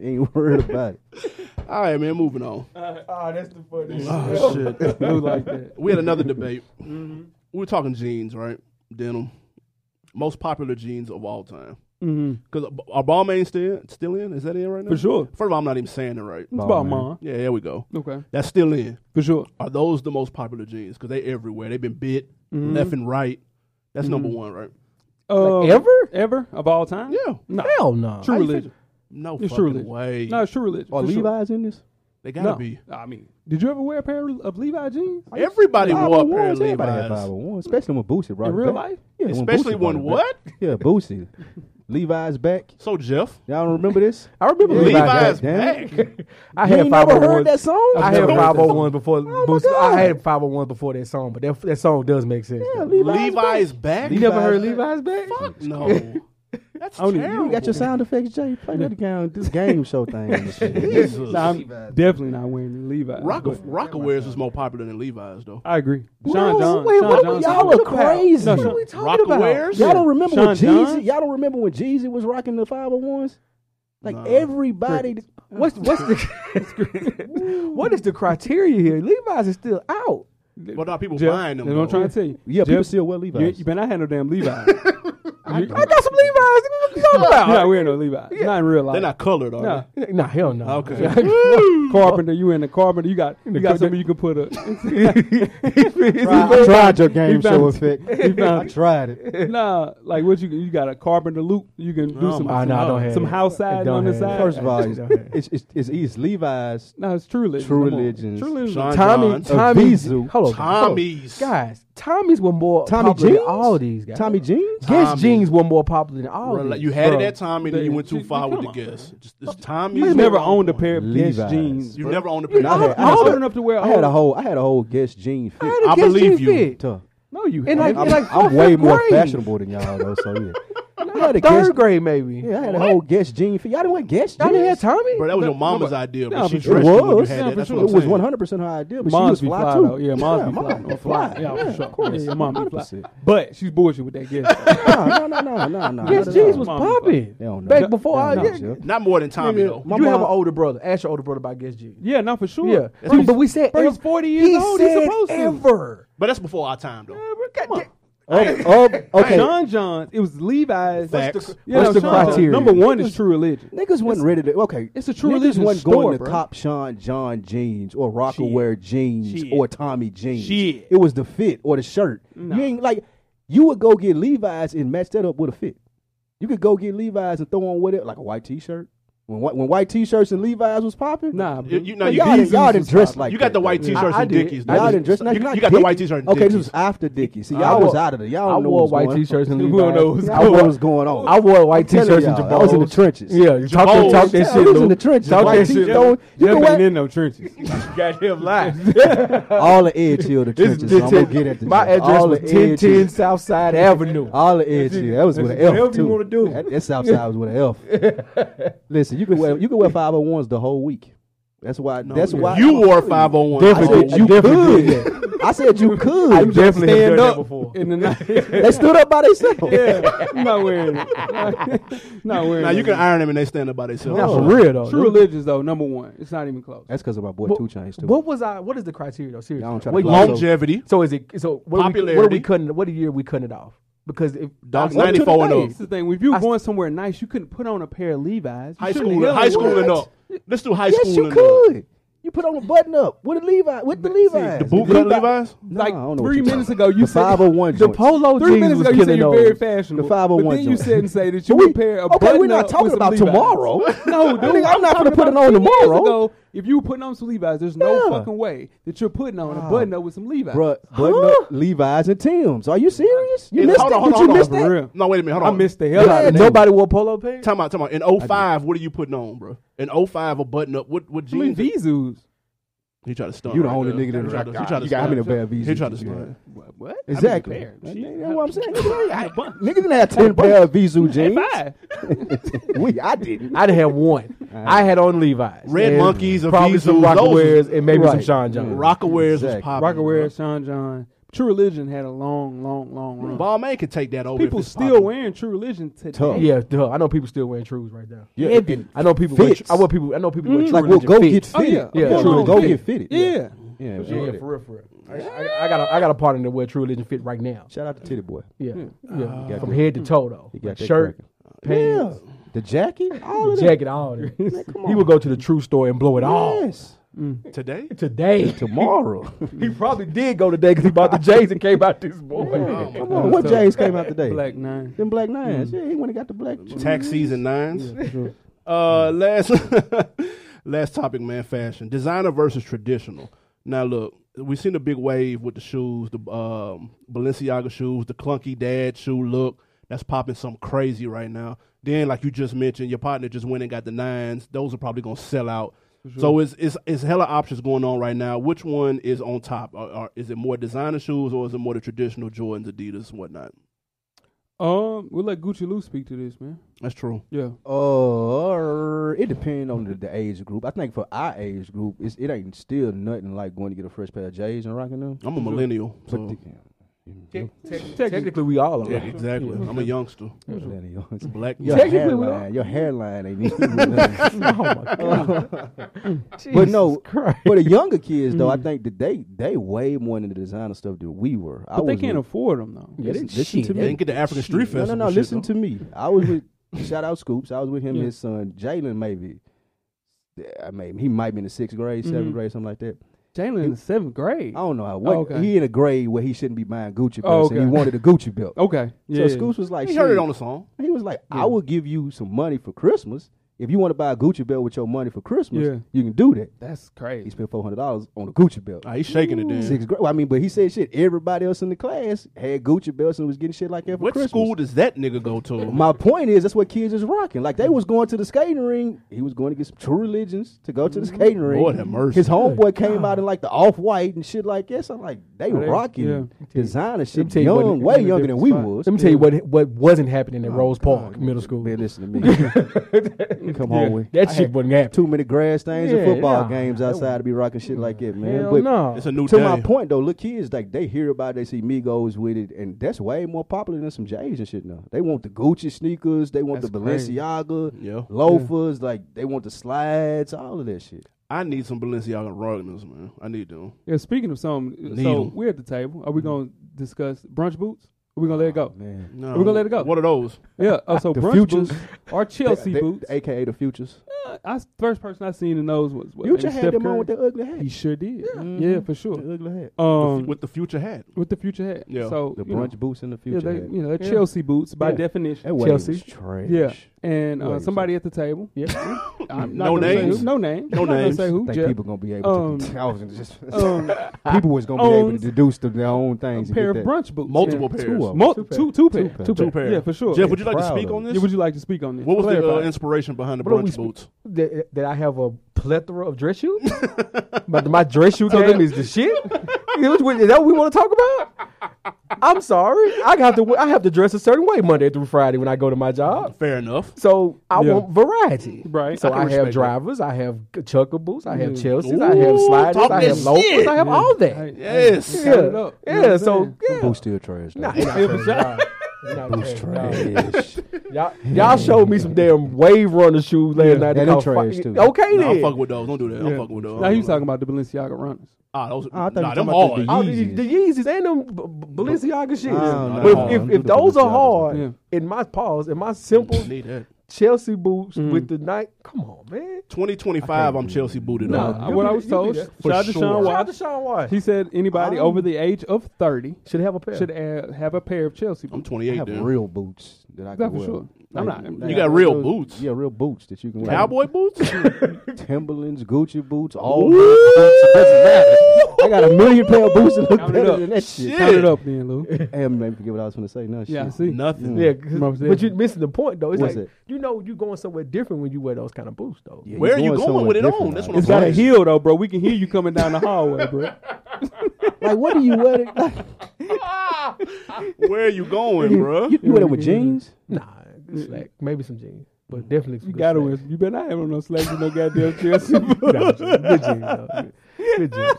D: Ain't worried about it.
C: All right, man. Moving on. Ah,
F: Oh, that's the funniest.
C: Oh shit.
E: Dude like that.
C: We had another debate.
E: Mm-hmm.
C: We were talking jeans, right? Denim. Most popular jeans of all time.
E: Mm-hmm.
C: Because are Balmain still still in? Is that in right now?
E: For sure.
C: First of all, I'm not even saying it right.
E: It's
D: Ball,
E: about
D: man.
E: mine.
C: Yeah, there we go.
E: Okay.
C: That's still in.
E: For sure.
C: Are those the most popular jeans? Because they everywhere. They've been bit
E: Mm-hmm.
C: left and right. That's number one, right?
E: Uh,
D: Um,
F: ever?
E: Ever of all time?
C: Yeah.
E: No.
F: Hell no.
E: True
C: How you
E: religion.
C: No
E: It's
C: fucking
E: true religion.
C: way.
E: No, it's true religion.
D: Are
E: for sure.
D: Levi's in this?
C: they gotta
E: No.
C: be.
E: I mean, did you ever wear a pair of Levi jeans?
D: Oh,
C: Everybody wore a pair of
D: 501s, Everybody had
C: Levi's.
D: 501s, especially when Boosie brought
E: In
D: it
E: real
D: back.
E: life?
D: Yeah,
C: Especially
D: Boosie brought
C: when
D: it back.
C: what?
D: Yeah, Boosie. Levi's back.
C: So Jeff,
D: Y'all don't remember this?
F: I remember
D: Levi's
C: Levi's
D: damn
C: back.
F: I
D: You
F: had
D: ain't
F: five
D: never
F: hundred
D: heard
F: one.
D: that song? Oh
F: I had
C: never heard that
F: five hundred one before. Boosie.
D: God.
F: I had five hundred one before that song, but that that song does make sense.
D: Yeah,
F: though.
D: Levi's.
C: Levi's back.
F: you never heard
D: Levi's
F: Levi's back?
C: Fuck no. That's
E: Only you
C: terrible.
D: You got your sound effects, Jay. Play that game, this game show thing. and shit.
C: Jesus.
E: Nah, I'm definitely not wearing the Levi's.
C: Rock
E: but
C: Rockawares was more popular than Levi's though.
E: I agree.
D: What
E: Sean John.
D: else? Wait,
E: Sean
D: what
E: Johnson.
D: y'all are crazy.
E: No,
D: what
E: no.
D: are we talking about?
C: Rockawares?
D: Y'all don't remember when
E: Sean John?
D: Jeezy? Y'all don't remember when Jeezy was rocking the 501s? Like
C: Nah.
D: everybody.
E: Oh.
F: What's what's the what is the criteria here? Levi's is still out.
C: But now people
E: Jeff,
C: buying them.
E: That's what I'm
C: though.
E: trying to tell you.
D: Yeah, people
E: Jeff,
D: still wear
E: you,
D: Levi's.
E: you better not have no damn Levi's.
F: I got some Levi's. What you talking
E: You're not
F: about?
E: wearing no Levi's. Not in real life.
C: They're not colored, are
E: No.
F: Nah, hell no.
C: Okay.
E: Carpenter, you in the carpenter. You got you got something you can put a.
D: I tried your game show
E: found-
D: effect. I
E: found-
D: tried it.
E: nah, like what you you got a carpenter loop. You can do
C: Oh,
E: some
F: my- nah, I don't have
E: some
F: it.
E: house side
F: Don't
E: on the
F: have it.
E: side.
D: First of all, it's
F: Don't hurt.
D: it's it's, it's, it's Levi's.
E: no, it's true religion.
D: True
E: Come on.
D: Religions.
E: True
C: they?
E: religion.
C: Sean
F: Tommy,
C: John.
F: Tommy,
D: Avizu.
F: hold on,
C: Tommy's.
F: hold on. guys. Tommy's were more
D: Tommy
F: popular
D: Jeans?
F: than all these guys.
D: Tommy jeans.
F: Guess
C: Tommy.
F: jeans were more popular than all.
C: Rel-
F: these.
C: You had
E: Bro,
C: it at Tommy, then
E: they-
C: you went too
E: you-
C: far
E: come
C: with the
E: on.
C: guess. Just, just Tommy's.
E: You
C: is
E: never
C: wrong
E: owned a
C: one.
E: pair of Guess
D: Levi's.
E: jeans.
C: You
E: bro.
C: never owned a pair.
F: You
C: of
F: know,
C: Guess.
D: I
E: You're
D: had-
E: old enough to wear.
D: I had a whole I had a whole Guess jean fit.
F: How did
C: I
F: Guess
C: believe
F: jeans
C: you.
F: fit?
D: Tough.
E: No, you.
F: And
E: haven't.
F: like,
D: I'm,
F: and like
D: I'm
F: fourth,
D: way
F: fifth
D: more
F: grade.
D: fashionable than y'all though. So yeah, I had a Guess.
F: Third grade, maybe.
D: Yeah, I had a whole Guess jean fit. Y'all didn't wear Guess
F: Y'all didn't
D: jeans.
F: have Tommy.
C: Bro, that was
E: No,
C: your mama's
E: no,
C: idea, but
E: no,
C: she
E: but sure.
C: dressed you
D: It
C: when you
D: was.
C: had
E: Yeah,
C: that.
E: for
C: That's
E: sure.
C: what I'm
D: It was
C: saying.
D: 100 percent her idea, but
E: Moms
D: she was
E: be
D: fly,
E: fly,
D: too.
E: though. Yeah, moms be
D: mom
E: fly.
D: be
E: Oh,
D: fly.
E: fly. Yeah, for sure.
D: of course.
E: Yeah, mom be
D: 100%.
E: fly. But she's bullshit with that guess.
D: No, no, no, no, no, no.
F: Guess
D: not at
F: jeans
D: all.
F: was
E: Mom be
F: popping
D: They don't know.
F: back before.
D: They
F: I,
D: don't
F: yeah,
D: know,
F: you
D: Jeff.
C: Not more than Tommy
D: Nigga,
C: though.
D: my
F: have
D: mom-
F: an older brother. Ask your older brother about Guess jeans.
E: yeah, no, for sure.
F: Yeah,
E: Bro,
F: but we said
E: bro,
F: ev-
E: he's 40
F: he
E: years old. He's
F: said
E: supposed to.
F: ever.
C: But that's before our time though.
F: God damn-
D: Up, up, Oh, okay.
E: John Johns. It was Levi's.
C: Facts.
E: Yeah,
F: What's
E: no,
F: the
E: Sean Johns.
F: criteria?
E: Number one is true religion.
D: Niggas wasn't ready to. Okay,
E: It's a true
D: Niggas
E: religion
D: wasn't
E: store,
D: going to
E: bruh.
D: cop Sean John jeans or Rockaware jeans
E: Shit.
D: or Tommy jeans.
E: Shit.
D: It was the fit or the shirt. You ain't like you would go get Levi's and match that up with a fit. You could go get Levi's and throw on whatever, like a white T-shirt. When whi- when white T-shirts and Levi's was popping,
E: Nah, bro.
C: You, you, now
D: Well,
C: you,
D: y'all didn't- y'all didn't dress like
C: you got the
D: that,
C: white
D: though.
C: t-shirts
F: I- I
C: and
F: did.
C: Dickies.
F: I
C: though.
D: Y'all didn't dress.
C: You,
D: Not,
C: you
D: not
C: got the
D: Dickies.
C: white t-shirt. And
D: Okay,
C: Dickies.
D: this was after Dickies. See,
F: I
D: y'all was
F: wore-
D: out of the. Y'all
F: I
D: don't know
F: wore
D: what was
F: white
D: going on.
F: T-shirts and
E: Who
F: Levi's.
E: knows?
F: I
D: I what
F: wore,
D: was going on.
F: I wore
D: I'm
F: white
D: telling
F: T-shirts and
D: y'all, I was in the
F: Jabos.
D: trenches.
F: Yeah, you talk
C: Jabos.
F: that talk that
D: Yeah, I
F: shit.
D: was in
F: Lou.
D: the trenches.
F: Talk
D: White
F: that
D: T-shirt.
F: shit.
D: Don't- you
E: Jeff
D: know
E: ain't
D: what?
E: in no trenches. Goddamn lie.
D: all the Edge Hill the
F: This
D: trenches.
F: is
D: so I'm gonna
F: 10.
D: get at the
F: My
D: trenches.
F: address
D: all
F: was
D: the Edge Hill.
F: 1010 Southside Avenue.
D: All the edge here. That was with an F.
E: Whatever you
D: too.
E: wanna do.
D: That, that South Side was with an F. Listen, you can wear you can wear five hundred ones the whole week. That's why. that's why
C: you wore 501.
D: I
F: Definitely.
D: said
F: I
D: you
F: definitely
D: could.
F: did
D: I said you could.
F: I definitely have
E: Stand
F: done that
E: up
F: before.
E: in the night.
D: they stood up by themselves.
E: yeah, I'm not wearing it. not wearing
C: Now
E: it.
C: you can iron them and they stand up by
F: Now
C: themselves.
F: for real though.
E: True religions, though, number one. It's not even close.
D: That's because of my boy
F: What-
D: Two Chainz too.
F: What was I? What is the criteria though? Seriously,
D: Y'all don't try to
F: What
D: play.
F: year-
C: Longevity.
F: So is it? So what are, we, what are
C: Popularity.
F: we cutting? What year we cutting it off? Because if
C: Dogs
F: I- up to
C: 94 and
F: today,
C: up.
E: That's the thing. If you were
F: I-
E: going somewhere nice, you couldn't put on a pair of Levi's. You
C: High
E: shouldn't
C: school,
E: have
C: high school
E: worn-
C: and up. Let's do high
D: yes,
C: school
F: uh,
D: you
C: and up.
D: could. You put on a button up with a Levi with the
E: See, the
D: Levi's.
C: Bootcut Levi's.
D: No, I don't know what
E: three
D: you're
E: minutes
D: talking
E: ago, you
D: The
E: said
D: 501
F: The
D: joints.
F: polo
E: Three
F: jeans
E: minutes
F: was
E: ago, you said
F: killing
E: you're
F: those.
E: very fashionable.
D: The 501
E: But then you
D: joints.
E: said and say that you
D: But we-
E: would pair a
D: okay, we're
E: button
D: not
E: up
D: talking
E: with some
D: about
E: Levi's.
D: tomorrow.
E: No, dude,
D: Nigga, I'm not
E: talking
D: gonna put it
E: about
D: on
E: three years
D: tomorrow.
E: ago, if you were putting on some Levi's, there's no
D: Yeah.
E: fucking way that you're putting on a button up with some Levi's.
D: Bruh, button up Levi's and Tim's. Are you serious? You
C: Hey,
D: missed
C: hold
D: it?
C: on, hold
D: Did
C: on,
D: you
C: hold
D: miss
C: on.
E: for
D: that?
E: real.
C: No, wait a minute. Hold
E: I
C: on.
E: missed the hell out
F: Yeah,
E: of that.
F: nobody wore polo pants.
C: Time out, time out. In 05, what are you putting on, bro? In 05, a button up. What what
E: I mean,
C: jeans?
E: Vizus.
C: He tried to stunt.
D: You the
C: right
D: only
C: there.
D: nigga that
C: He tried to-
D: rock-
C: he tried to
D: You got how many
C: stunt.
D: bad V's?
C: He tried to
D: you got?
C: stunt.
E: What? what?
D: Exactly.
C: pair.
D: That-
C: Shit.
D: That's what I'm saying.
E: Had a bunch.
D: Niggas didn't have ten pair of Vizu jeans.
E: Five.
D: we, I didn't.
F: I didn't have one. I had on Levi's,
C: Red
F: and
C: monkeys and
F: probably some
C: Vizus, those
F: Rockawares,
C: was-
F: and maybe some
D: Right.
F: Sean
C: Mm.
F: John.
C: Rockawares was
D: Exactly.
C: popping.
E: Rockaware, Sean John. True Religion had a long, long, long run.
C: Ball man could take that over.
E: People
C: if it's
E: still
C: popping.
E: wearing True Religion today.
D: Tough.
F: Yeah, duh. I know people still wearing trues right now.
D: Yeah, it- it
F: I know people. Wear,
D: fits. Mm.
F: I wear people. I know people. Wear True
D: Like we'll go
F: Religion fits.
D: get
E: Oh, yeah.
D: fitted.
E: Yeah,
F: True
D: we'll
F: Religion
D: go
E: fit.
D: get fitted.
E: Yeah.
D: yeah.
F: Yeah,
D: yeah.
F: for real, for real. I, I, I got a, I got a partner that wear True Religion fit right now.
D: Shout out to Titty Boy.
F: Yeah, yeah.
D: got
F: From
D: that-
F: head to toe though,
D: Hmm. Uh, He
F: Like
D: got that
F: shirt,
D: cracking.
F: pants,
D: uh, Yeah. The jacket, all of that.
F: jacket, all that. He would go to the True store and blow it all.
D: Yes.
C: today.
F: Today,
D: Tomorrow.
F: he probably did go today because he bought the J's and came out this morning.
D: Come on. What Jays came out today?
E: Black Nine.
D: Them black nines. Yeah, he went and got the black.
C: Tax season nines. Uh, last last topic, man. Fashion designer versus traditional. Now look, we've seen a big wave with the shoes, the um, Balenciaga shoes, the clunky dad shoe look. That's popping some crazy right now. Then, like you just mentioned, your partner just went and got the nines. Those are probably gonna sell out. So it's it's it's hella options going on right now. Which one is on top? Are, are, is it more designer shoes or is it more the traditional Jordans, Adidas, and whatnot?
E: Um, we'll let Gucci Lou speak to this, man.
C: That's true.
E: Yeah.
D: Uh, it depends on the, the age group. I think for our age group, it's, it ain't still nothing like going to get a fresh pair of J's and rocking them.
C: I'm a millennial.
D: But
C: So.
D: the-
F: Te- te-
E: Technically-
F: technically, we all are.
C: Yeah, exactly. I'm a youngster.
D: Millennials.
C: Black
D: Your
E: Technically, we
D: hairline, your hairline ain't even.
F: oh my god!
D: But no,
F: Jesus Christ.
D: for the younger kids though, I think that they they way more into the designer stuff than we were. I
E: But they
D: was
E: can't
D: with-
E: afford them though.
F: Yeah, they-
D: listen, listen
F: shit,
D: to
C: They
D: me.
C: didn't get the African Street
D: No,
C: Festival.
D: no, no.
C: shit,
D: Listen
C: though.
D: to me. I was with shout out Scoops. I was with him, and his son Jalen. Maybe I mean he might be in the sixth grade, 7th
C: Mm-hmm.
E: Mhm.
D: grade, something like that.
E: Jalen in the seventh grade.
D: I don't know how. What,
E: Oh, okay.
D: He in a grade where he shouldn't be buying Gucci belts,
E: Oh,
D: and
E: okay.
D: he wanted a Gucci belt.
E: Okay. Yeah.
D: So Scoops was like,
C: He heard
D: "Shit."
C: it on the song.
D: He was like,
E: Yeah.
D: I will give you some money for Christmas. If you want to buy a Gucci belt with your money for Christmas,
E: Yeah.
D: you can do that.
E: That's
D: He
E: crazy.
D: spent four hundred dollars on a Gucci belt.
C: Ah, he's shaking it down.
D: Sixth grade. Well, I mean, but he said shit. Everybody else in the class had Gucci belts and was getting shit like that for
C: What
D: Christmas.
C: school does that nigga go to?
D: My point is, that's what kids is rocking. Like
F: Mm-hmm.
D: they was going to the skating ring. He was going to get some True Religions to go to
F: Mm-hmm.
D: the skating ring.
C: Lord have mercy.
D: His homeboy came out in like the off white and shit like this. I'm like, they
E: Well, they-
D: rocking
E: yeah.
D: designer
F: Let me
D: shit.
F: tell you what-
D: Young,
E: in
D: way
E: a
D: younger than
E: different
D: we
E: spot.
D: was.
F: Let me tell you what what wasn't happening at Rose Park Middle School.
D: Man, listen to me. Come on, we.
F: That
D: I
F: shit
D: had
F: wasn't happening.
D: Too many grass stains and
F: Yeah,
D: football
F: nah.
D: games outside to be rocking shit like that, man.
F: Hell
D: but
F: no.
C: It's a new
D: to
C: day.
D: my point though, look, kids like they hear about, it, they see Migos with it, and that's way more popular than some J's and shit now. They want the Gucci sneakers, they want the
E: That's crazy.
D: Balenciaga
C: Yeah.
D: loafers, like they want the slides, all of that shit.
C: I need some Balenciaga Rogners, man. I need them.
E: Yeah. Speaking of something,
C: Need
E: so
C: 'em.
E: we're at the table. Are we
D: Mm-hmm.
E: gonna discuss brunch boots? Are we gonna let it go?
D: Man,
C: No.
E: We're gonna let it go.
C: What are those?
E: Yeah. Oh, so
D: The
E: brunch
D: futures.
E: boots are Chelsea
D: They- they-
E: boots.
D: aka the futures.
E: Uh, I first person I seen in those was what,
D: Future
E: maybe
D: had
E: Steph
D: them on
E: Curry?
D: with the ugly hat,
E: He sure did. Yeah,
D: Mhm.
E: for sure.
D: the ugly hat,
E: Um, with,
C: With the future hat.
E: the future hat.
C: Yeah.
E: So
D: the
E: Oh, you know,
D: brunch boots, and the
E: Yeah,
D: future
E: they
D: hat.
E: you know they're
F: Yeah.
E: Chelsea boots by
F: Yeah.
E: definition.
D: That wave
F: Chelsea.
D: was trash.
E: Yeah. And
D: Wait
E: uh,
D: a
E: somebody at the table.
F: Yeah.
E: I'm
C: No
E: not gonna say
C: names.
E: who- No name.
C: No
E: I'm not gonna
C: names.
E: Say who?
D: think
E: Jeff.
D: people gonna be able
E: um,
D: to? I was gonna just
E: um,
D: people was gonna be able to
E: owns
D: deduce their own
E: a
D: things. and
E: pair of
D: get that.
E: brunch boots.
C: Multiple
E: yeah.
C: pairs.
D: Two of 'em.
E: Mul-
F: Two
E: two,
F: pair.
E: two, pair.
D: pair.
E: Two
C: Two pairs.
E: Yeah, for sure.
C: Jeff, would you like to
D: Proud
C: speak
D: of
C: on
D: it.
C: this?
E: Yeah, would you like to speak on this?
C: What was the uh,
E: Clarify.
C: inspiration behind the
F: What are we
C: brunch
F: sp-
C: boots?
F: that, that I have a plethora of dress shoes. but my dress shoe
E: So
F: game
E: that-
F: is the shit. Is that what we want to talk about? I'm sorry. I got to. I have to dress a certain way Monday through Friday when I go to my job.
C: Fair enough.
F: So I
E: Yeah.
F: want variety.
E: Right.
F: So
E: I can
F: I,
C: respect
F: have
C: that.
F: drivers. I have chucker boots. I have
E: Yeah.
F: Chelsea's. I have
C: Ooh,
F: sliders.
C: talk
F: I
C: that
F: have loafers.
C: shit.
F: I have
E: Yeah.
F: all that.
E: Hey,
C: Yes.
E: hey,
F: Yeah.
E: cut it up. You know what
F: yeah.
E: I'm
F: So
E: saying?
F: yeah.
D: Boots still trash. though.
F: Nah,
E: It was
F: nah, nah, nah, nah.
D: Trash.
F: Y'all, y'all showed me some damn wave runner shoes last
E: Yeah.
F: night.
D: Yeah,
F: They
D: they
F: cost
D: trash,
F: fi-
D: too.
F: Okay
C: Nah, I'm
F: then.
C: fucking with those. Don't do that. I'm
E: Yeah.
C: fucking with those.
E: Now he was talking about the Balenciaga runners.
C: Ah, those,
D: I thought you
C: nah,
D: was
C: them
D: talking about
C: hard.
D: the
F: Oh, the,
D: Yeezys.
F: the Yeezys and them B- B- Balenciaga shit.
D: don't
C: know.
F: But if,
D: Them
F: if,
D: do
F: if
D: the
F: those are
D: Balenciagas,
F: hard,
E: yeah.
F: in my pause, in my simple
C: Need that.
F: Chelsea boots
E: Mm.
F: with the night, come on, man.
C: 2025, I'm Chelsea booted
F: Nah,
C: up.
E: Uh,
F: you
E: what
F: be-
E: I was
F: you be
E: told,
F: there.
E: shout
C: For
E: out to
C: sure.
E: Sean
C: Shout
F: Shout out
E: Watts.
F: to Sean Watts.
E: He said anybody over the age of 30
F: should have a pair.
E: should add, have a pair of Chelsea
C: I'm
E: boots.
C: 28
D: have
C: then.
D: real boots that I can
E: That's for
D: wear.
E: sure. I'm
D: Like,
E: not.
D: like,
C: got real
D: those-
C: boots?
D: Yeah, real boots that you can wear.
C: Cowboy boots?
D: Timberlands, Gucci boots, all those boots. It doesn't matter. I got a million pair of boots that look
E: Count it
D: better
E: up.
D: than that shit.
E: Count it up then, Lou.
D: Hey, I may forget what I was going to say. No,
E: Yeah, I
D: shit.
E: see.
D: Mm.
C: Nothing.
F: yeah, 'cause-
E: Remember that.
F: but you're missing the point though. It's
D: What's
F: like
D: it?
F: you know you're going somewhere different when you wear those kind of boots though.
D: Yeah,
C: Where are you
D: you're
C: going
D: somewhere
C: with it
D: different
C: on? That's
D: now.
C: what I'm
E: It's got a heel though, bro. We can hear you coming down the hallway, bro.
D: Like, what do you wear? It? Like,
C: Where are you going, bro?
D: you wear it with jeans?
F: Nah, it's like maybe some jeans, but definitely some
E: You
F: good
E: gotta
F: slacks.
E: win. You better not have on no slacks with no goddamn Chelsea. boots.
F: Nah, good jeans, though. Good- Good jeans.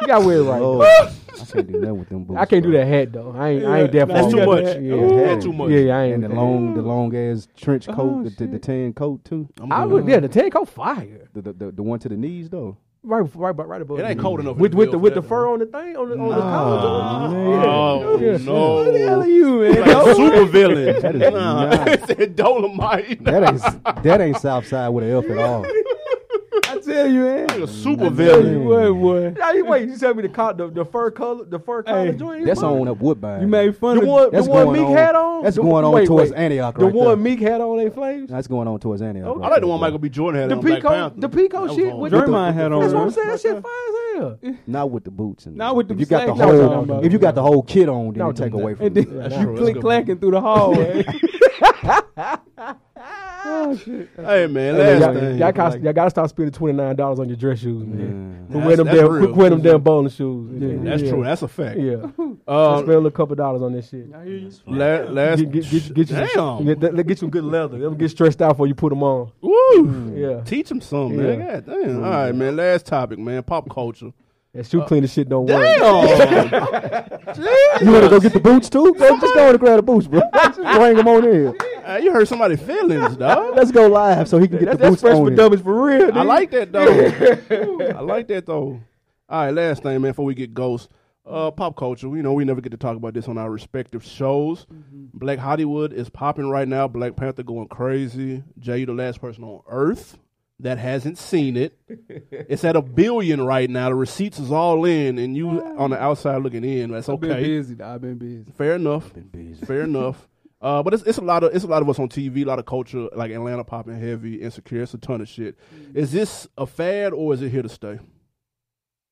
F: You gotta wear it right.
D: Lord, I can't do that with them boots.
F: I can't do
D: bro.
F: that hat though. I ain't. I ain't
E: Yeah,
F: that.
E: that's
F: far.
E: too much.
F: Yeah,
C: Ooh,
F: yeah,
C: that's too much.
F: Yeah, yeah, I ain't.
D: And the long, the long ass trench coat,
E: Oh,
D: the, the, the
E: shit.
D: tan coat too.
C: I'm
F: I
C: good.
F: would. Yeah, the tank coat fire.
D: The, the, the, the one to the knees though.
F: Right, before- right, right, right above.
C: It ain't
F: the-
C: cold enough in
F: With
C: the
F: with the
C: middle
F: with
C: for
F: the
C: that,
F: fur on the thing on the on the
C: Nah.
F: collar. Jordan.
D: man.
C: Oh,
F: Yeah.
C: no.
F: Who the hell are you, man?
C: Like a super villain.
D: That is
C: nah,
D: not-
C: it said Dolomite.
D: That ain't that ain't Southside with an F at all.
F: I tell you, man.
C: a super
E: You
C: villain.
E: what, boy?
F: Now, you- wait, you tell me the co- the, the fur color, the fur collar
E: Hey,
F: joint.
D: That's
F: What?
D: on up Woodbine.
E: You made fun
F: The
E: of
F: one, the
D: That's
F: one
D: going
F: Meek
D: on-
F: had on.
D: that's
F: The-
D: going on
F: wait,
D: towards
F: wait.
D: Antioch
F: The
D: right
F: one
D: there.
F: Meek had on ain't flames.
D: That's going on towards Antioch.
F: Oh,
C: I like the one Michael B. Jordan had
F: The
C: on Black
F: Pico,
C: Panther.
F: the Pico
C: That was
F: shit.
C: on.
F: With the,
E: Draymond had on.
F: that's what I'm
E: bro.
F: saying. That shit fire as hell.
D: Not with the boots. And
E: Not with
D: if
E: the
D: you got the
E: slacks. No,
D: whole,
E: no, no,
D: if you got the whole kit on, then
F: No,
D: you take
F: no.
D: away from
E: And
D: it.
E: then
C: That's true.
E: you
C: That's
E: click
C: good.
E: clacking through the hallway. oh shit!
C: Hey, man,
F: Hey,
C: last
F: y'all,
C: thing.
F: y'all gotta, y'all gotta stop spending twenty nine dollars on your dress shoes, man.
C: That's-
F: Quit wear them
C: that's
F: damn,
C: real.
F: quit wear them damn bowling shoes. Yeah.
C: That's
F: yeah.
C: true. That's a fact.
F: Yeah,
C: Um,
F: spend a little couple dollars on this shit.
E: I hear you.
C: La- last,
F: Get, get, get, get you
C: damn.
F: Some, get, get you some good leather. They'll get stretched out before you put them on.
C: Woo.
F: Yeah.
C: Teach them something, man.
F: Mm. Yeah. Mm.
C: God damn. All right, man. Last topic, man. Pop culture.
F: That shoe cleaner shit don't work.
C: Uh, Damn.
D: You want to go get the boots too? Go, just go and grab the boots, bro. Just bring them on in.
C: Hey, you hurt somebody feelings, dog.
D: Let's go live so he can get
F: That's,
D: the
F: that's
D: boots
F: fresh
D: on.
F: for
D: him.
F: dummies for real.
C: I
F: nigga.
C: like that though. I like that though. All right, last thing, man, before we get ghosts. Uh, pop culture. You know, we never get to talk about this on our respective shows. Black Hollywood is popping right now. Black Panther going crazy. Jay, you the last person on earth that hasn't seen it. it's at a billion right now. The receipts is all in, and you on the outside looking in. That's
E: I've been
C: okay.
E: busy. though. I've been busy.
C: Fair enough. Fair enough. Uh, but it's, it's a lot of it's a lot of us on TV, a lot of culture like Atlanta popping heavy, insecure. It's a ton of shit. Is this a fad or is it here to stay?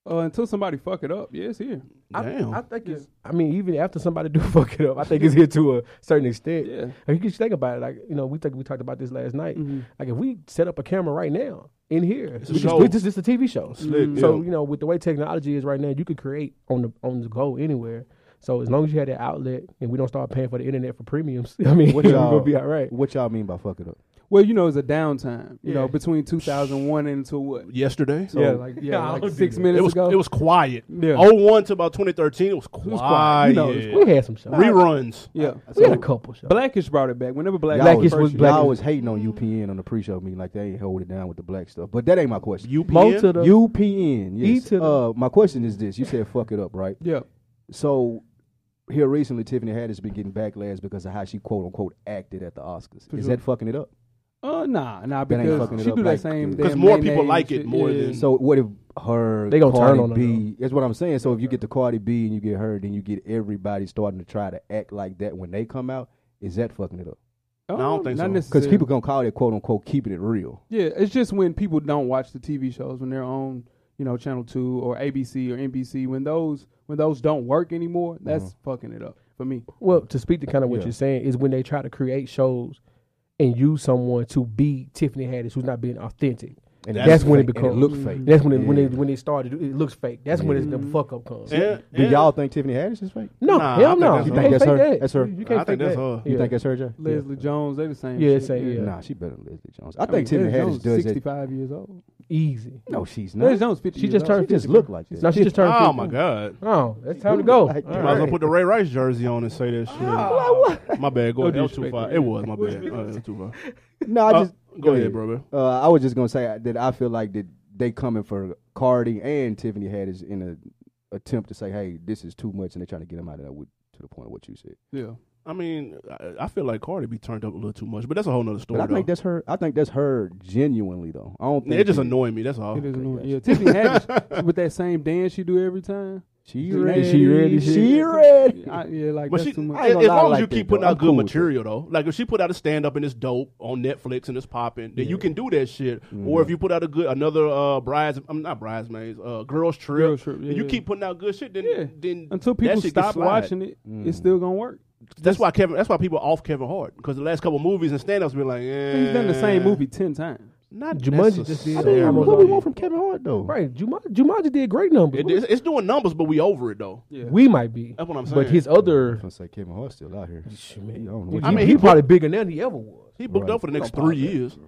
E: Uh, until somebody fuck it up, yeah, it's here.
C: Damn.
F: I, I think it's. I mean, even after somebody do fuck it up, I think it's here to a certain extent.
E: Yeah.
F: Like, you just think about it. Like you know, we think we talked about this last night. Like if we set up a camera right now in here,
C: a
F: we
C: show.
F: just, we just it's a TV show.
C: Slick,
F: So
C: yeah.
F: you know, with the way technology is right now, you could create on the on the go anywhere. So as long as you had that outlet, and we don't start paying for the internet for premiums, I mean, we're
D: What y'all
F: gonna be all right.
D: What y'all mean by fuck it up?
E: Well, you know, it's a downtime. You
F: Yeah.
E: know, between 2001 and until what?
C: Yesterday,
E: yeah, like yeah,
F: I
E: like
F: don't
E: six
F: do that.
E: minutes
C: it was
E: ago.
C: it was quiet.
E: Yeah.
C: Oh one to about 2013, it was quiet.
E: was quiet. You know, it was
F: We had some shows.
C: Reruns.
E: yeah.
F: we had a couple shows.
E: Blackish brought it back. Whenever Blackish,
F: Blackish
E: first
F: was
E: year-
F: Black
D: Y'all
F: is-
D: was hating on UPN on the pre-show meeting, like they ain't hold it down with the black stuff. But that ain't my question.
C: UPN.
F: Most of the
D: UPN.
F: E
D: Yes.
F: to the-
D: Uh, my question is this: You said fuck it up, right?
E: Yeah,
D: So here recently, Tiffany Haddish been getting backlash because of how she quote unquote acted at the Oscars.
E: For
D: Is
E: sure.
D: that fucking it up?
E: uh, nah, nah,
D: That ain't
E: because
D: fucking it
E: she
D: up
E: do
D: like
E: that same.
D: good.
E: damn
C: 'Cause more
E: name
C: people
E: and
C: like
E: shit.
C: it more
E: Yeah.
C: than-
D: So what if her
F: They gonna
D: Cardi
F: turn on her,
D: B? That's what I'm saying. So if you get the Cardi B and you get her, then you get everybody starting to try to act like that when they come out. Is that fucking it up?
E: Oh,
C: I don't think
E: not
C: so. 'Cause
D: Because
E: necessarily.
D: people gonna call it quote unquote keeping it real.
E: Yeah, it's just when people don't watch the TV shows when they're on, you know, Channel Two or ABC or NBC. When those when those don't work anymore, that's
F: Mm-hmm.
E: fucking it up for me.
F: Well, to speak to kind of what
D: Yeah.
F: you're saying is when they try to create shows and use someone to be Tiffany Haddish, who's not being authentic.
D: And
F: That's when it
D: fake,
F: becomes-
D: and it look fake.
F: That's when it, when
D: Yeah.
F: it when it started, it looks fake. That's when it's the fuck up comes.
C: And-
D: Do
C: and-
D: y'all think Tiffany Haddish is fake?
F: No,
C: Nah, I
F: hell
C: think
F: no.
C: that's
F: You
C: her.
F: can't
D: That's
F: fake
D: her.
F: that.
D: That's her.
F: You, you
C: I
F: can't
C: think
F: fake
C: that's
F: that.
C: her.
D: You think that's her, Jay?
E: Leslie Jones, they the same.
F: Yeah,
E: shit.
F: same, yeah.
D: Nah, she better than Leslie Jones. I,
E: I,
D: think
E: mean,
D: Tiffany
E: Leslie
D: Haddish
E: Jones
D: does
E: sixty
D: it.
E: five years old.
F: easy?
D: No, she's
E: Leslie
D: not.
E: Jones fifty.
F: She
E: years
F: just
E: old.
F: turned
D: She just
F: 50,
D: looked
F: bro.
D: like that.
F: No, she just turned.
C: Oh
F: 50.
C: my god.
F: Oh, that's time to
D: looked
F: go.
D: like
F: All
D: that.
C: I was gonna
F: right.
C: put the Ray Rice jersey on and say that shit. my bad. Go ahead. That was too
E: disrespect.
C: far. It was my bad. Uh, it was too far.
D: No, I
C: Uh,
D: just
C: go ahead, bro. man.
D: Uh, I was just gonna say that I feel like that they coming for Cardi and Tiffany Haddish in an attempt to say, "Hey, this is too much," and they're trying to get them out of that. With, to the point of what you said,
E: Yeah.
C: I mean, I, I feel like Cardi be turned up a little too much, but that's a whole nother
D: but
C: story.
D: I think
C: though.
D: that's her. I think that's her genuinely though. I don't think
C: it just
D: that-
C: annoying me. That's all.
E: It is annoying.
D: gotcha.
E: Yeah, Tiffany Haddish with that same dance she do every time.
D: She
E: She
D: ready.
E: ready,
D: She
E: shit.
D: ready.
E: I, yeah, like
C: But
E: that's
C: she,
E: too much.
D: I ain't
C: as
D: gonna
C: as
D: lie, I
C: long as
D: like
C: you
D: that,
C: keep
D: though.
C: putting
D: I'm
C: out
D: cool
C: good
D: with
C: material, though, like if she put out a stand up and it's dope on Netflix and it's popping, then you can do that shit.
D: Mm-hmm.
C: Or if you put out a good another uh, brides, I'm not bridesmaids, uh, girls trip,
E: Girls Trip, yeah,
C: and you
E: yeah.
C: keep putting out good shit, then
E: Yeah.
C: then
E: Until
C: that
E: people
C: shit can
E: stop
C: slide.
E: watching it,
F: Mm.
E: it's still gonna work.
C: That's why Kevin. That's why people off Kevin Hart because the last couple movies and stand ups been like, eh,
E: He's done the same movie ten times.
C: Not
F: Jumanji just did
C: necessarily.
F: almost
D: What we want from Kevin Hart though?
F: Right, Jumanji, Jumanji did great numbers.
C: It- it's, it's doing numbers, but we over it though.
E: Yeah.
F: We might be.
C: That's what I'm
F: But
C: saying.
F: his
D: I'm
F: other,
D: gonna say Kevin Hart's still out here.
F: I
D: I don't
F: mean,
D: know. What
C: I
D: I
C: mean,
F: he,
C: he
F: he probably bigger now than he ever was.
C: He booked
D: Right.
C: up for the next three years.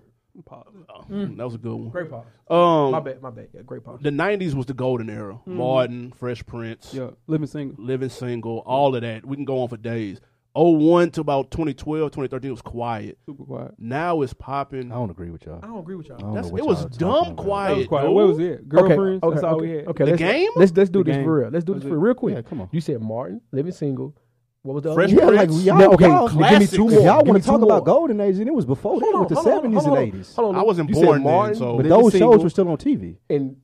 C: Oh,
E: Mm.
C: that was a good one.
F: Great pause.
C: Um,
F: My bad, my bad. Yeah, great pause.
C: the '90s was the golden era.
E: Mm.
C: Martin, Fresh Prince,
E: Yeah, living single.
C: Living Single, all of that. We can go on for days. 01 to about 2012, 2013 it was quiet.
E: Super quiet.
C: Now it's popping.
D: don't agree with y'all.
F: I don't agree with
D: I
F: y'all.
D: don't
C: That's,
D: know what
C: it was
D: y'all talking
C: dumb
D: about.
C: quiet.
E: That was quiet.
C: dude.
E: What was it? Girlfriends. that's all we had.
F: Okay,
C: The
F: let's,
C: game?
F: Let's let's do
E: The
F: this
E: game.
F: for real. Let's do this
E: That's
F: for real quick.
D: Yeah, come on.
F: You said Martin, Living Single. What was the
C: Fresh
F: other?
D: Yeah,
F: one?
D: like
C: Prince.
D: y'all,
F: Now, okay,
D: y'all
F: give me two
C: classics.
F: more.
D: Y'all
F: Give
D: want
F: me
D: to
F: two
D: talk
F: more.
D: about golden age, and it was before that
F: Hold
D: with
F: on,
D: the
F: hold on,
D: seventies
F: hold
D: and
F: on.
D: eighties.
F: Hold on,
C: I wasn't
F: you said
C: born then,
F: Martin,
C: so-
D: But
F: Living
D: those
F: Single,
D: shows were still on TV.
F: and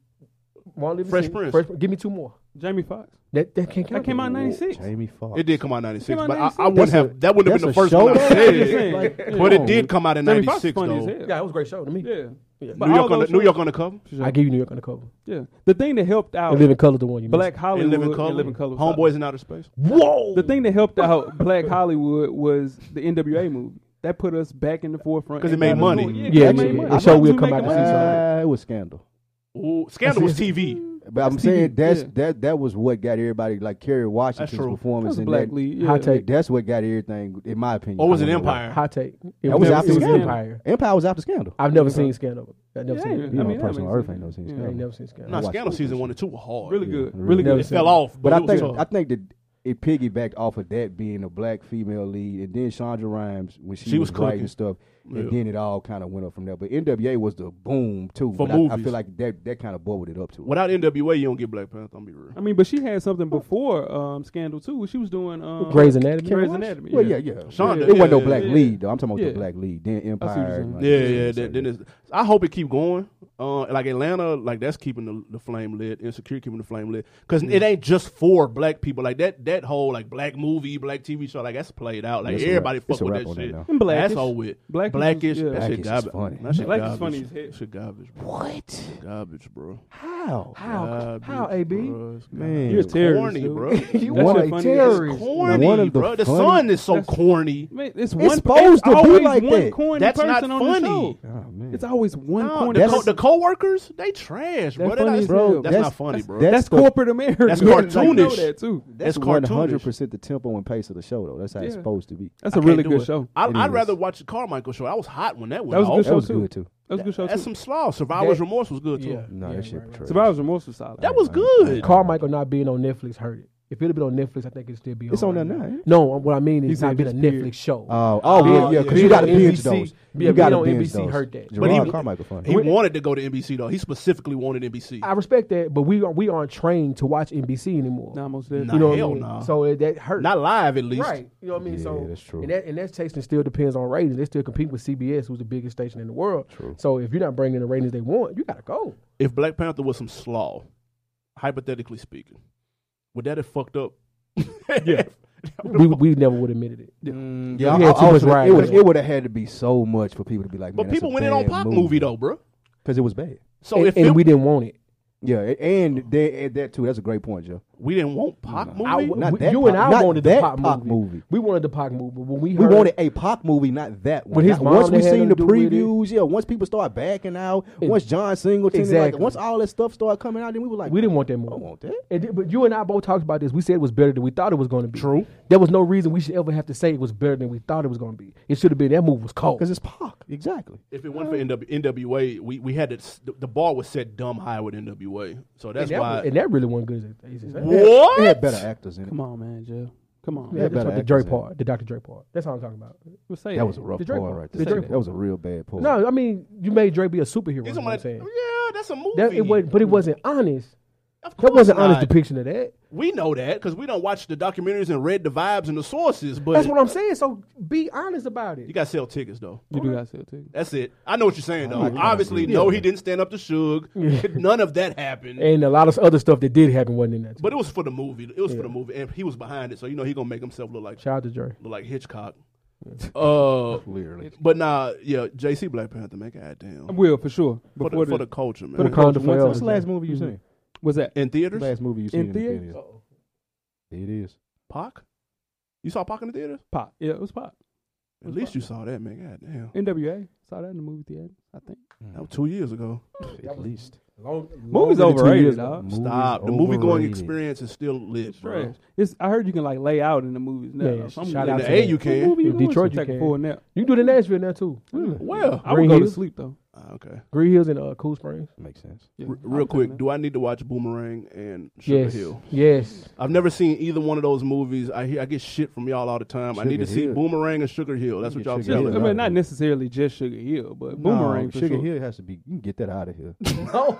F: Martin Living
C: Fresh
F: Single-
C: Prince.
F: Fresh- give me two more.
E: Jamie Foxx.
F: That that can't count.
E: That came out in '96.
D: Jamie Foxx.
C: It did come out in 96,
E: It came out
C: but I,
E: 96.
C: I wouldn't
D: That's a-
C: have, that wouldn't have been the
D: that's a
C: first one I
D: show, though.
C: said. but it did come out in
E: Jamie Foxx
C: 96,
E: funny
C: though.
E: as
F: Yeah, that
E: hell.
F: was a great show to me.
E: Yeah.
F: Yeah.
E: But
C: New
E: all
C: York, on the,
E: those
C: New
E: shows-
C: York on the cover.
F: I give you New York on the cover.
E: Yeah. The thing that helped out
F: And Living Color, the one you
E: Oh. Black
C: In
E: Hollywood
C: Living Color.
E: and Living Color.
C: Homeboys in Outer Space.
F: Whoa!
E: The thing that helped out Black Hollywood was the NWA movie. That put us back in the forefront
C: 'Cause it
E: and
C: made
E: got us
C: money.
E: going.
F: Yeah,
E: it made
F: yeah,
E: money.
F: yeah.
E: I
F: So
E: thought
F: we'll
E: you
F: come
E: make
F: out
E: a
F: and see
E: movie.
F: something.
D: Uh, it was Scandal.
C: Ooh, Scandal was TV.
D: But I'm
E: That's TV,
D: saying that's
E: yeah.
D: that that was what got everybody like Kerry Washington's
C: true.
E: That
D: performance
E: was a
D: in
E: black
D: that.
E: lead. Yeah.
F: Hot take.
D: That's what got everything, in my opinion.
C: Or was
D: I
C: it
D: don't know
C: Empire?
F: Hot take. It
D: That
F: was,
D: was
F: it
D: after
F: was
D: Scandal.
F: Empire.
D: why. Empire was after Scandal.
F: I've never
E: Yeah.
F: seen Scandal. I've never
E: Yeah,
F: seen it.
E: I
D: You know,
E: mean, that
D: person on
E: makes
D: Earth
E: sense.
D: ain't no sense.
E: Yeah.
F: I ain't
D: Scandal.
F: never seen Scandal.
C: No,
D: watched
C: Scandal
D: that
C: season
D: shit.
C: one and two were hard.
E: Really
D: Yeah,
E: good.
D: really
E: Really
F: good.
C: It
E: good.
C: fell off,
D: But I
C: it was
D: think I
C: tough.
D: think that it piggybacked off of that being a black female lead, and then Chandra Rhimes when she,
C: She
D: was,
C: was cooking.
D: writing stuff,
C: Yeah.
D: and then it all kind of went up from there. But NWA was the boom too.
C: For
D: but I, I
C: movies.
D: feel like that that kind of boiled it up to.
C: without NWA, you don't get Black Panther. I'm be real.
E: I mean, but she had something before um, Scandal too. She was doing um,
F: Grey's Anatomy.
E: Grey's Anatomy.
D: Well, yeah, yeah.
C: Shonda,
D: it wasn't no
C: yeah,
D: black
E: yeah.
D: lead though. I'm talking about
E: Yeah.
D: the black lead, then
E: what you're
D: Empire. and,
E: saying.
D: like,
C: Yeah, yeah.
D: that shit.
C: That, then it's, I hope it keep going. Uh, like Atlanta, like that's keeping the, the flame lit. Insecure keeping the flame lit because it ain't just for black people. Like that that whole like black movie, black TV show, like that's played out. Like
D: It's a wrap.
C: everybody
D: It's
C: fuck
D: a
C: with
D: wrap
C: that
D: on that
C: shit.
D: now.
E: And Blackish.
C: That's all with
E: Blackish was-
C: blackish.
E: yeah.
C: That shit
D: Blackish is
C: garbage.
D: funny.
C: That shit
E: Blackish
C: garbage.
E: is funny as hell.
C: That shit garbage. Bro.
D: what?
C: Garbage, bro.
D: How?
F: How?
C: Garbage,
F: How? AB?
C: bro. It's
D: Man.
E: You're a terrorist,
C: corny,
E: dude.
C: bro.
F: You
D: One
F: are
D: of-
F: a
D: it's
F: terrorist.
C: corny,
D: One of the
C: bro. The
D: funny-
C: sun is so
E: That's-
C: corny.
E: Man, it's one.
D: supposed to be
E: always
D: like
E: one
D: that.
E: corny
C: That's
E: person
C: not
E: on
C: funny.
E: the show.
D: Oh man.
E: It's always one
C: No,
E: corny.
C: the,
D: that's-
C: co-
E: person.
C: the coworkers, they trash, bro.
E: That's
C: They're
E: funny
C: not-
E: as
C: that's,
E: hell.
D: That's-
C: not funny, bro.
D: that's
E: That's
D: the-
E: corporate America.
C: That's
E: You know
C: cartoonish.
E: that too.
C: That's
D: one hundred
C: cartoonish.
D: percent the tempo and pace of the show though. That's how it's
E: Yeah.
D: supposed to be.
E: That's
C: I
E: a
C: can't
E: really
C: do
E: good
C: it.
E: show.
C: I,
D: It
C: I'd
D: is.
C: rather watch the Carmichael show. I was hot when that went
E: That was a
C: off.
E: good
D: That
E: show
D: was
E: too.
D: good too.
E: That was a good show
C: That's
E: too.
C: some slaw. Survivor's
F: That-
C: remorse was good too.
F: Yeah.
D: No, that
F: yeah,
D: shit
F: right, right.
D: trash.
E: Survivor's Remorse was solid.
C: That was
D: I- I-
C: good.
F: Carmichael not being on Netflix hurt it. If it'd have been on Netflix, I think it'd still be on.
D: It's on
F: right
D: there now. ain't it?
F: No, what I mean
E: He
F: is
E: said
F: not being a
E: just period.
F: Netflix show.
D: Oh, oh,
C: Oh,
D: yeah, yeah,
C: yeah.
D: because you got to
F: Being on
D: binge
F: NBC
D: those.
F: yeah,
D: you got to
F: being on
D: binge
F: NBC
D: those.
F: hurt that. But
D: Gerard
C: he-
D: Carmichael funny.
C: He wanted to go to NBC though. He specifically wanted NBC.
F: I respect that, but we are, we aren't trained to watch NBC anymore.
E: Nah, most definitely.
C: Nah,
F: you know what
C: hell
F: I mean?
C: nah.
F: So it, that hurt.
C: Not live at least.
F: right. You know what I mean?
D: Yeah,
F: so
D: that's true.
F: And that and that station still depends on ratings. They still compete with CBS, who's the biggest station in the world.
D: True.
F: So if you're not bringing the ratings they want, you gotta go.
C: If Black Panther was some slaw, hypothetically speaking, would that have fucked up? yeah.
F: We we never would have admitted it.
D: Yeah,
F: we
D: I,
F: had too
D: I was,
F: much ride
D: it would
F: going.
D: it would have had to be so much for people to be like,
C: But
D: man,
C: people went in on Pop movie, though, bro.
D: because it was bad.
C: So
F: and,
C: if
F: and
C: it-
F: we didn't want it.
D: Yeah, a- and they add that too. That's a great point, Joe.
C: we didn't want Pop movie,
F: I,
D: Not
F: we-
D: that
F: you
D: Pac-
F: and I
D: not
F: wanted
D: that
F: the pop,
D: Pac
F: movie.
D: movie.
F: We wanted the pop movie, but when we
D: We
F: heard,
D: wanted a Pac movie, not that one.
F: With his
D: Not- once
F: mom,
D: we
F: they had
D: seen
F: him
D: the
F: do with it.
D: previews, yeah, once people start backing out,
F: It-
D: once John Singleton, and, like,
F: Exactly.
D: once all that stuff started coming out, then we were like,
F: we didn't
D: man,
F: want that movie.
D: I want that.
F: And th- but you and I both talked about this. We said it was better than we thought it was going to be.
C: True.
F: There was no reason we should ever have to say it was better than we thought it was going to be. It should have been that move was cold.
D: because it's Pac. Exactly.
C: if it went for NW, NWA, we, we had to, s- the, the bar was set dumb high with NWA. So that's
F: and, that,
C: why.
F: was- and that really wasn't good. As it, as it sounded.
C: what?
D: It had better actors in it.
E: Come on, man, Jeff. Come on.
F: Yeah,
D: had
F: that's
D: better
F: what the Dre
D: actors in it.
F: part, the Dr. Dre part. That's all I'm talking about.
E: Well, say
D: That was a rough
F: The Drake
D: part
F: one.
D: right
F: The
D: there.
F: Drake
D: That was a real bad part.
F: No, I mean you made Dre be a superhero.
C: These
F: is
C: are
F: what
C: my-
F: I'm saying.
C: yeah, that's a movie.
F: That, it was, but it wasn't honest.
C: Of
F: That wasn't
C: course
F: honest
C: not.
F: depiction of that.
C: We know that because we don't watch the documentaries and read the vibes and the sources. But
F: That's what I'm saying. So be honest about it.
C: you got to sell tickets though.
E: You do got to too.
C: That's it. I know what you're saying though.
D: kinda
C: Obviously,
D: agree.
C: no,
D: Yeah.
C: he didn't stand up to Suge. None of that happened.
F: and a lot of other stuff that did happen wasn't in that.
C: but it was for the movie. It was for the movie, and he was behind it. So you know he gonna make himself look like
F: Shout out to Dre.
C: look like Hitchcock. uh,
D: Clearly.
C: but nah, yeah, JC Black Panther, man, goddamn.
E: I will for sure.
C: For the,
E: Before
C: for
E: the-
C: the culture, man.
E: for the
F: Wakanda
E: culture, once
F: forever.
E: I
D: What's the last movie
F: Mm-hmm.
D: you seen?
E: was that
C: in theaters,
D: Last movie you seen
E: in
D: in the
E: theaters?
D: theater? It is.
C: Pac. You saw Pac in the theaters?
E: Pop. Yeah, it was pop.
C: At least you saw that, man. Goddamn,
E: NWA saw that in the movie theater. I think
C: that was two years ago.
D: At least.
F: Long,
E: movies
F: longer than two
E: overrated,
F: years,
E: dog.
C: Stop. The movie going experience is still lit,
E: It's
C: bro.
E: trash. It's, I heard you can like lay out in the movies now.
F: Yeah, yeah,
E: If I'm
F: shout
E: laying
F: out
C: In
F: to
C: the A,
F: that.
C: you
E: down,
C: can.
E: movie,
F: In
E: I'm gonna
F: Detroit, you
E: take a
F: can.
E: full nap.
F: You can do the Nashville now too.
C: Well,
E: I would
F: Green
E: go to
F: Hills?
E: sleep though.
C: ah, okay.
F: Green Hills and uh, Cool Springs.
D: Makes sense.
E: Yeah,
C: R-
E: I
C: real
E: would
C: quick,
E: take
C: do I need to watch Boomerang and Sugar
F: yes,
C: Hill?
F: yes.
C: I've never seen either one of those movies. I hear I get shit from y'all all the time. I need to
D: Sugar
C: see
D: Hill.
C: Boomerang and Sugar Hill. That's what
D: Yeah,
C: y'all
D: Sugar
C: tell
E: that.
D: Hill.
E: I
C: me.
E: mean, not necessarily just Sugar Hill, but Boomerang
D: No,
E: for
D: Sugar
E: sure.
D: Hill has to be. You can get that out of here.
F: No.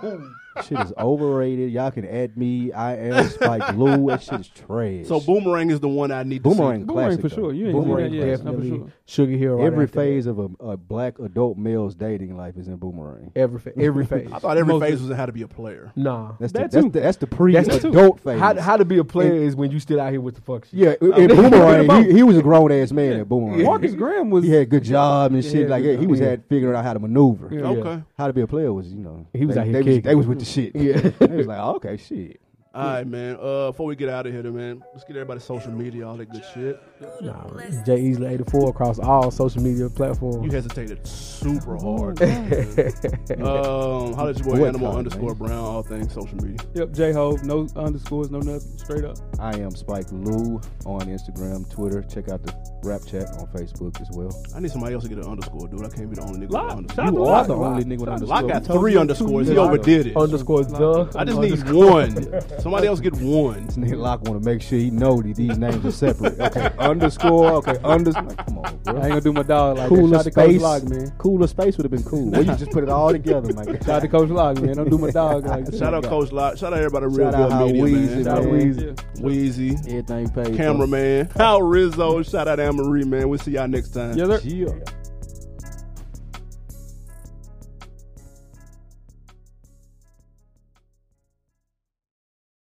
D: shit is overrated. Y'all can add me. I am Spike Lee. That shit is trash.
C: So Boomerang is the one I need
D: Boomerang,
C: to
E: Boomerang
D: classic
E: for
D: though.
E: sure. You ain't seen
D: Boomerang
E: that yet.
D: classic.
E: No, for
F: Definitely.
E: sure.
F: Sugar Hill. Right
D: every
F: after that.
D: phase of a, a black adult male's dating life is in Boomerang.
F: Every fa- every phase.
C: see. I thought every
E: Most-
C: phase was in how to be a player.
F: nah.
D: That's
E: That
D: the,
E: too.
D: that's the that's the pre
F: That's the-
D: adult phase.
F: How, how to be a player is when you still out here with the fuck shit.
D: yeah, in Boomerang, he, he was a grown ass man in Boomerang.
E: Marcus Graham was
D: He had good job and shit.
F: yeah,
D: like
F: good
D: yeah, he was
F: job.
D: at figuring out how to maneuver.
F: Yeah.
C: Okay.
D: How to be a player was you know
F: He was
D: they,
F: out here
D: they was,
F: kicking.
D: they was with the shit. Yeah, they was like oh, okay shit.
C: All right, man. Uh, before we get out of here, then, man, let's get everybody's social media, all that good shit.
F: Nah, Jay Easley eighty four across all social media
C: You
F: platforms.
C: hesitated super hard. um, how did your boy
D: Boy,
C: Animal
D: Colin,
C: underscore Brown? All things social media.
E: Yep, J Ho, no underscores, no nothing, straight up.
D: I am Spike Lou on Instagram, Twitter. Check out the rap chat on Facebook as well.
C: I need somebody else to get an underscore, dude. I can't be the only nigga with an
E: Lock,
C: underscore.
E: shout
D: You
E: out to
D: are
E: Lock,
D: the
E: Lock.
D: only nigga with
E: Shout out to
C: Lock
D: underscore.
C: got three underscores. He
E: Lock.
C: overdid it.
F: Underscore the.
C: I just need one. Somebody else get one.
D: This nigga Lock want to make sure he know that these names are separate. Okay, underscore. Okay, underscore. come on,
E: I
D: bro.
E: ain't gonna do my dog like
D: Cooler
E: that. Shout out to
D: space.
E: Coach Lock, man.
D: Cooler space would have been cool. Well, you just put it all together, man.
E: Shout out to Coach Lock, man. Don't do my dog like that.
C: Shout out Coach Lot. Shout out everybody. Real
D: Shout out How
C: good media,
D: Weezy,
C: man.
E: Shout out
D: man.
E: Weezy.
C: Weezy,
D: Everything paid. bro.
C: cameraman. How Rizzo. Shout out Anne Marie, man. We'll see y'all next time.
E: Yes, sir.
D: Yeah.